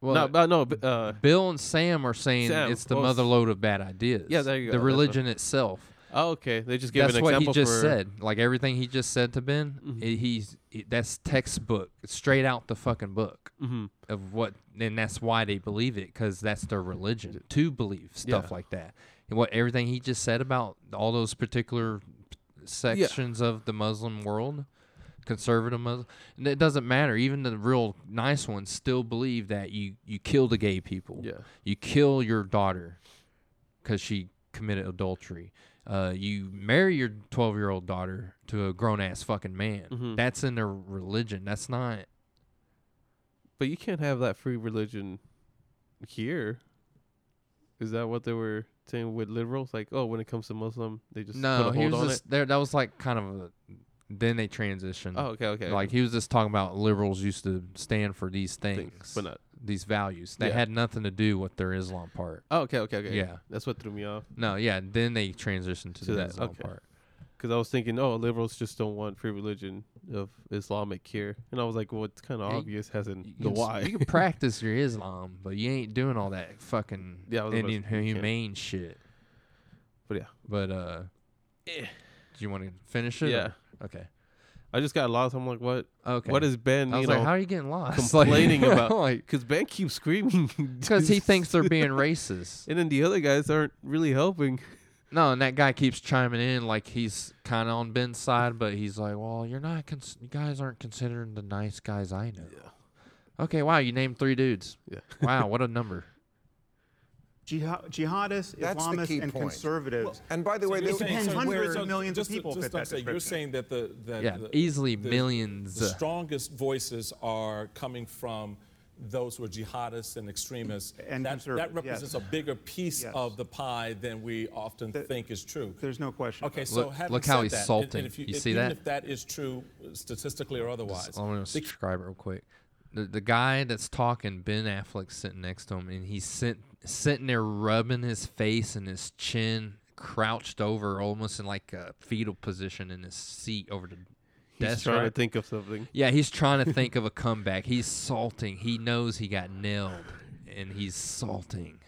[SPEAKER 1] Well, mm.
[SPEAKER 2] no, but no, b- uh,
[SPEAKER 1] Bill and Sam are saying
[SPEAKER 2] Sam,
[SPEAKER 1] it's the
[SPEAKER 2] well, s-
[SPEAKER 1] mother load of bad ideas.
[SPEAKER 2] Yeah, there you
[SPEAKER 1] The
[SPEAKER 2] go, that's what-
[SPEAKER 1] religion itself.
[SPEAKER 2] oh, okay. They just gave
[SPEAKER 1] That's
[SPEAKER 2] an
[SPEAKER 1] what
[SPEAKER 2] example
[SPEAKER 1] he just
[SPEAKER 2] for Mm-hmm.
[SPEAKER 1] said. Like everything he just said to Ben, i- he's i- that's textbook, straight out the fucking book
[SPEAKER 2] Mm-hmm.
[SPEAKER 1] of what, and that's why they believe it because that's their religion to believe stuff
[SPEAKER 2] Yeah.
[SPEAKER 1] like that. And what everything he just said about all those particular sections of the Muslim world, conservative Muslim, and it doesn't matter. Even the real nice ones still believe that you you kill the gay people.
[SPEAKER 2] Yeah.
[SPEAKER 1] you kill your daughter because she committed adultery. Uh, you marry your 12 year old daughter to a grown ass fucking man.
[SPEAKER 2] Mm-hmm.
[SPEAKER 1] That's in their religion. That's not.
[SPEAKER 2] But you can't have that free religion here. Is that what they were saying with liberals? Like, oh, when it comes to Muslim, they just
[SPEAKER 1] No,
[SPEAKER 2] put a
[SPEAKER 1] he
[SPEAKER 2] hold
[SPEAKER 1] was
[SPEAKER 2] on
[SPEAKER 1] just
[SPEAKER 2] it.
[SPEAKER 1] there. That was like kind of a. Then they transitioned.
[SPEAKER 2] Oh, okay, okay.
[SPEAKER 1] Like he was just talking about liberals used to stand for these things,
[SPEAKER 2] but not-
[SPEAKER 1] these values. They
[SPEAKER 2] Yeah.
[SPEAKER 1] had nothing to do with their Islam part.
[SPEAKER 2] Oh, okay, okay, okay.
[SPEAKER 1] Yeah.
[SPEAKER 2] that's what threw me off
[SPEAKER 1] No, yeah. Then they transitioned to,
[SPEAKER 2] To
[SPEAKER 1] the
[SPEAKER 2] that,
[SPEAKER 1] Islam
[SPEAKER 2] okay.
[SPEAKER 1] part.
[SPEAKER 2] because I was thinking, oh, liberals just don't want free religion of Islamic here, and I was like, well, it's kind of
[SPEAKER 1] you-
[SPEAKER 2] obvious,
[SPEAKER 1] You
[SPEAKER 2] hasn't the
[SPEAKER 1] can s-
[SPEAKER 2] why?
[SPEAKER 1] You can practice your Islam, but you ain't doing all that fucking
[SPEAKER 2] Yeah, I was about to- you can't.
[SPEAKER 1] inhumane shit.
[SPEAKER 2] but yeah,
[SPEAKER 1] But uh, do you want to finish it?
[SPEAKER 2] Eh. Yeah.
[SPEAKER 1] or- Okay.
[SPEAKER 2] I just got lost. I'm like, what?
[SPEAKER 1] Okay.
[SPEAKER 2] What is Ben?
[SPEAKER 1] I was
[SPEAKER 2] you
[SPEAKER 1] like,
[SPEAKER 2] know,
[SPEAKER 1] how are you getting lost? Like-
[SPEAKER 2] complaining about?
[SPEAKER 1] like
[SPEAKER 2] because Ben keeps screaming
[SPEAKER 1] because he
[SPEAKER 2] just-
[SPEAKER 1] thinks they're being racist.
[SPEAKER 2] and then the other guys aren't really helping.
[SPEAKER 1] No, and that guy keeps chiming in like he's kind of on Ben's side, but he's like, "Well, you're not. Cons- you guys aren't considering the nice guys I know." Okay. Wow. You named three dudes.
[SPEAKER 2] Yeah.
[SPEAKER 1] Wow. What a number.
[SPEAKER 4] Jihad, jihadists,
[SPEAKER 3] That's the key
[SPEAKER 4] Islamists, and
[SPEAKER 3] point.
[SPEAKER 4] conservatives.
[SPEAKER 3] And by the way,
[SPEAKER 4] you're
[SPEAKER 3] they,
[SPEAKER 4] saying- depends. Hundreds of millions of
[SPEAKER 7] just to-
[SPEAKER 4] people
[SPEAKER 7] just
[SPEAKER 4] fit
[SPEAKER 7] like
[SPEAKER 4] that
[SPEAKER 7] say, You're
[SPEAKER 4] description.
[SPEAKER 7] saying that the that
[SPEAKER 1] Yeah,
[SPEAKER 7] the-
[SPEAKER 1] easily millions. uh,
[SPEAKER 7] The strongest voices are coming from those who are jihadists and extremists.
[SPEAKER 4] And
[SPEAKER 7] that,
[SPEAKER 4] conservative,
[SPEAKER 7] that represents
[SPEAKER 4] yes.
[SPEAKER 7] a bigger piece
[SPEAKER 4] Yes.
[SPEAKER 7] of the pie than we often think is true.
[SPEAKER 4] There's no question.
[SPEAKER 7] Okay,
[SPEAKER 4] about
[SPEAKER 7] so
[SPEAKER 1] Look-
[SPEAKER 7] having
[SPEAKER 1] look how
[SPEAKER 7] said
[SPEAKER 1] he's
[SPEAKER 7] that, and-
[SPEAKER 1] salting.
[SPEAKER 7] And if you,
[SPEAKER 1] You
[SPEAKER 7] if-
[SPEAKER 1] see
[SPEAKER 7] even
[SPEAKER 1] that?
[SPEAKER 7] If that is true uh, statistically or otherwise,
[SPEAKER 1] I'm gonna
[SPEAKER 7] the
[SPEAKER 1] subscribe it real quick. The the guy that's talking, Ben Affleck's sitting next to him, and he's sit, sitting there rubbing his face and his chin, crouched over, almost in like a fetal position in his seat over the
[SPEAKER 2] He's
[SPEAKER 1] desk.
[SPEAKER 2] trying to
[SPEAKER 1] right?
[SPEAKER 2] think of something.
[SPEAKER 1] yeah, he's trying to think of a comeback. He's salting. He knows he got nailed, and he's salting.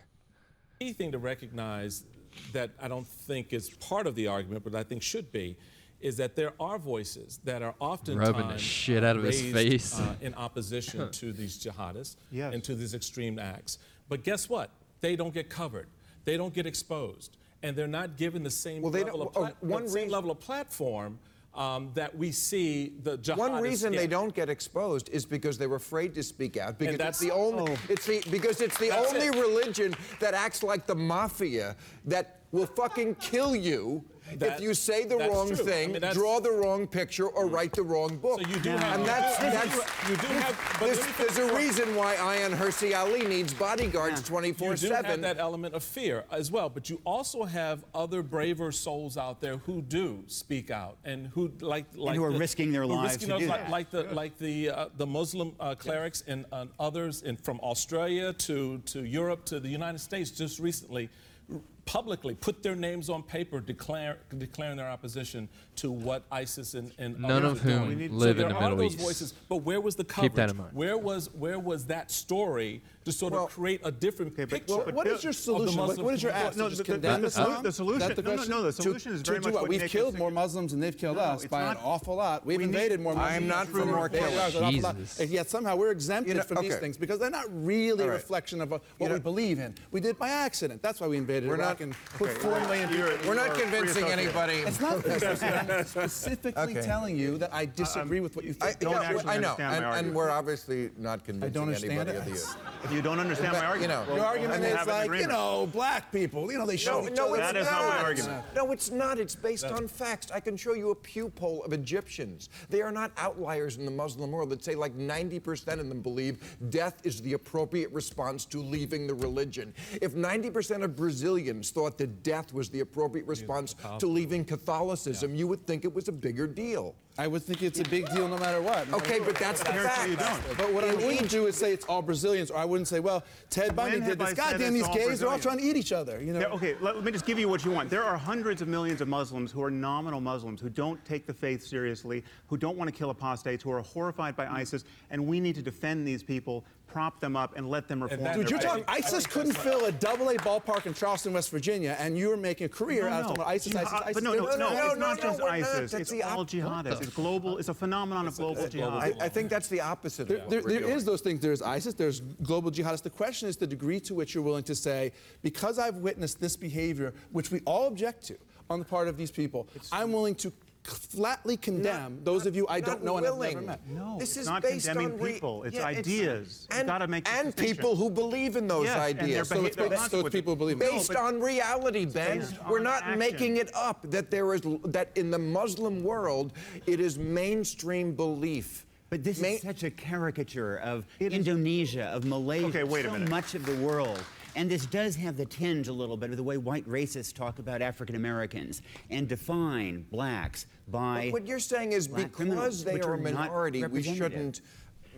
[SPEAKER 7] key thing to recognize that I don't think is part of the argument, but I think should be, is that there are voices that are often
[SPEAKER 1] Rubbing the shit out of his face.
[SPEAKER 7] uh, in opposition to these jihadists
[SPEAKER 4] Yes.
[SPEAKER 7] and to these extreme acts. But guess what? They don't get covered. They don't get exposed, and they're not given the same
[SPEAKER 3] Well, they
[SPEAKER 7] level
[SPEAKER 3] don't-
[SPEAKER 7] of plat-
[SPEAKER 3] oh, one
[SPEAKER 7] the same
[SPEAKER 3] reason-
[SPEAKER 7] level of platform um, that we see the jihadists.
[SPEAKER 3] One reason they
[SPEAKER 7] get.
[SPEAKER 3] don't get exposed is because they're afraid to speak out because
[SPEAKER 7] that's- oh.
[SPEAKER 3] it's the only it's the because it's the
[SPEAKER 7] That's
[SPEAKER 3] only
[SPEAKER 7] it.
[SPEAKER 3] religion that acts like the mafia that will fucking kill you if
[SPEAKER 7] That-
[SPEAKER 3] you say the
[SPEAKER 7] that's
[SPEAKER 3] wrong
[SPEAKER 7] true. I
[SPEAKER 3] thing,
[SPEAKER 7] mean, that's- Mm.
[SPEAKER 3] draw the wrong picture, or write the wrong book.
[SPEAKER 7] So you do have-
[SPEAKER 3] and that's
[SPEAKER 7] you do-
[SPEAKER 3] that's
[SPEAKER 7] you do have- but
[SPEAKER 3] there's,
[SPEAKER 7] let me
[SPEAKER 3] there's a
[SPEAKER 7] finish.
[SPEAKER 3] reason why Ayan Hersey Ali needs bodyguards
[SPEAKER 7] You
[SPEAKER 3] 24
[SPEAKER 7] do have that
[SPEAKER 3] seven.
[SPEAKER 7] element of fear as well, but you also have other braver souls out there who do speak out and who like like
[SPEAKER 6] who are
[SPEAKER 7] the-
[SPEAKER 6] risking their
[SPEAKER 7] who are
[SPEAKER 6] lives
[SPEAKER 7] risking
[SPEAKER 6] to
[SPEAKER 7] those,
[SPEAKER 6] do
[SPEAKER 7] like,
[SPEAKER 6] that.
[SPEAKER 7] like the like the uh, the Muslim uh, clerics and uh, others in, from Australia to to Europe to the United States just recently. r- Publicly put their names on paper, declare, declaring their opposition to what ISIS and, and
[SPEAKER 1] None
[SPEAKER 7] others
[SPEAKER 1] of
[SPEAKER 7] are
[SPEAKER 1] whom
[SPEAKER 7] doing.
[SPEAKER 1] We need-
[SPEAKER 7] So
[SPEAKER 1] live in
[SPEAKER 7] there
[SPEAKER 1] the
[SPEAKER 7] are
[SPEAKER 1] Middle
[SPEAKER 7] those
[SPEAKER 1] East.
[SPEAKER 7] Voices, but where was the coverage?
[SPEAKER 1] Keep that in mind.
[SPEAKER 7] Where was where was that story to sort
[SPEAKER 3] Well-
[SPEAKER 7] of create a different picture?
[SPEAKER 3] Well, what is your solution? What-
[SPEAKER 7] Muslim
[SPEAKER 3] what is your
[SPEAKER 7] community.
[SPEAKER 3] ask?
[SPEAKER 4] No,
[SPEAKER 3] To
[SPEAKER 4] the-
[SPEAKER 3] just
[SPEAKER 4] the-
[SPEAKER 3] condemn
[SPEAKER 4] the-
[SPEAKER 3] Islam?
[SPEAKER 4] the
[SPEAKER 3] Is that
[SPEAKER 4] solution-
[SPEAKER 3] the
[SPEAKER 4] no, no,
[SPEAKER 3] question?
[SPEAKER 4] no, the
[SPEAKER 3] To-
[SPEAKER 4] solution is
[SPEAKER 3] to
[SPEAKER 4] very
[SPEAKER 3] do
[SPEAKER 4] much
[SPEAKER 3] what?
[SPEAKER 4] what
[SPEAKER 5] We've
[SPEAKER 4] Nick
[SPEAKER 5] killed
[SPEAKER 4] was
[SPEAKER 5] more
[SPEAKER 4] thinking.
[SPEAKER 5] Muslims than they've killed
[SPEAKER 4] No,
[SPEAKER 5] us
[SPEAKER 4] it's
[SPEAKER 5] by an
[SPEAKER 4] not-
[SPEAKER 5] awful lot. We've
[SPEAKER 4] we need-
[SPEAKER 5] invaded more
[SPEAKER 4] I'm
[SPEAKER 5] Muslims.
[SPEAKER 3] not
[SPEAKER 5] than
[SPEAKER 3] for
[SPEAKER 5] we've
[SPEAKER 3] more
[SPEAKER 5] killed
[SPEAKER 3] killers.
[SPEAKER 5] ours, an awful lot.
[SPEAKER 1] Jesus.
[SPEAKER 5] And Yet somehow we're exempted
[SPEAKER 3] You know,
[SPEAKER 5] from these
[SPEAKER 3] okay.
[SPEAKER 5] things because they're not really
[SPEAKER 3] All
[SPEAKER 5] a
[SPEAKER 3] right.
[SPEAKER 5] reflection of uh, what
[SPEAKER 3] You know-
[SPEAKER 5] we believe in. We did by accident. That's why we invaded
[SPEAKER 3] We're
[SPEAKER 5] Iraq
[SPEAKER 3] not-
[SPEAKER 5] and put
[SPEAKER 4] okay,
[SPEAKER 5] four
[SPEAKER 4] you're-
[SPEAKER 5] million people.
[SPEAKER 4] you're-
[SPEAKER 3] We're not
[SPEAKER 4] Free
[SPEAKER 3] convincing
[SPEAKER 4] association.
[SPEAKER 3] anybody.
[SPEAKER 5] It's not this. I'm specifically
[SPEAKER 3] Okay.
[SPEAKER 5] telling you that I disagree with what you
[SPEAKER 3] I,
[SPEAKER 5] think.
[SPEAKER 4] Don't
[SPEAKER 3] yeah,
[SPEAKER 4] actually
[SPEAKER 3] I know,
[SPEAKER 4] understand my
[SPEAKER 3] and, and
[SPEAKER 4] argument.
[SPEAKER 3] we're obviously not convincing
[SPEAKER 5] understand
[SPEAKER 3] anybody
[SPEAKER 5] it.
[SPEAKER 3] of the
[SPEAKER 5] It's-
[SPEAKER 4] If you don't understand my
[SPEAKER 3] fact, you
[SPEAKER 4] argument,
[SPEAKER 3] know,
[SPEAKER 4] well,
[SPEAKER 5] Your
[SPEAKER 4] we'll
[SPEAKER 5] argument
[SPEAKER 4] have
[SPEAKER 5] is
[SPEAKER 4] an
[SPEAKER 5] like, you
[SPEAKER 4] agreement.
[SPEAKER 5] know, black people, you know, they show each other.
[SPEAKER 4] That is not my argument.
[SPEAKER 3] No, it's not. It's based on facts. I can show you a Pew poll of Egyptians. They are not outliers in the Muslim world. That say like 90% of them believe death is the appropriate response to leaving the religion. If 90% of Brazilian James thought that death was the appropriate response to leaving Catholicism, you would think it was a bigger deal.
[SPEAKER 5] I would think it's a big deal no matter what. no matter
[SPEAKER 3] Okay,
[SPEAKER 5] who.
[SPEAKER 3] but that's the fact.
[SPEAKER 5] But what I wouldn't do is say it's all Brazilians, or I wouldn't say, well, Ted Bundy
[SPEAKER 4] When
[SPEAKER 5] did
[SPEAKER 4] have
[SPEAKER 5] this.
[SPEAKER 4] I
[SPEAKER 5] God
[SPEAKER 4] said
[SPEAKER 5] damn,
[SPEAKER 4] it's
[SPEAKER 5] these
[SPEAKER 4] all
[SPEAKER 5] gays are all
[SPEAKER 4] Brazilians?
[SPEAKER 5] trying to eat each other. You know.
[SPEAKER 4] There- okay, let, let me just give you what you want. There are hundreds of millions of Muslims who are nominal Muslims, who don't take the faith seriously, who don't want to kill apostates, who are horrified by ISIS, and we need to defend these people, prop them up, and let them reform.
[SPEAKER 7] that-
[SPEAKER 4] their
[SPEAKER 5] Dude, you're
[SPEAKER 7] I
[SPEAKER 5] talking.
[SPEAKER 7] think- I
[SPEAKER 5] ISIS
[SPEAKER 7] think that's
[SPEAKER 5] couldn't
[SPEAKER 7] what-
[SPEAKER 5] fill a double A ballpark in Charleston, West Virginia, and you were making a career out of talking about ISIS,
[SPEAKER 4] Jihad-
[SPEAKER 5] ISIS, ISIS.
[SPEAKER 4] But no,
[SPEAKER 5] They're
[SPEAKER 4] no,
[SPEAKER 5] not-
[SPEAKER 4] no,
[SPEAKER 3] no, no,
[SPEAKER 4] it's not
[SPEAKER 3] no,
[SPEAKER 4] just
[SPEAKER 3] we're not.
[SPEAKER 4] ISIS.
[SPEAKER 3] That's
[SPEAKER 4] It's
[SPEAKER 3] the op-
[SPEAKER 4] all jihadists. It's global. It's a phenomenon of global
[SPEAKER 7] it's a global
[SPEAKER 4] jihad.
[SPEAKER 7] thing.
[SPEAKER 3] I, I think that's the opposite of what
[SPEAKER 5] There,
[SPEAKER 3] we're
[SPEAKER 5] there
[SPEAKER 3] doing.
[SPEAKER 5] is those things. There's ISIS. There's global jihadists. The question is the degree to which you're willing to say, because I've witnessed this behavior, which we all object to on the part of these people, I'm willing to c- flatly condemn those of you I don't
[SPEAKER 3] not
[SPEAKER 5] know and have never
[SPEAKER 3] willing.
[SPEAKER 5] met.
[SPEAKER 4] No,
[SPEAKER 3] this
[SPEAKER 4] it's
[SPEAKER 3] is
[SPEAKER 4] not
[SPEAKER 3] based
[SPEAKER 4] condemning
[SPEAKER 3] on re-
[SPEAKER 4] people, it's
[SPEAKER 3] Yeah,
[SPEAKER 4] ideas. You
[SPEAKER 3] and,
[SPEAKER 4] gotta make the
[SPEAKER 3] and
[SPEAKER 4] distinction.
[SPEAKER 3] people who believe in those
[SPEAKER 4] Yes, and their
[SPEAKER 3] ideas.
[SPEAKER 5] So it's
[SPEAKER 4] behavior-
[SPEAKER 5] based- so it's people believe it.
[SPEAKER 3] based
[SPEAKER 4] No, but-
[SPEAKER 3] on reality, Ben.
[SPEAKER 4] based
[SPEAKER 3] We're
[SPEAKER 4] on
[SPEAKER 3] not
[SPEAKER 4] action.
[SPEAKER 3] making it up that there is that in the Muslim world it is mainstream belief.
[SPEAKER 6] But this
[SPEAKER 3] Ma-
[SPEAKER 6] is such a caricature of
[SPEAKER 4] It is-
[SPEAKER 6] Indonesia, of Malaysia,
[SPEAKER 4] Okay, wait a
[SPEAKER 6] so
[SPEAKER 4] minute.
[SPEAKER 6] much of the world. And this does have the tinge a little bit of the way white racists talk about African Americans and define blacks by.
[SPEAKER 3] But what you're saying is
[SPEAKER 6] black
[SPEAKER 3] because
[SPEAKER 6] criminals,
[SPEAKER 3] they
[SPEAKER 6] which
[SPEAKER 3] are a
[SPEAKER 6] not
[SPEAKER 3] minority, we
[SPEAKER 6] representative.
[SPEAKER 3] shouldn't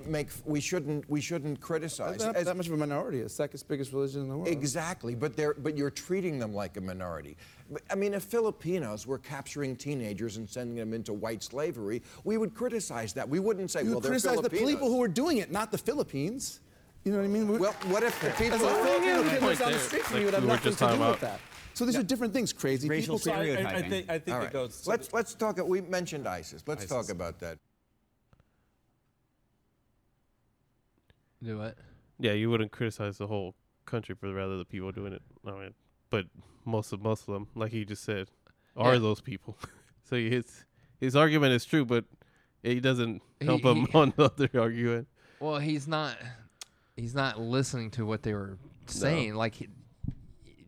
[SPEAKER 3] make we shouldn't we shouldn't criticize.
[SPEAKER 5] It's not
[SPEAKER 3] As-
[SPEAKER 5] that much of a minority. It's the second biggest religion in the world.
[SPEAKER 3] Exactly, but they're but you're treating them like a minority. But, I mean, if Filipinos were capturing teenagers and sending them into white slavery, we would criticize that. We wouldn't say,
[SPEAKER 5] You
[SPEAKER 3] well, they're
[SPEAKER 5] criticize the
[SPEAKER 3] Filipinos.
[SPEAKER 5] people who are doing it, not the Philippines. You know what I mean? We-
[SPEAKER 3] Well, what if the people?
[SPEAKER 5] As a
[SPEAKER 3] who-
[SPEAKER 5] Filipino
[SPEAKER 2] Good
[SPEAKER 5] kid
[SPEAKER 2] point
[SPEAKER 5] lives down the
[SPEAKER 2] there.
[SPEAKER 5] street from
[SPEAKER 2] Like
[SPEAKER 5] you would have
[SPEAKER 2] we were
[SPEAKER 5] nothing
[SPEAKER 2] just
[SPEAKER 5] to do
[SPEAKER 2] talking
[SPEAKER 5] with
[SPEAKER 2] about-
[SPEAKER 5] that. So these are different things. Crazy people.
[SPEAKER 6] Racial
[SPEAKER 7] So I, I, I
[SPEAKER 6] Stereotyping.
[SPEAKER 7] think, I think
[SPEAKER 3] All
[SPEAKER 7] it
[SPEAKER 3] right.
[SPEAKER 7] goes. to
[SPEAKER 3] Let's
[SPEAKER 7] the-
[SPEAKER 3] let's talk. We mentioned ISIS. Let's talk about that.
[SPEAKER 1] Do what?
[SPEAKER 2] Yeah, you wouldn't criticize the whole country, but rather the people doing it. I mean, but most of Muslim, like he just said, are
[SPEAKER 1] Yeah.
[SPEAKER 2] those people. so his his argument is true, but it doesn't help
[SPEAKER 1] He-
[SPEAKER 2] him
[SPEAKER 1] he-
[SPEAKER 2] on the other argument.
[SPEAKER 1] Well, he's not. He's not listening to what they were saying. Like he,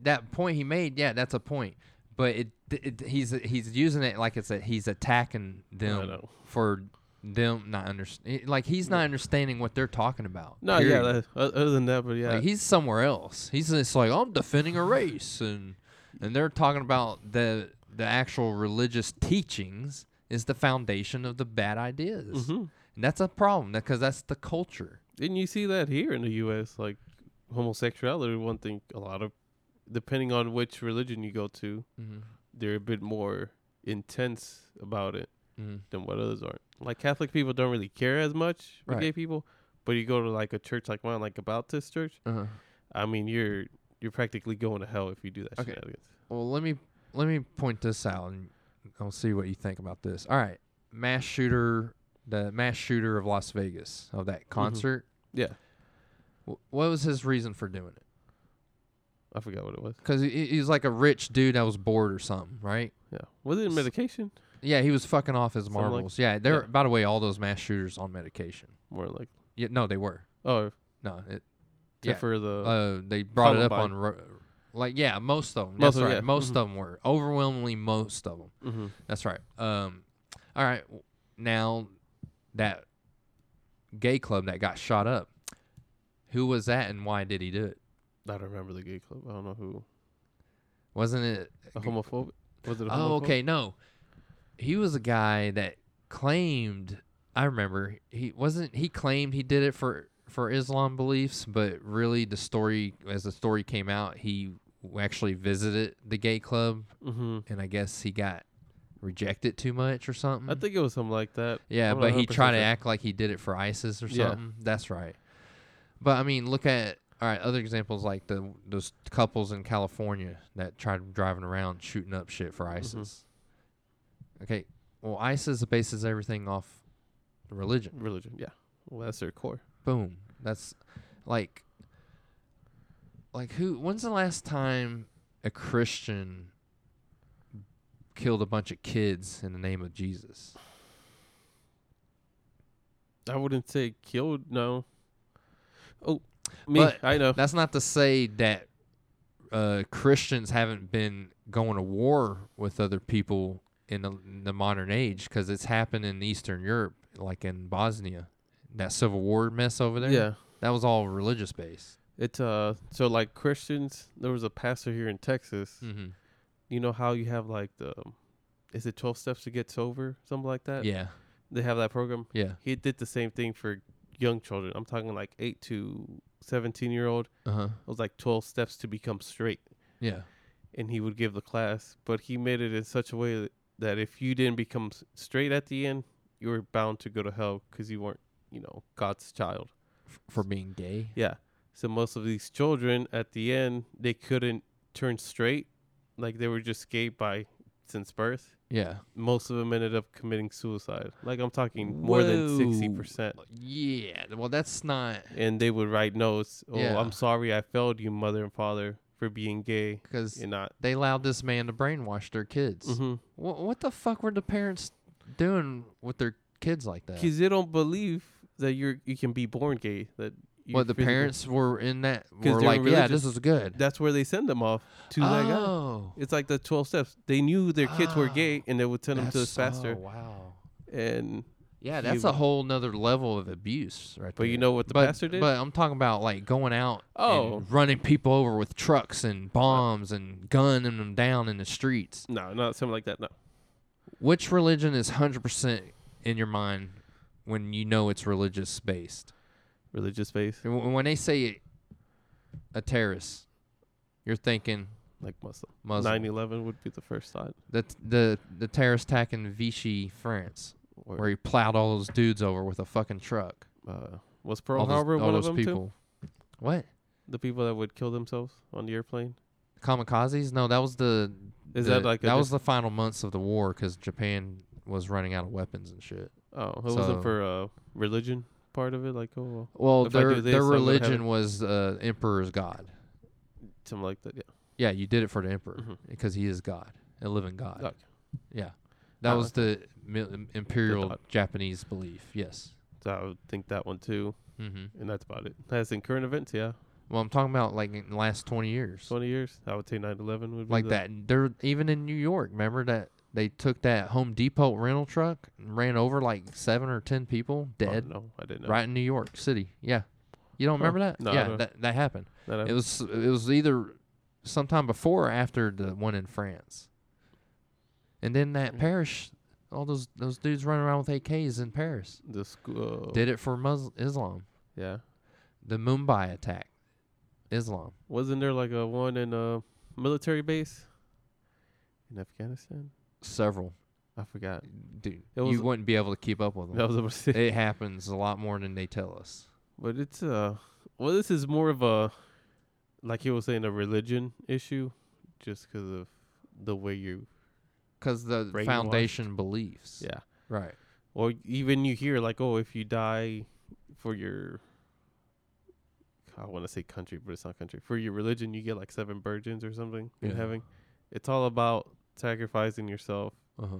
[SPEAKER 1] that point he made. Yeah, that's a point. But it, it he's he's using it like it's a he's attacking them
[SPEAKER 2] know.
[SPEAKER 1] for them not understanding. Like he's not understanding what they're talking about.
[SPEAKER 2] No,
[SPEAKER 1] period.
[SPEAKER 2] yeah. That, o- other than that, but yeah,
[SPEAKER 1] Like, he's somewhere else. He's just like I'm defending a race, and and they're talking about the the actual religious teachings is the foundation of the bad ideas,
[SPEAKER 2] Mm-hmm.
[SPEAKER 1] and that's a problem because that's the culture.
[SPEAKER 2] and you see that here in the U.S. Like homosexuality, one thing a lot of, depending on which religion you go to,
[SPEAKER 1] Mm-hmm.
[SPEAKER 2] they're a bit more intense about it
[SPEAKER 1] Mm-hmm.
[SPEAKER 2] than what others aren't. Like Catholic people don't really care as much with
[SPEAKER 1] Right.
[SPEAKER 2] gay people, but you go to like a church like mine, like a Baptist church. I mean, you're you're practically going to hell if you do that.
[SPEAKER 1] Okay.
[SPEAKER 2] Shenanigans.
[SPEAKER 1] Well, let me let me point this out, and I'll see what you think about this. All right, mass shooter, the mass shooter of Las Vegas of that concert.
[SPEAKER 2] Mm-hmm. Yeah,
[SPEAKER 1] wh- What was his reason for doing it?
[SPEAKER 2] I forgot what it was.
[SPEAKER 1] Because he, he was like a rich dude that was bored or something, right?
[SPEAKER 2] Yeah, was it medication?
[SPEAKER 1] Yeah, he was fucking off his
[SPEAKER 2] Something like-
[SPEAKER 1] marbles. yeah, they're
[SPEAKER 2] yeah.
[SPEAKER 1] by the way, all those mass shooters on medication.
[SPEAKER 2] More like
[SPEAKER 1] Yeah, no, they were.
[SPEAKER 2] oh,
[SPEAKER 1] No, it.
[SPEAKER 2] yeah.
[SPEAKER 1] Yeah,
[SPEAKER 2] for the
[SPEAKER 1] uh, they brought it up on,
[SPEAKER 2] Columbine.
[SPEAKER 1] ro- like yeah, most of them.
[SPEAKER 2] Most
[SPEAKER 1] That's
[SPEAKER 2] of 'em,
[SPEAKER 1] right.
[SPEAKER 2] yeah. Mm-hmm.
[SPEAKER 1] Most of them were overwhelmingly most of them. That's right. Um, all right. w- Now that gay club that got shot up, who was that and why did he do it?
[SPEAKER 2] I don't remember the gay club. I don't know who.
[SPEAKER 1] Wasn't it?
[SPEAKER 2] A homophobic? Was it? A
[SPEAKER 1] Oh,
[SPEAKER 2] homophobe?
[SPEAKER 1] okay. No, he was a guy that claimed. I remember he wasn't. He claimed he did it for for Islam beliefs, but really, the story as the story came out, he w- actually visited the gay club, and I guess he got rejected too much or something.
[SPEAKER 2] I think it was something like that.
[SPEAKER 1] Yeah,
[SPEAKER 2] I'm
[SPEAKER 1] but
[SPEAKER 2] not
[SPEAKER 1] he
[SPEAKER 2] 100%
[SPEAKER 1] tried to
[SPEAKER 2] sure.
[SPEAKER 1] act like he did it for ISIS or
[SPEAKER 2] Yeah.
[SPEAKER 1] something. That's right. But I mean, look at all right. Other examples like the those couples in California that tried driving around shooting up shit for
[SPEAKER 2] Mm-hmm.
[SPEAKER 1] ISIS. Okay, well, ISIS bases everything off religion.
[SPEAKER 2] religion. Yeah, well, that's their core.
[SPEAKER 1] Boom. That's like, like who? When's the last time a Christian killed a bunch of kids in the name of Jesus?
[SPEAKER 2] I wouldn't say killed. No. Oh, me.
[SPEAKER 1] But
[SPEAKER 2] I know.
[SPEAKER 1] That's not to say that uh, Christians haven't been going to war with other people in the, in the modern age because it's happened in Eastern Europe, like in Bosnia, that civil war mess over there.
[SPEAKER 2] Yeah.
[SPEAKER 1] that was all religious based.
[SPEAKER 2] It's uh so like Christians. There was a pastor here in Texas.
[SPEAKER 1] Hmm. Mm-hmm.
[SPEAKER 2] You know how you have like the, um, is it twelve steps to get sober, something like that.
[SPEAKER 1] Yeah.
[SPEAKER 2] They have that program.
[SPEAKER 1] Yeah.
[SPEAKER 2] He did the same thing for young children. I'm talking like eight to seventeen year old.
[SPEAKER 1] Uh huh.
[SPEAKER 2] It was like twelve steps to become straight,
[SPEAKER 1] Yeah.
[SPEAKER 2] and he would give the class. But he made it in such a way that if you didn't become s- straight at the end, you were bound to go to hell because you weren't, you know, God's child.
[SPEAKER 1] For being gay.
[SPEAKER 2] Yeah. So most of these children at the end they couldn't turn straight, like they were just gay by since birth.
[SPEAKER 1] Yeah.
[SPEAKER 2] Most of them ended up committing suicide. Like I'm talking more than sixty percent.
[SPEAKER 1] Yeah. Well, that's not
[SPEAKER 2] And they would write notes. Oh,
[SPEAKER 1] Yeah.
[SPEAKER 2] I'm sorry I failed you, mother and father, for being gay.
[SPEAKER 1] because
[SPEAKER 2] You're not.
[SPEAKER 1] they allowed this man to brainwash their kids.
[SPEAKER 2] Mhm.
[SPEAKER 1] Wha- what the fuck were the parents doing with their kids like that?
[SPEAKER 2] Because they don't believe that you're you can be born gay. That you're
[SPEAKER 1] Well, the
[SPEAKER 2] physically-
[SPEAKER 1] parents were in that were
[SPEAKER 2] they were
[SPEAKER 1] like, yeah, this
[SPEAKER 2] religious.
[SPEAKER 1] is good.
[SPEAKER 2] That's where they send them off to that guy.
[SPEAKER 1] oh, Ah.
[SPEAKER 2] It's like the twelve steps. They knew their kids were gay, and they would send them to
[SPEAKER 1] that's-
[SPEAKER 2] this pastor.
[SPEAKER 1] Oh, wow.
[SPEAKER 2] And
[SPEAKER 1] Yeah,
[SPEAKER 2] He
[SPEAKER 1] that's a
[SPEAKER 2] would-
[SPEAKER 1] whole nother level of abuse, right?
[SPEAKER 2] But you
[SPEAKER 1] there.
[SPEAKER 2] know what the
[SPEAKER 1] but,
[SPEAKER 2] pastor did?
[SPEAKER 1] But I'm talking about like going out,
[SPEAKER 2] Oh.
[SPEAKER 1] and running people over with trucks and bombs and gunning them down in the streets.
[SPEAKER 2] No, not something like that. No.
[SPEAKER 1] Which religion is hundred percent in your mind when you know it's religious based?
[SPEAKER 2] Religious faith,
[SPEAKER 1] And wh- When they say it, a terrorist, you're thinking
[SPEAKER 2] like Muslim.
[SPEAKER 1] Muslim.
[SPEAKER 2] 9/11 would be the first thought.
[SPEAKER 1] the the the terrorist attack in Vichy, France,
[SPEAKER 2] Or,
[SPEAKER 1] where he plowed all those dudes over with a fucking truck.
[SPEAKER 2] uh, was Pearl
[SPEAKER 1] all those,
[SPEAKER 2] Harbor
[SPEAKER 1] all
[SPEAKER 2] one of
[SPEAKER 1] those
[SPEAKER 2] them too?
[SPEAKER 1] people. What?
[SPEAKER 2] The people that would kill themselves on the airplane.
[SPEAKER 1] kamikazes no that was the
[SPEAKER 2] Is
[SPEAKER 1] the-
[SPEAKER 2] that like a
[SPEAKER 1] that was the final months of the war because japan was running out of weapons and shit
[SPEAKER 2] Oh, it wasn't
[SPEAKER 1] So-
[SPEAKER 2] for uh, religion part of it. Like oh, well,
[SPEAKER 1] well
[SPEAKER 2] If I
[SPEAKER 1] their
[SPEAKER 2] do this,
[SPEAKER 1] their
[SPEAKER 2] I'm gonna have
[SPEAKER 1] religion
[SPEAKER 2] it.
[SPEAKER 1] was uh emperor's god
[SPEAKER 2] something like that. Yeah.
[SPEAKER 1] yeah you did it for the emperor
[SPEAKER 2] Mhm.
[SPEAKER 1] because he is god a living god
[SPEAKER 2] Okay.
[SPEAKER 1] yeah that
[SPEAKER 2] Oh,
[SPEAKER 1] was the mi- im- imperial
[SPEAKER 2] thought.
[SPEAKER 1] japanese belief yes
[SPEAKER 2] So I would think that one too,
[SPEAKER 1] hmm
[SPEAKER 2] and that's about it. As in current events, yeah,
[SPEAKER 1] well i'm talking about like in the last 20 years
[SPEAKER 2] 20 years. I would say 9/11 would be
[SPEAKER 1] like
[SPEAKER 2] the-
[SPEAKER 1] that they're even in new york remember that they took that home depot rental truck and ran over like seven or ten people
[SPEAKER 2] Oh,
[SPEAKER 1] dead
[SPEAKER 2] no, I didn't know.
[SPEAKER 1] right in New York City. Yeah, you don't
[SPEAKER 2] Huh.
[SPEAKER 1] remember that?
[SPEAKER 2] No, I
[SPEAKER 1] yeah,
[SPEAKER 2] don't.
[SPEAKER 1] that, that happened.
[SPEAKER 2] That
[SPEAKER 1] It
[SPEAKER 2] happened.
[SPEAKER 1] was it was either sometime before or after the one in France, and then
[SPEAKER 2] Mm.
[SPEAKER 1] that Paris, all those those dudes running around with AKs in Paris
[SPEAKER 2] the school. uh,
[SPEAKER 1] did it for Mus- Islam.
[SPEAKER 2] yeah.
[SPEAKER 1] The Mumbai attack, Islam.
[SPEAKER 2] Wasn't there like a one in a military base in Afghanistan?
[SPEAKER 1] Several
[SPEAKER 2] I forgot.
[SPEAKER 1] dude,
[SPEAKER 2] It was-
[SPEAKER 1] you wouldn't be able to keep up with them.
[SPEAKER 2] That was a mistake.
[SPEAKER 1] it happens a lot more than they tell us.
[SPEAKER 2] But it's uh well this is more of a like he was saying a religion issue just cuz of the way you
[SPEAKER 1] Because the
[SPEAKER 2] Brainwashed.
[SPEAKER 1] foundation beliefs.
[SPEAKER 2] yeah
[SPEAKER 1] Right.
[SPEAKER 2] or even you hear like oh if you die for your I want to say country but it's not country for your religion you get like seven virgins or something
[SPEAKER 1] Yeah.
[SPEAKER 2] in heaven it's all about sacrificing yourself
[SPEAKER 1] Uh huh.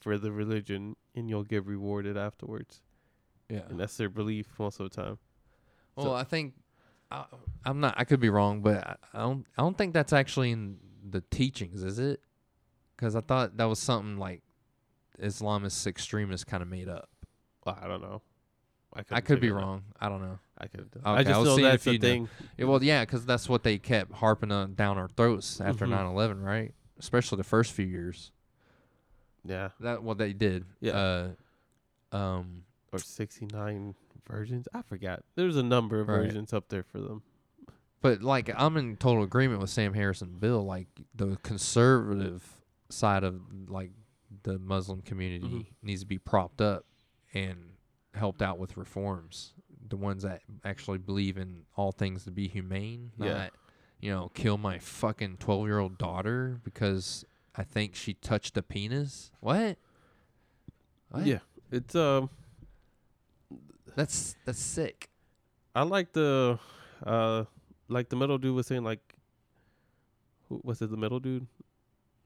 [SPEAKER 2] for the religion and you'll get rewarded afterwards
[SPEAKER 1] Yeah.
[SPEAKER 2] and that's their belief most of the time
[SPEAKER 1] Well, I think I, I'm not. I could be wrong, but I, I don't. I don't think that's actually in the teachings, is it? Because I thought that was something like Islamist extremists kind of made up.
[SPEAKER 2] well, I don't know
[SPEAKER 1] I
[SPEAKER 2] couldn't
[SPEAKER 1] could be
[SPEAKER 2] figure it out.
[SPEAKER 1] wrong. I don't know.
[SPEAKER 2] I could
[SPEAKER 1] Okay,
[SPEAKER 2] I
[SPEAKER 1] I
[SPEAKER 2] just
[SPEAKER 1] was
[SPEAKER 2] know
[SPEAKER 1] seeing if
[SPEAKER 2] that's the
[SPEAKER 1] you knew.
[SPEAKER 2] thing
[SPEAKER 1] Yeah, well, yeah, because that's what they kept harping on, down our throats after
[SPEAKER 2] Mhm.
[SPEAKER 1] 9/11, right? Especially the first few years.
[SPEAKER 2] yeah
[SPEAKER 1] That what they did.
[SPEAKER 2] Yeah.
[SPEAKER 1] Uh, um.
[SPEAKER 2] or 69 versions. I forgot. There's a number of
[SPEAKER 1] Right.
[SPEAKER 2] versions up there for them.
[SPEAKER 1] But like I'm in total agreement with Sam Harrison Bill, like the conservative side of like the Muslim community
[SPEAKER 2] Mm-hmm.
[SPEAKER 1] needs to be propped up and helped out with reforms. The ones that actually believe in all things to be humane,
[SPEAKER 2] Yeah.
[SPEAKER 1] not you know, kill my fucking twelve year old daughter because I think she touched a penis. What? What?
[SPEAKER 2] Yeah. It's um
[SPEAKER 1] That's that's sick.
[SPEAKER 2] I like the uh like the metal dude was saying like who was it the metal dude?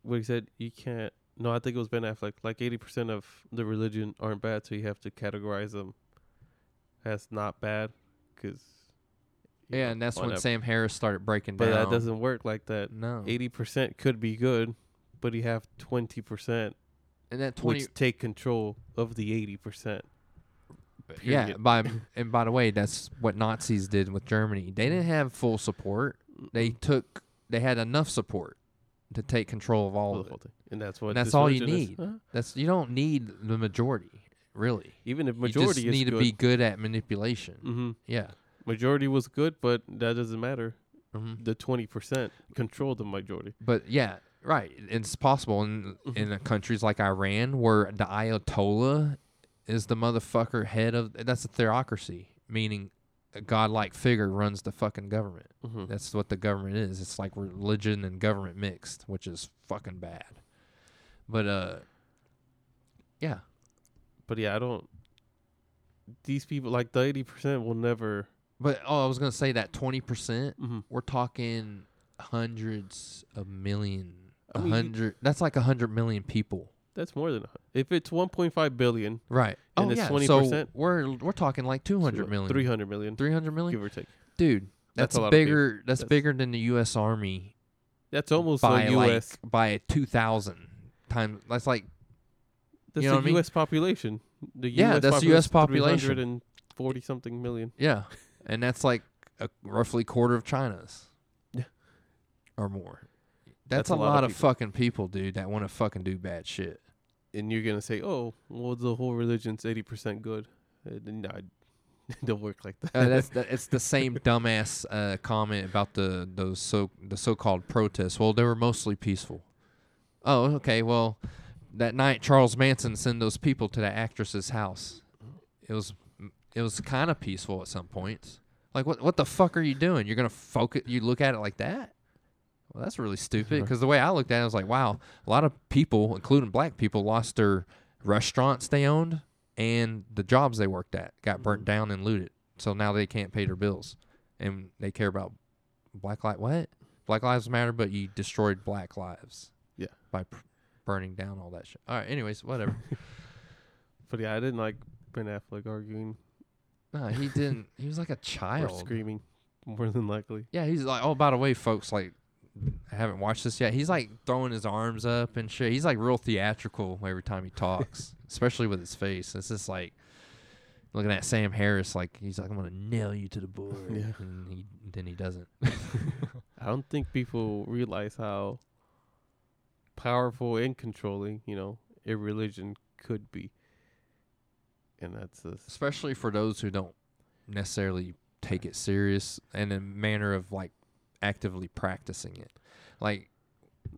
[SPEAKER 2] Where he said you can't no, I think it was Ben Affleck. Like 80% of the religion aren't bad, so you have to categorize them as not bad cuz
[SPEAKER 1] Yeah, and that's when
[SPEAKER 2] whatever.
[SPEAKER 1] Sam Harris started breaking
[SPEAKER 2] But
[SPEAKER 1] down.
[SPEAKER 2] that doesn't work like that.
[SPEAKER 1] no.
[SPEAKER 2] 80% could be good, but you have 20%
[SPEAKER 1] and that twenty
[SPEAKER 2] which take control of the 80%.
[SPEAKER 1] Yeah,
[SPEAKER 2] period.
[SPEAKER 1] by and by the way, that's what Nazis did with Germany. They didn't have full support. They took they had enough support to take control of all
[SPEAKER 2] Well,
[SPEAKER 1] of
[SPEAKER 2] the
[SPEAKER 1] it.
[SPEAKER 2] whole thing. And that's what
[SPEAKER 1] And that's all you
[SPEAKER 2] dissolution is.
[SPEAKER 1] need.
[SPEAKER 2] Huh?
[SPEAKER 1] That's you don't need the majority, really.
[SPEAKER 2] Even if
[SPEAKER 1] you
[SPEAKER 2] majority
[SPEAKER 1] just
[SPEAKER 2] is
[SPEAKER 1] need to
[SPEAKER 2] good,
[SPEAKER 1] be good at manipulation.
[SPEAKER 2] Mhm.
[SPEAKER 1] Yeah.
[SPEAKER 2] majority was good, but that doesn't matter.
[SPEAKER 1] Mhm.
[SPEAKER 2] The twenty percent control the majority.
[SPEAKER 1] But yeah, right. It's possible in
[SPEAKER 2] Mm-hmm.
[SPEAKER 1] in countries like Iran where the Ayatollah is the motherfucker head of that's a theocracy, meaning a godlike figure runs the fucking government.
[SPEAKER 2] Mm-hmm.
[SPEAKER 1] That's what the government is. It's like religion and government mixed, which is fucking bad. But uh yeah.
[SPEAKER 2] But yeah, I don't. These people, like the eighty percent, will never.
[SPEAKER 1] But oh, I was gonna say that twenty percent.
[SPEAKER 2] Mm-hmm.
[SPEAKER 1] We're talking hundreds of million, a
[SPEAKER 2] mean, you-
[SPEAKER 1] hundred. That's like a hundred million people,
[SPEAKER 2] That's more than a hun- if it's one point five billion,
[SPEAKER 1] right?
[SPEAKER 2] And
[SPEAKER 1] oh
[SPEAKER 2] it's
[SPEAKER 1] yeah. So
[SPEAKER 2] 20%?
[SPEAKER 1] we're we're talking like two hundred million,
[SPEAKER 2] three hundred million,
[SPEAKER 1] three hundred
[SPEAKER 2] give
[SPEAKER 1] million,
[SPEAKER 2] or take.
[SPEAKER 1] dude. That's,
[SPEAKER 2] That's a lot of people.
[SPEAKER 1] bigger. That's,
[SPEAKER 2] That's-
[SPEAKER 1] bigger than the U.S. Army
[SPEAKER 2] That's almost
[SPEAKER 1] by
[SPEAKER 2] the U.S.
[SPEAKER 1] like by two thousand times. That's like
[SPEAKER 2] That's
[SPEAKER 1] know what I
[SPEAKER 2] the
[SPEAKER 1] mean?
[SPEAKER 2] U.S. population. The
[SPEAKER 1] Yeah,
[SPEAKER 2] US
[SPEAKER 1] that's the US population.
[SPEAKER 2] Three hundred and forty something million.
[SPEAKER 1] yeah, and that's like a, roughly quarter of China's,
[SPEAKER 2] Yeah.
[SPEAKER 1] or more. That's,
[SPEAKER 2] That's
[SPEAKER 1] a, lot, of fucking people, dude, that want to fucking do bad shit.
[SPEAKER 2] And you're gonna say, "Oh, well, the whole religion's eighty percent good." Uh, nah, it don't work like that.
[SPEAKER 1] Uh, that's that, it's the same dumbass uh, comment about the those so the so-called protests. Well, they were mostly peaceful. Oh, okay. Well, that night Charles Manson sent those people to the actress's house. It was it was kind of peaceful at some points. Like what what the fuck are you doing? You're gonna focus. You look at it like that. Well, that's really
[SPEAKER 2] Uh-huh.
[SPEAKER 1] stupid. Because the way I looked at it, I was like, wow, a lot of people, including black people, lost their restaurants they owned and the jobs they worked at got
[SPEAKER 2] Mm-hmm.
[SPEAKER 1] burnt down and looted. So now they can't pay their bills, and they care about black light. What? Black lives matter, but you destroyed black lives
[SPEAKER 2] yeah,
[SPEAKER 1] by pr- burning down all that shit. All right. Anyways, whatever.
[SPEAKER 2] but yeah, I didn't like Ben Affleck arguing
[SPEAKER 1] no, he didn't. He was like a
[SPEAKER 2] or
[SPEAKER 1] child.
[SPEAKER 2] screaming. More than likely,
[SPEAKER 1] Yeah, he's like, oh, by the way, folks, like, I haven't watched this yet. He's like throwing his arms up and shit. He's like real theatrical every time he talks, especially with his face. It's just like looking at Sam Harris, like he's like, I'm gonna nail you to the board,
[SPEAKER 2] Yeah.
[SPEAKER 1] and he then he doesn't.
[SPEAKER 2] I don't think people realize how powerful and controlling, you know, a religion could be. And that's a s-
[SPEAKER 1] especially for those who don't necessarily take it serious in a manner of like actively practicing it. Like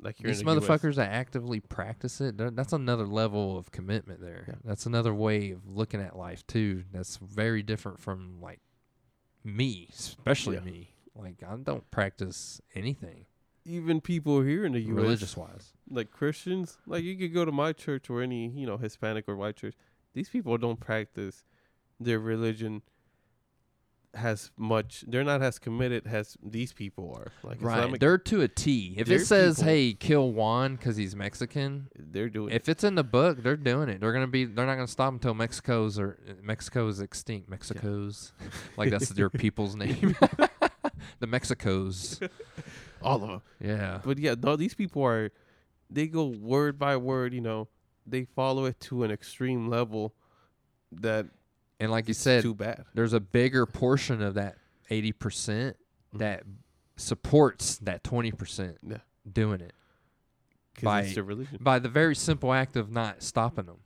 [SPEAKER 2] like you're in
[SPEAKER 1] these
[SPEAKER 2] the US.
[SPEAKER 1] motherfuckers that actively practice it, they're- that's another level of commitment there.
[SPEAKER 2] Yeah.
[SPEAKER 1] That's another way of looking at life too. That's very different from like me, especially
[SPEAKER 2] Yeah.
[SPEAKER 1] me. Like I don't practice anything
[SPEAKER 2] Even people here in the U.S.
[SPEAKER 1] religious wise.
[SPEAKER 2] like Christians, like you could go to my church or any, you know, Hispanic or white church. These people don't practice their religion as much. They're not as committed as these people are. Like
[SPEAKER 1] Right.
[SPEAKER 2] Islamic,
[SPEAKER 1] they're to a T. If
[SPEAKER 2] They're
[SPEAKER 1] it says,
[SPEAKER 2] people-
[SPEAKER 1] "Hey, kill Juan because he's Mexican,"
[SPEAKER 2] they're doing
[SPEAKER 1] if it's in the book, they're doing it. They're gonna be. They're not gonna stop until Mexico's or Mexico's extinct. Mexico's, like that's their people's name. the Mexicos.
[SPEAKER 2] all of them.
[SPEAKER 1] Yeah.
[SPEAKER 2] But yeah, no, these people are they go word by word, you know, they follow it to an extreme level that
[SPEAKER 1] And like you
[SPEAKER 2] it's
[SPEAKER 1] said,
[SPEAKER 2] too bad.
[SPEAKER 1] there's a bigger portion of that 80% percent that supports that 20%
[SPEAKER 2] Mm-hmm. Yeah.
[SPEAKER 1] doing it
[SPEAKER 2] Because
[SPEAKER 1] by,
[SPEAKER 2] it's their religion.
[SPEAKER 1] by the very simple act of not stopping them.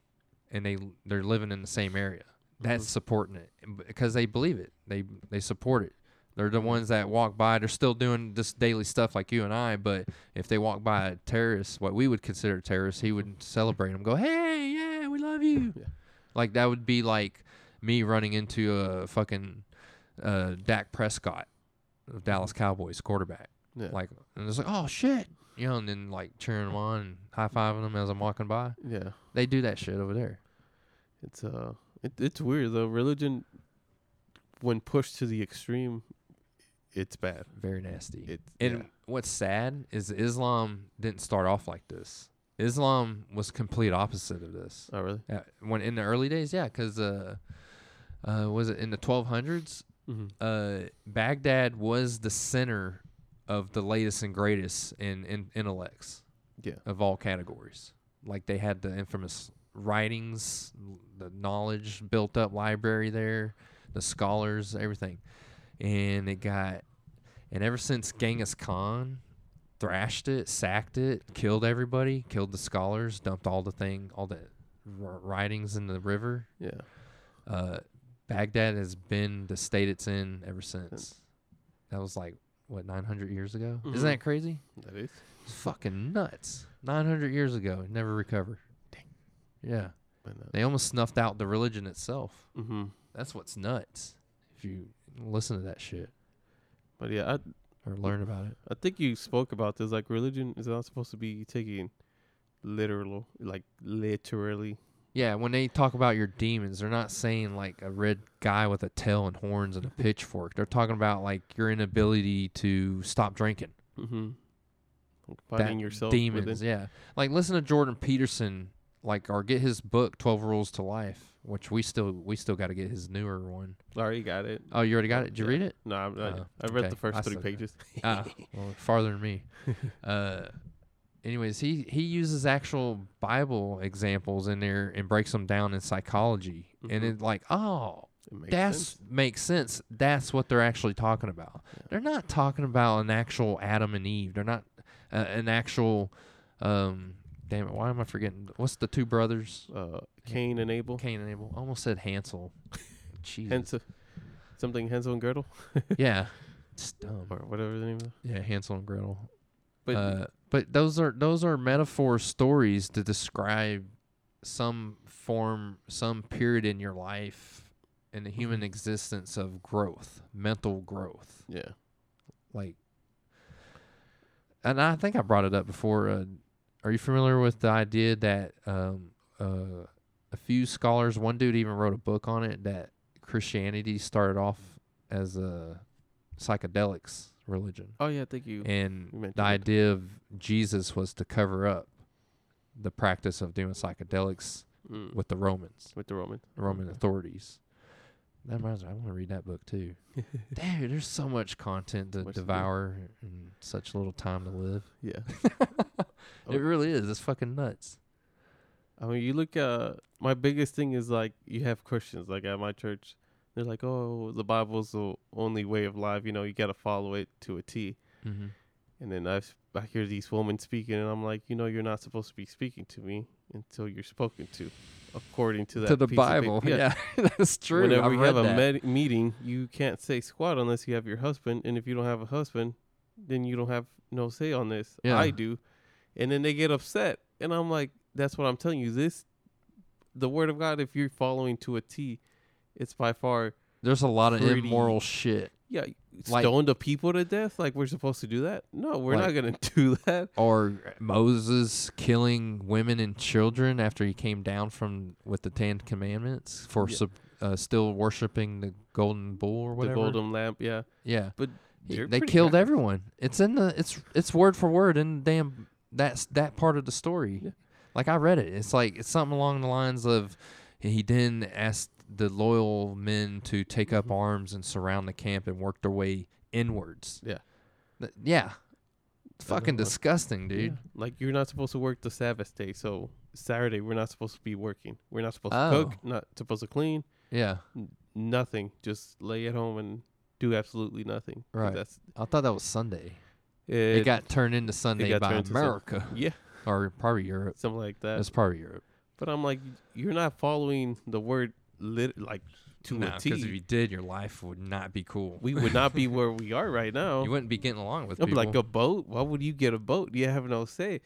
[SPEAKER 1] And they, they're living in the same area. That's supporting it and b- because they believe it. They, they support it. They're the ones that walk by. They're still doing this daily stuff like you and I. But if they walk by a terrorist, what we would consider a terrorist, he would celebrate them. Go, hey, yeah, we love you. Like that would be like me running into a fucking uh, Dak Prescott, of Dallas Cowboys quarterback.
[SPEAKER 2] Mm-hmm. Yeah.
[SPEAKER 1] Like and it's like, oh shit, you know, and then like cheering him on and high fiving him as I'm walking by.
[SPEAKER 2] Yeah.
[SPEAKER 1] They do that shit over there.
[SPEAKER 2] It's uh it, it's weird though. Religion when pushed to the extreme, it's bad.
[SPEAKER 1] Very nasty.
[SPEAKER 2] It's
[SPEAKER 1] and
[SPEAKER 2] yeah.
[SPEAKER 1] what's sad is Islam didn't start off like this. Islam was complete opposite of this.
[SPEAKER 2] Oh really?
[SPEAKER 1] Uh, when in the early days, yeah, because uh, uh, was it in the 1200s?
[SPEAKER 2] Mm-hmm.
[SPEAKER 1] Uh, Baghdad was the center of the latest and greatest in, in intellects
[SPEAKER 2] Yeah.
[SPEAKER 1] Oh. of all categories. Like they had the infamous writings, the knowledge built up library there, the scholars, everything. And it got, and ever since Genghis Khan thrashed it, sacked it, killed everybody, killed the scholars, dumped all the thing, all the r- writings in the river,
[SPEAKER 2] Yeah.
[SPEAKER 1] uh, Baghdad has been the state it's in ever since. That was like what 900 years ago. Isn't that crazy?
[SPEAKER 2] That is.
[SPEAKER 1] It's fucking nuts. 900 years ago, it never recovered. Yeah, they almost snuffed out the religion itself.
[SPEAKER 2] Mm-hmm.
[SPEAKER 1] That's what's nuts. If you listen to that shit
[SPEAKER 2] But yeah, I
[SPEAKER 1] or learn about it,
[SPEAKER 2] I think you spoke about this. Like religion is not supposed to be taken literal, like literally.
[SPEAKER 1] yeah. When they talk about your demons, they're not saying like a red guy with a tail and horns and a pitchfork. They're talking about like your inability to stop drinking.
[SPEAKER 2] Mm-hmm. Like
[SPEAKER 1] that
[SPEAKER 2] finding yourself
[SPEAKER 1] demons
[SPEAKER 2] within.
[SPEAKER 1] yeah like listen to jordan peterson like or get his book 12 rules to life which we still we still got to get his newer one.
[SPEAKER 2] Already got it.
[SPEAKER 1] Oh, you already got it did you
[SPEAKER 2] Yeah.
[SPEAKER 1] read it
[SPEAKER 2] No, I'm not,
[SPEAKER 1] Oh,
[SPEAKER 2] I read
[SPEAKER 1] okay.
[SPEAKER 2] the first
[SPEAKER 1] I
[SPEAKER 2] three
[SPEAKER 1] still got it.
[SPEAKER 2] pages.
[SPEAKER 1] ah, well, farther than me uh anyways he he uses actual bible examples in there and breaks them down in psychology and it's like oh
[SPEAKER 2] It Mm-hmm. makes
[SPEAKER 1] that's
[SPEAKER 2] sense.
[SPEAKER 1] makes sense. That's what they're actually talking about. They're not talking about an actual Adam and Eve. They're not uh, an actual. Um, damn it! Why am I forgetting? What's the two brothers?
[SPEAKER 2] Uh, Cain and Abel.
[SPEAKER 1] Cain and Abel. I almost said Hansel. Jesus.
[SPEAKER 2] Hansel, something Hansel and Gretel
[SPEAKER 1] Yeah. It's dumb.
[SPEAKER 2] or whatever the name. Is.
[SPEAKER 1] Yeah, Hansel and Gretel.
[SPEAKER 2] But
[SPEAKER 1] uh, but those are those are metaphor stories to describe some form, some period in your life, in the human existence of growth, mental growth.
[SPEAKER 2] yeah,
[SPEAKER 1] like and I think I brought it up before. Uh, are you familiar with the idea that um, uh, a few scholars, one dude even wrote a book on it, that Christianity started off as a psychedelics religion,
[SPEAKER 2] oh yeah, thank you. you
[SPEAKER 1] and
[SPEAKER 2] mentioned
[SPEAKER 1] the
[SPEAKER 2] it.
[SPEAKER 1] idea of Jesus was to cover up the practice of doing psychedelics
[SPEAKER 2] Mm.
[SPEAKER 1] with the Romans,
[SPEAKER 2] With the Roman.
[SPEAKER 1] the Roman authorities. That reminds me, I want to read that book too. Dude, there's so much content to
[SPEAKER 2] Much to do.
[SPEAKER 1] devour and such little time to live.
[SPEAKER 2] Yeah. Oh.
[SPEAKER 1] It really is. It's fucking nuts.
[SPEAKER 2] I mean, you look. Uh, my biggest thing is like you have Christians like at my church. They're like, oh, the Bible's the only way of life. You know, you gotta follow it to a T.
[SPEAKER 1] Mm-hmm.
[SPEAKER 2] And then I, I hear these women speaking, and I'm like, you know, you're not supposed to be speaking to me until you're spoken to, according to that
[SPEAKER 1] To the
[SPEAKER 2] piece of paper."
[SPEAKER 1] Bible. Yeah, that's true.
[SPEAKER 2] Whenever
[SPEAKER 1] I've
[SPEAKER 2] you
[SPEAKER 1] read
[SPEAKER 2] have a
[SPEAKER 1] that.
[SPEAKER 2] med- meeting, you can't say squat unless you have your husband, and if you don't have a husband, then you don't have no say on this.
[SPEAKER 1] Yeah.
[SPEAKER 2] I do, and then they get upset, and I'm like, that's what I'm telling you. This, the word of God, if you're following to a T, it's by far.
[SPEAKER 1] There's a lot of
[SPEAKER 2] pretty-
[SPEAKER 1] immoral shit.
[SPEAKER 2] Yeah,
[SPEAKER 1] Like-
[SPEAKER 2] stone the people to death. Like we're supposed to do that? No, we're
[SPEAKER 1] Like-
[SPEAKER 2] not gonna do that.
[SPEAKER 1] Or Moses killing women and children after he came down from with the Ten Commandments for sub, uh, still worshiping the golden bull or whatever.
[SPEAKER 2] The golden lamp. Yeah,
[SPEAKER 1] Yeah,
[SPEAKER 2] but
[SPEAKER 1] He-
[SPEAKER 2] they're
[SPEAKER 1] they
[SPEAKER 2] pretty
[SPEAKER 1] killed
[SPEAKER 2] ac-
[SPEAKER 1] everyone. It's in the it's it's word for word in the damn that's that part of the story. Like I read it. It's like it's something along the lines of he then asked the loyal men to take
[SPEAKER 2] Mm-hmm.
[SPEAKER 1] up arms and surround the camp and work their way inwards.
[SPEAKER 2] Yeah.
[SPEAKER 1] Th- yeah. Fucking
[SPEAKER 2] know.
[SPEAKER 1] disgusting, dude.
[SPEAKER 2] Like you're not supposed to work the Sabbath day, so Saturday we're not supposed to be working. We're not supposed
[SPEAKER 1] Oh.
[SPEAKER 2] to cook, not supposed to clean,
[SPEAKER 1] Yeah.
[SPEAKER 2] nothing. Just lay at home and do absolutely nothing. 'Cause
[SPEAKER 1] Right.
[SPEAKER 2] That's
[SPEAKER 1] I thought that was Sunday.
[SPEAKER 2] it,
[SPEAKER 1] It, got turned into Sunday
[SPEAKER 2] got
[SPEAKER 1] by
[SPEAKER 2] turned to Uh, Sun-
[SPEAKER 1] America
[SPEAKER 2] yeah,
[SPEAKER 1] or probably Europe.
[SPEAKER 2] something like that.
[SPEAKER 1] It's probably Europe.
[SPEAKER 2] but I'm like, you're not following the word lit like to
[SPEAKER 1] No,
[SPEAKER 2] a
[SPEAKER 1] because if
[SPEAKER 2] T.
[SPEAKER 1] you did, your life would not be cool.
[SPEAKER 2] we would not be where we are right now.
[SPEAKER 1] You wouldn't be getting along with
[SPEAKER 2] I'm
[SPEAKER 1] people.
[SPEAKER 2] like a boat. Why would you get a boat? You have no say.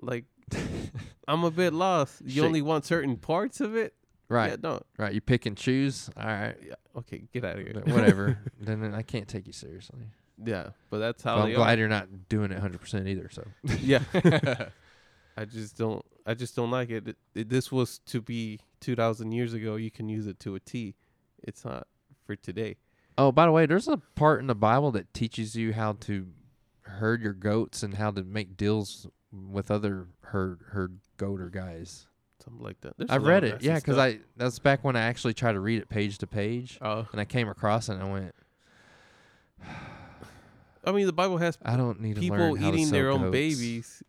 [SPEAKER 2] Like, I'm a bit lost. You
[SPEAKER 1] Shit.
[SPEAKER 2] only want certain parts of it.
[SPEAKER 1] right,
[SPEAKER 2] Yeah, no.
[SPEAKER 1] right. You pick and choose. All right,
[SPEAKER 2] Yeah. Okay, get out of here.
[SPEAKER 1] but whatever. then, then I can't take you seriously.
[SPEAKER 2] Oh, Yeah, but that's how
[SPEAKER 1] But I'm
[SPEAKER 2] they
[SPEAKER 1] glad you're not doing it 100 percent either. So
[SPEAKER 2] are. Yeah, I just don't. I just don't like it. It- it- This was to be two thousand years ago. You can use it to a T. It's not for today.
[SPEAKER 1] Oh, by the way, there's a part in the Bible that teaches you how to herd your goats and how to make deals with other herd herd goater guys.
[SPEAKER 2] Something like that. There's a
[SPEAKER 1] I've
[SPEAKER 2] lot
[SPEAKER 1] read
[SPEAKER 2] of
[SPEAKER 1] it,
[SPEAKER 2] nasty
[SPEAKER 1] yeah, because I
[SPEAKER 2] stuff.
[SPEAKER 1] that's back when I actually tried to read it page to page,
[SPEAKER 2] Oh,
[SPEAKER 1] and I came across it and I went,
[SPEAKER 2] I mean, the Bible has
[SPEAKER 1] I don't need to learn
[SPEAKER 2] people
[SPEAKER 1] how to
[SPEAKER 2] eating
[SPEAKER 1] sell
[SPEAKER 2] their own
[SPEAKER 1] goats.
[SPEAKER 2] babies.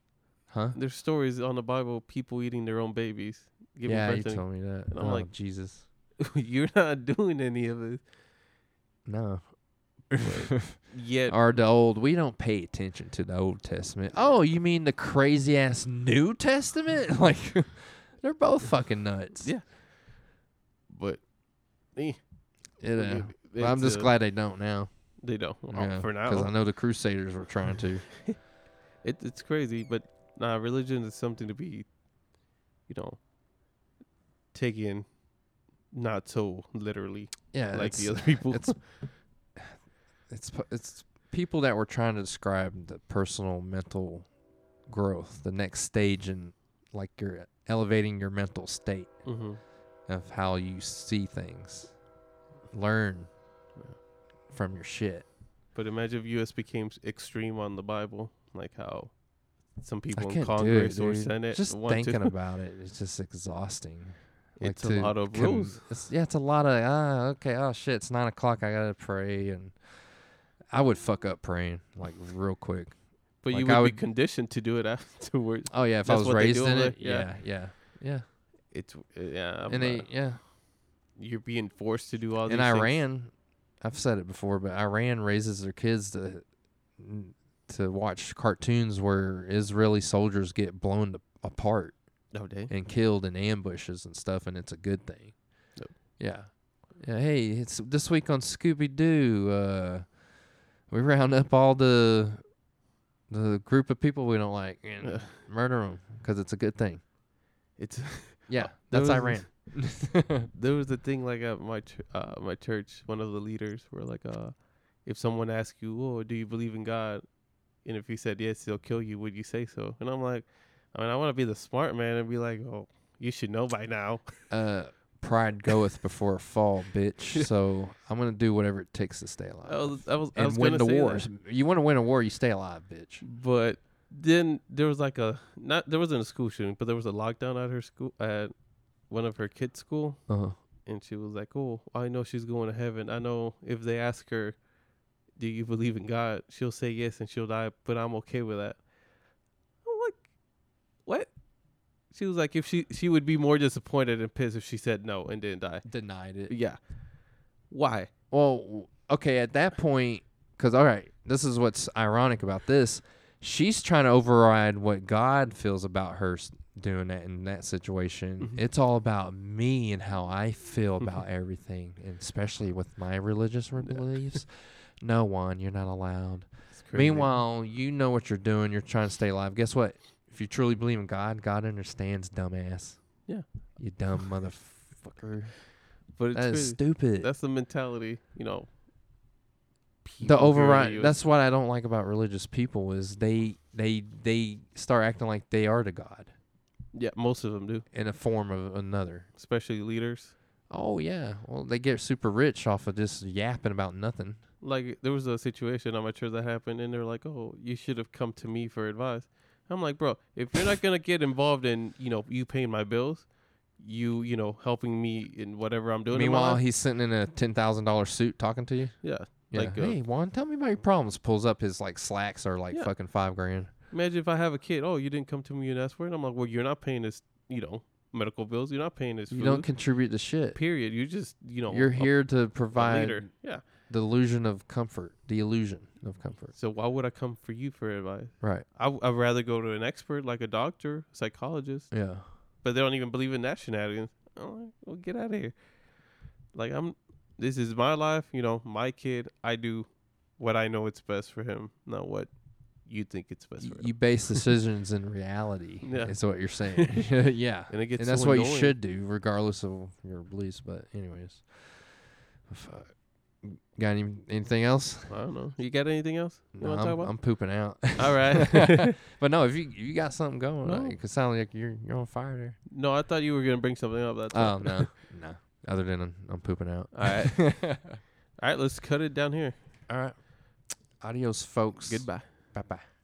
[SPEAKER 1] huh?
[SPEAKER 2] There's stories on the Bible people eating their own babies. give
[SPEAKER 1] yeah,
[SPEAKER 2] me
[SPEAKER 1] you
[SPEAKER 2] birthday.
[SPEAKER 1] told me that.
[SPEAKER 2] And I'm
[SPEAKER 1] oh,
[SPEAKER 2] like-
[SPEAKER 1] Jesus,
[SPEAKER 2] You're not doing any of it
[SPEAKER 1] no.
[SPEAKER 2] yet.
[SPEAKER 1] or the old. We don't pay attention to the Old Testament. Oh, you mean the crazy ass New Testament? like, they're both fucking nuts.
[SPEAKER 2] Yeah. but eh,
[SPEAKER 1] It, uh,
[SPEAKER 2] It-
[SPEAKER 1] but I'm just
[SPEAKER 2] it's, uh,
[SPEAKER 1] glad they don't now.
[SPEAKER 2] they don't Oh,
[SPEAKER 1] Yeah,
[SPEAKER 2] for now.
[SPEAKER 1] because I know the Crusaders were trying to.
[SPEAKER 2] It, it's crazy, but nah, religion is something to be, you know, taken not so literally
[SPEAKER 1] Yeah,
[SPEAKER 2] like
[SPEAKER 1] it's,
[SPEAKER 2] the other people.
[SPEAKER 1] it's it's p- it's people that were trying to describe the personal mental growth, the next stage in like you're elevating your mental state
[SPEAKER 2] hmm
[SPEAKER 1] of how you see things, learn from your shit.
[SPEAKER 2] But imagine if U.S. became s- extreme on the Bible, like how some
[SPEAKER 1] I
[SPEAKER 2] people in
[SPEAKER 1] can't
[SPEAKER 2] Congress
[SPEAKER 1] do it,
[SPEAKER 2] or
[SPEAKER 1] dude.
[SPEAKER 2] Senate
[SPEAKER 1] Just
[SPEAKER 2] want
[SPEAKER 1] thinking
[SPEAKER 2] to.
[SPEAKER 1] about it, it's just exhausting.
[SPEAKER 2] It's a lot of rules.
[SPEAKER 1] It's, yeah, it's a lot of ah, okay, oh shit, it's nine o'clock. I gotta pray, and I would fuck up praying like real quick.
[SPEAKER 2] but
[SPEAKER 1] like,
[SPEAKER 2] you
[SPEAKER 1] I
[SPEAKER 2] would be
[SPEAKER 1] would-
[SPEAKER 2] conditioned to do it afterwards.
[SPEAKER 1] Oh yeah, if
[SPEAKER 2] That's
[SPEAKER 1] I was
[SPEAKER 2] what they
[SPEAKER 1] raised
[SPEAKER 2] do
[SPEAKER 1] in
[SPEAKER 2] over
[SPEAKER 1] it, yeah,
[SPEAKER 2] there?
[SPEAKER 1] yeah, yeah.
[SPEAKER 2] It's yeah, I'm
[SPEAKER 1] And they,
[SPEAKER 2] not-
[SPEAKER 1] yeah,
[SPEAKER 2] you're being forced to do all.
[SPEAKER 1] in
[SPEAKER 2] these things.
[SPEAKER 1] Iran, I've said it before, but Iran raises their kids to to watch cartoons where Israeli soldiers get blown to, apart
[SPEAKER 2] No, they-
[SPEAKER 1] and killed in ambushes and stuff, and it's a good thing.
[SPEAKER 2] Yep.
[SPEAKER 1] Yeah. Yeah. Hey, it's this week on Scooby Doo. Uh, we round up all the the group of people we don't like and
[SPEAKER 2] Yeah.
[SPEAKER 1] murder them because it's a good thing.
[SPEAKER 2] Uh, It's
[SPEAKER 1] Yeah, that's
[SPEAKER 2] there was
[SPEAKER 1] Iran.
[SPEAKER 2] there was a thing like at my ch- uh, my church. One of the leaders were like, uh, if someone asks you, "Oh, do you believe in God?" and if you said yes, they'll kill you. Would you say so? And I'm like, I mean, I want to be the smart man and be like, "Oh, you should know by now."
[SPEAKER 1] Uh, pride goeth before a fall, bitch. So I'm gonna do whatever it takes to stay alive
[SPEAKER 2] I was I was I
[SPEAKER 1] and
[SPEAKER 2] was
[SPEAKER 1] win
[SPEAKER 2] gonna
[SPEAKER 1] the
[SPEAKER 2] say that.
[SPEAKER 1] war. You want to win a war, you stay alive, bitch.
[SPEAKER 2] But then there was like a not there wasn't a school shooting, but there was a lockdown at her school at one of her kids' school.
[SPEAKER 1] Uh-huh.
[SPEAKER 2] and she was like, "Oh, I know she's going to heaven. I know if they ask her, do you believe in God, she'll say yes and she'll die, but I'm okay with that." I'm like, "What?" She was like, "If she she would be more disappointed and pissed if she said no and didn't die."
[SPEAKER 1] Denied it.
[SPEAKER 2] Yeah. Why?
[SPEAKER 1] Well, w- okay, at that point, because all right, this is what's ironic about this. She's trying to override what God feels about her s- doing that in that situation.
[SPEAKER 2] Mm-hmm.
[SPEAKER 1] It's all about me and how I feel about everything, and especially with my religious re- beliefs. no one, you're not allowed.
[SPEAKER 2] It's crazy.
[SPEAKER 1] Meanwhile, you know what you're doing. You're trying to stay alive. Guess what? If you truly believe in God, God understands, dumbass.
[SPEAKER 2] Yeah.
[SPEAKER 1] You dumb motherfucker.
[SPEAKER 2] but it's
[SPEAKER 1] That is
[SPEAKER 2] crazy.
[SPEAKER 1] stupid.
[SPEAKER 2] that's the mentality, you know.
[SPEAKER 1] the
[SPEAKER 2] people here in
[SPEAKER 1] override
[SPEAKER 2] US.
[SPEAKER 1] that's what i don't like about religious people is they they they start acting like they are to god
[SPEAKER 2] yeah, most of them do,
[SPEAKER 1] in a form of another
[SPEAKER 2] especially leaders.
[SPEAKER 1] oh yeah well they get super rich off of just yapping about nothing
[SPEAKER 2] like there was a situation I'm sure that happened and they're like, Oh, you should have come to me for advice. I'm like, bro, if you're not gonna get involved in, you know, you paying my bills, you, you know, helping me in whatever I'm doing. in my
[SPEAKER 1] meanwhile
[SPEAKER 2] life,"
[SPEAKER 1] he's sitting in a $10000 suit talking to you
[SPEAKER 2] Yeah.
[SPEAKER 1] yeah.
[SPEAKER 2] Like uh,
[SPEAKER 1] hey juan tell me about your problems pulls up his like slacks or like
[SPEAKER 2] Yeah.
[SPEAKER 1] fucking five grand
[SPEAKER 2] imagine if I have a kid, oh, you didn't come to me and ask for it. I'm like, Well, you're not paying this, you know, medical bills, you're not paying this
[SPEAKER 1] you
[SPEAKER 2] food.
[SPEAKER 1] don't contribute to shit
[SPEAKER 2] period. You just you know
[SPEAKER 1] you're
[SPEAKER 2] a-
[SPEAKER 1] here to
[SPEAKER 2] a
[SPEAKER 1] provide
[SPEAKER 2] leader. Yeah.
[SPEAKER 1] the illusion of comfort the illusion of comfort
[SPEAKER 2] So why would I come for you for advice?
[SPEAKER 1] right
[SPEAKER 2] I w- I'd rather go to an expert like a doctor, psychologist,
[SPEAKER 1] yeah
[SPEAKER 2] but they don't even believe in that shenanigans. I'm like, well, get out of here. Like I'm, this is my life. You know, my kid. I do what I know it's best for him, not what you think it's best
[SPEAKER 1] Y-
[SPEAKER 2] for him.
[SPEAKER 1] you base decisions in reality.
[SPEAKER 2] Yeah.
[SPEAKER 1] Is what you're saying. yeah.
[SPEAKER 2] And it gets
[SPEAKER 1] that's
[SPEAKER 2] so
[SPEAKER 1] what you
[SPEAKER 2] annoying.
[SPEAKER 1] should do, regardless of your beliefs. But anyways. Fuck. Got any, anything else?
[SPEAKER 2] I don't know. You got anything else you
[SPEAKER 1] No,
[SPEAKER 2] want to talk
[SPEAKER 1] I'm,
[SPEAKER 2] about?
[SPEAKER 1] I'm pooping out.
[SPEAKER 2] All right.
[SPEAKER 1] but no, if you you got something going,
[SPEAKER 2] No.
[SPEAKER 1] like, it could sound like you're you're on fire there.
[SPEAKER 2] no, I thought you were gonna bring something up. That's
[SPEAKER 1] Oh no, no. Other than I'm, I'm pooping out.
[SPEAKER 2] All right. All right. Let's cut it down here.
[SPEAKER 1] All right. Adios, folks.
[SPEAKER 2] Goodbye.
[SPEAKER 1] Bye bye.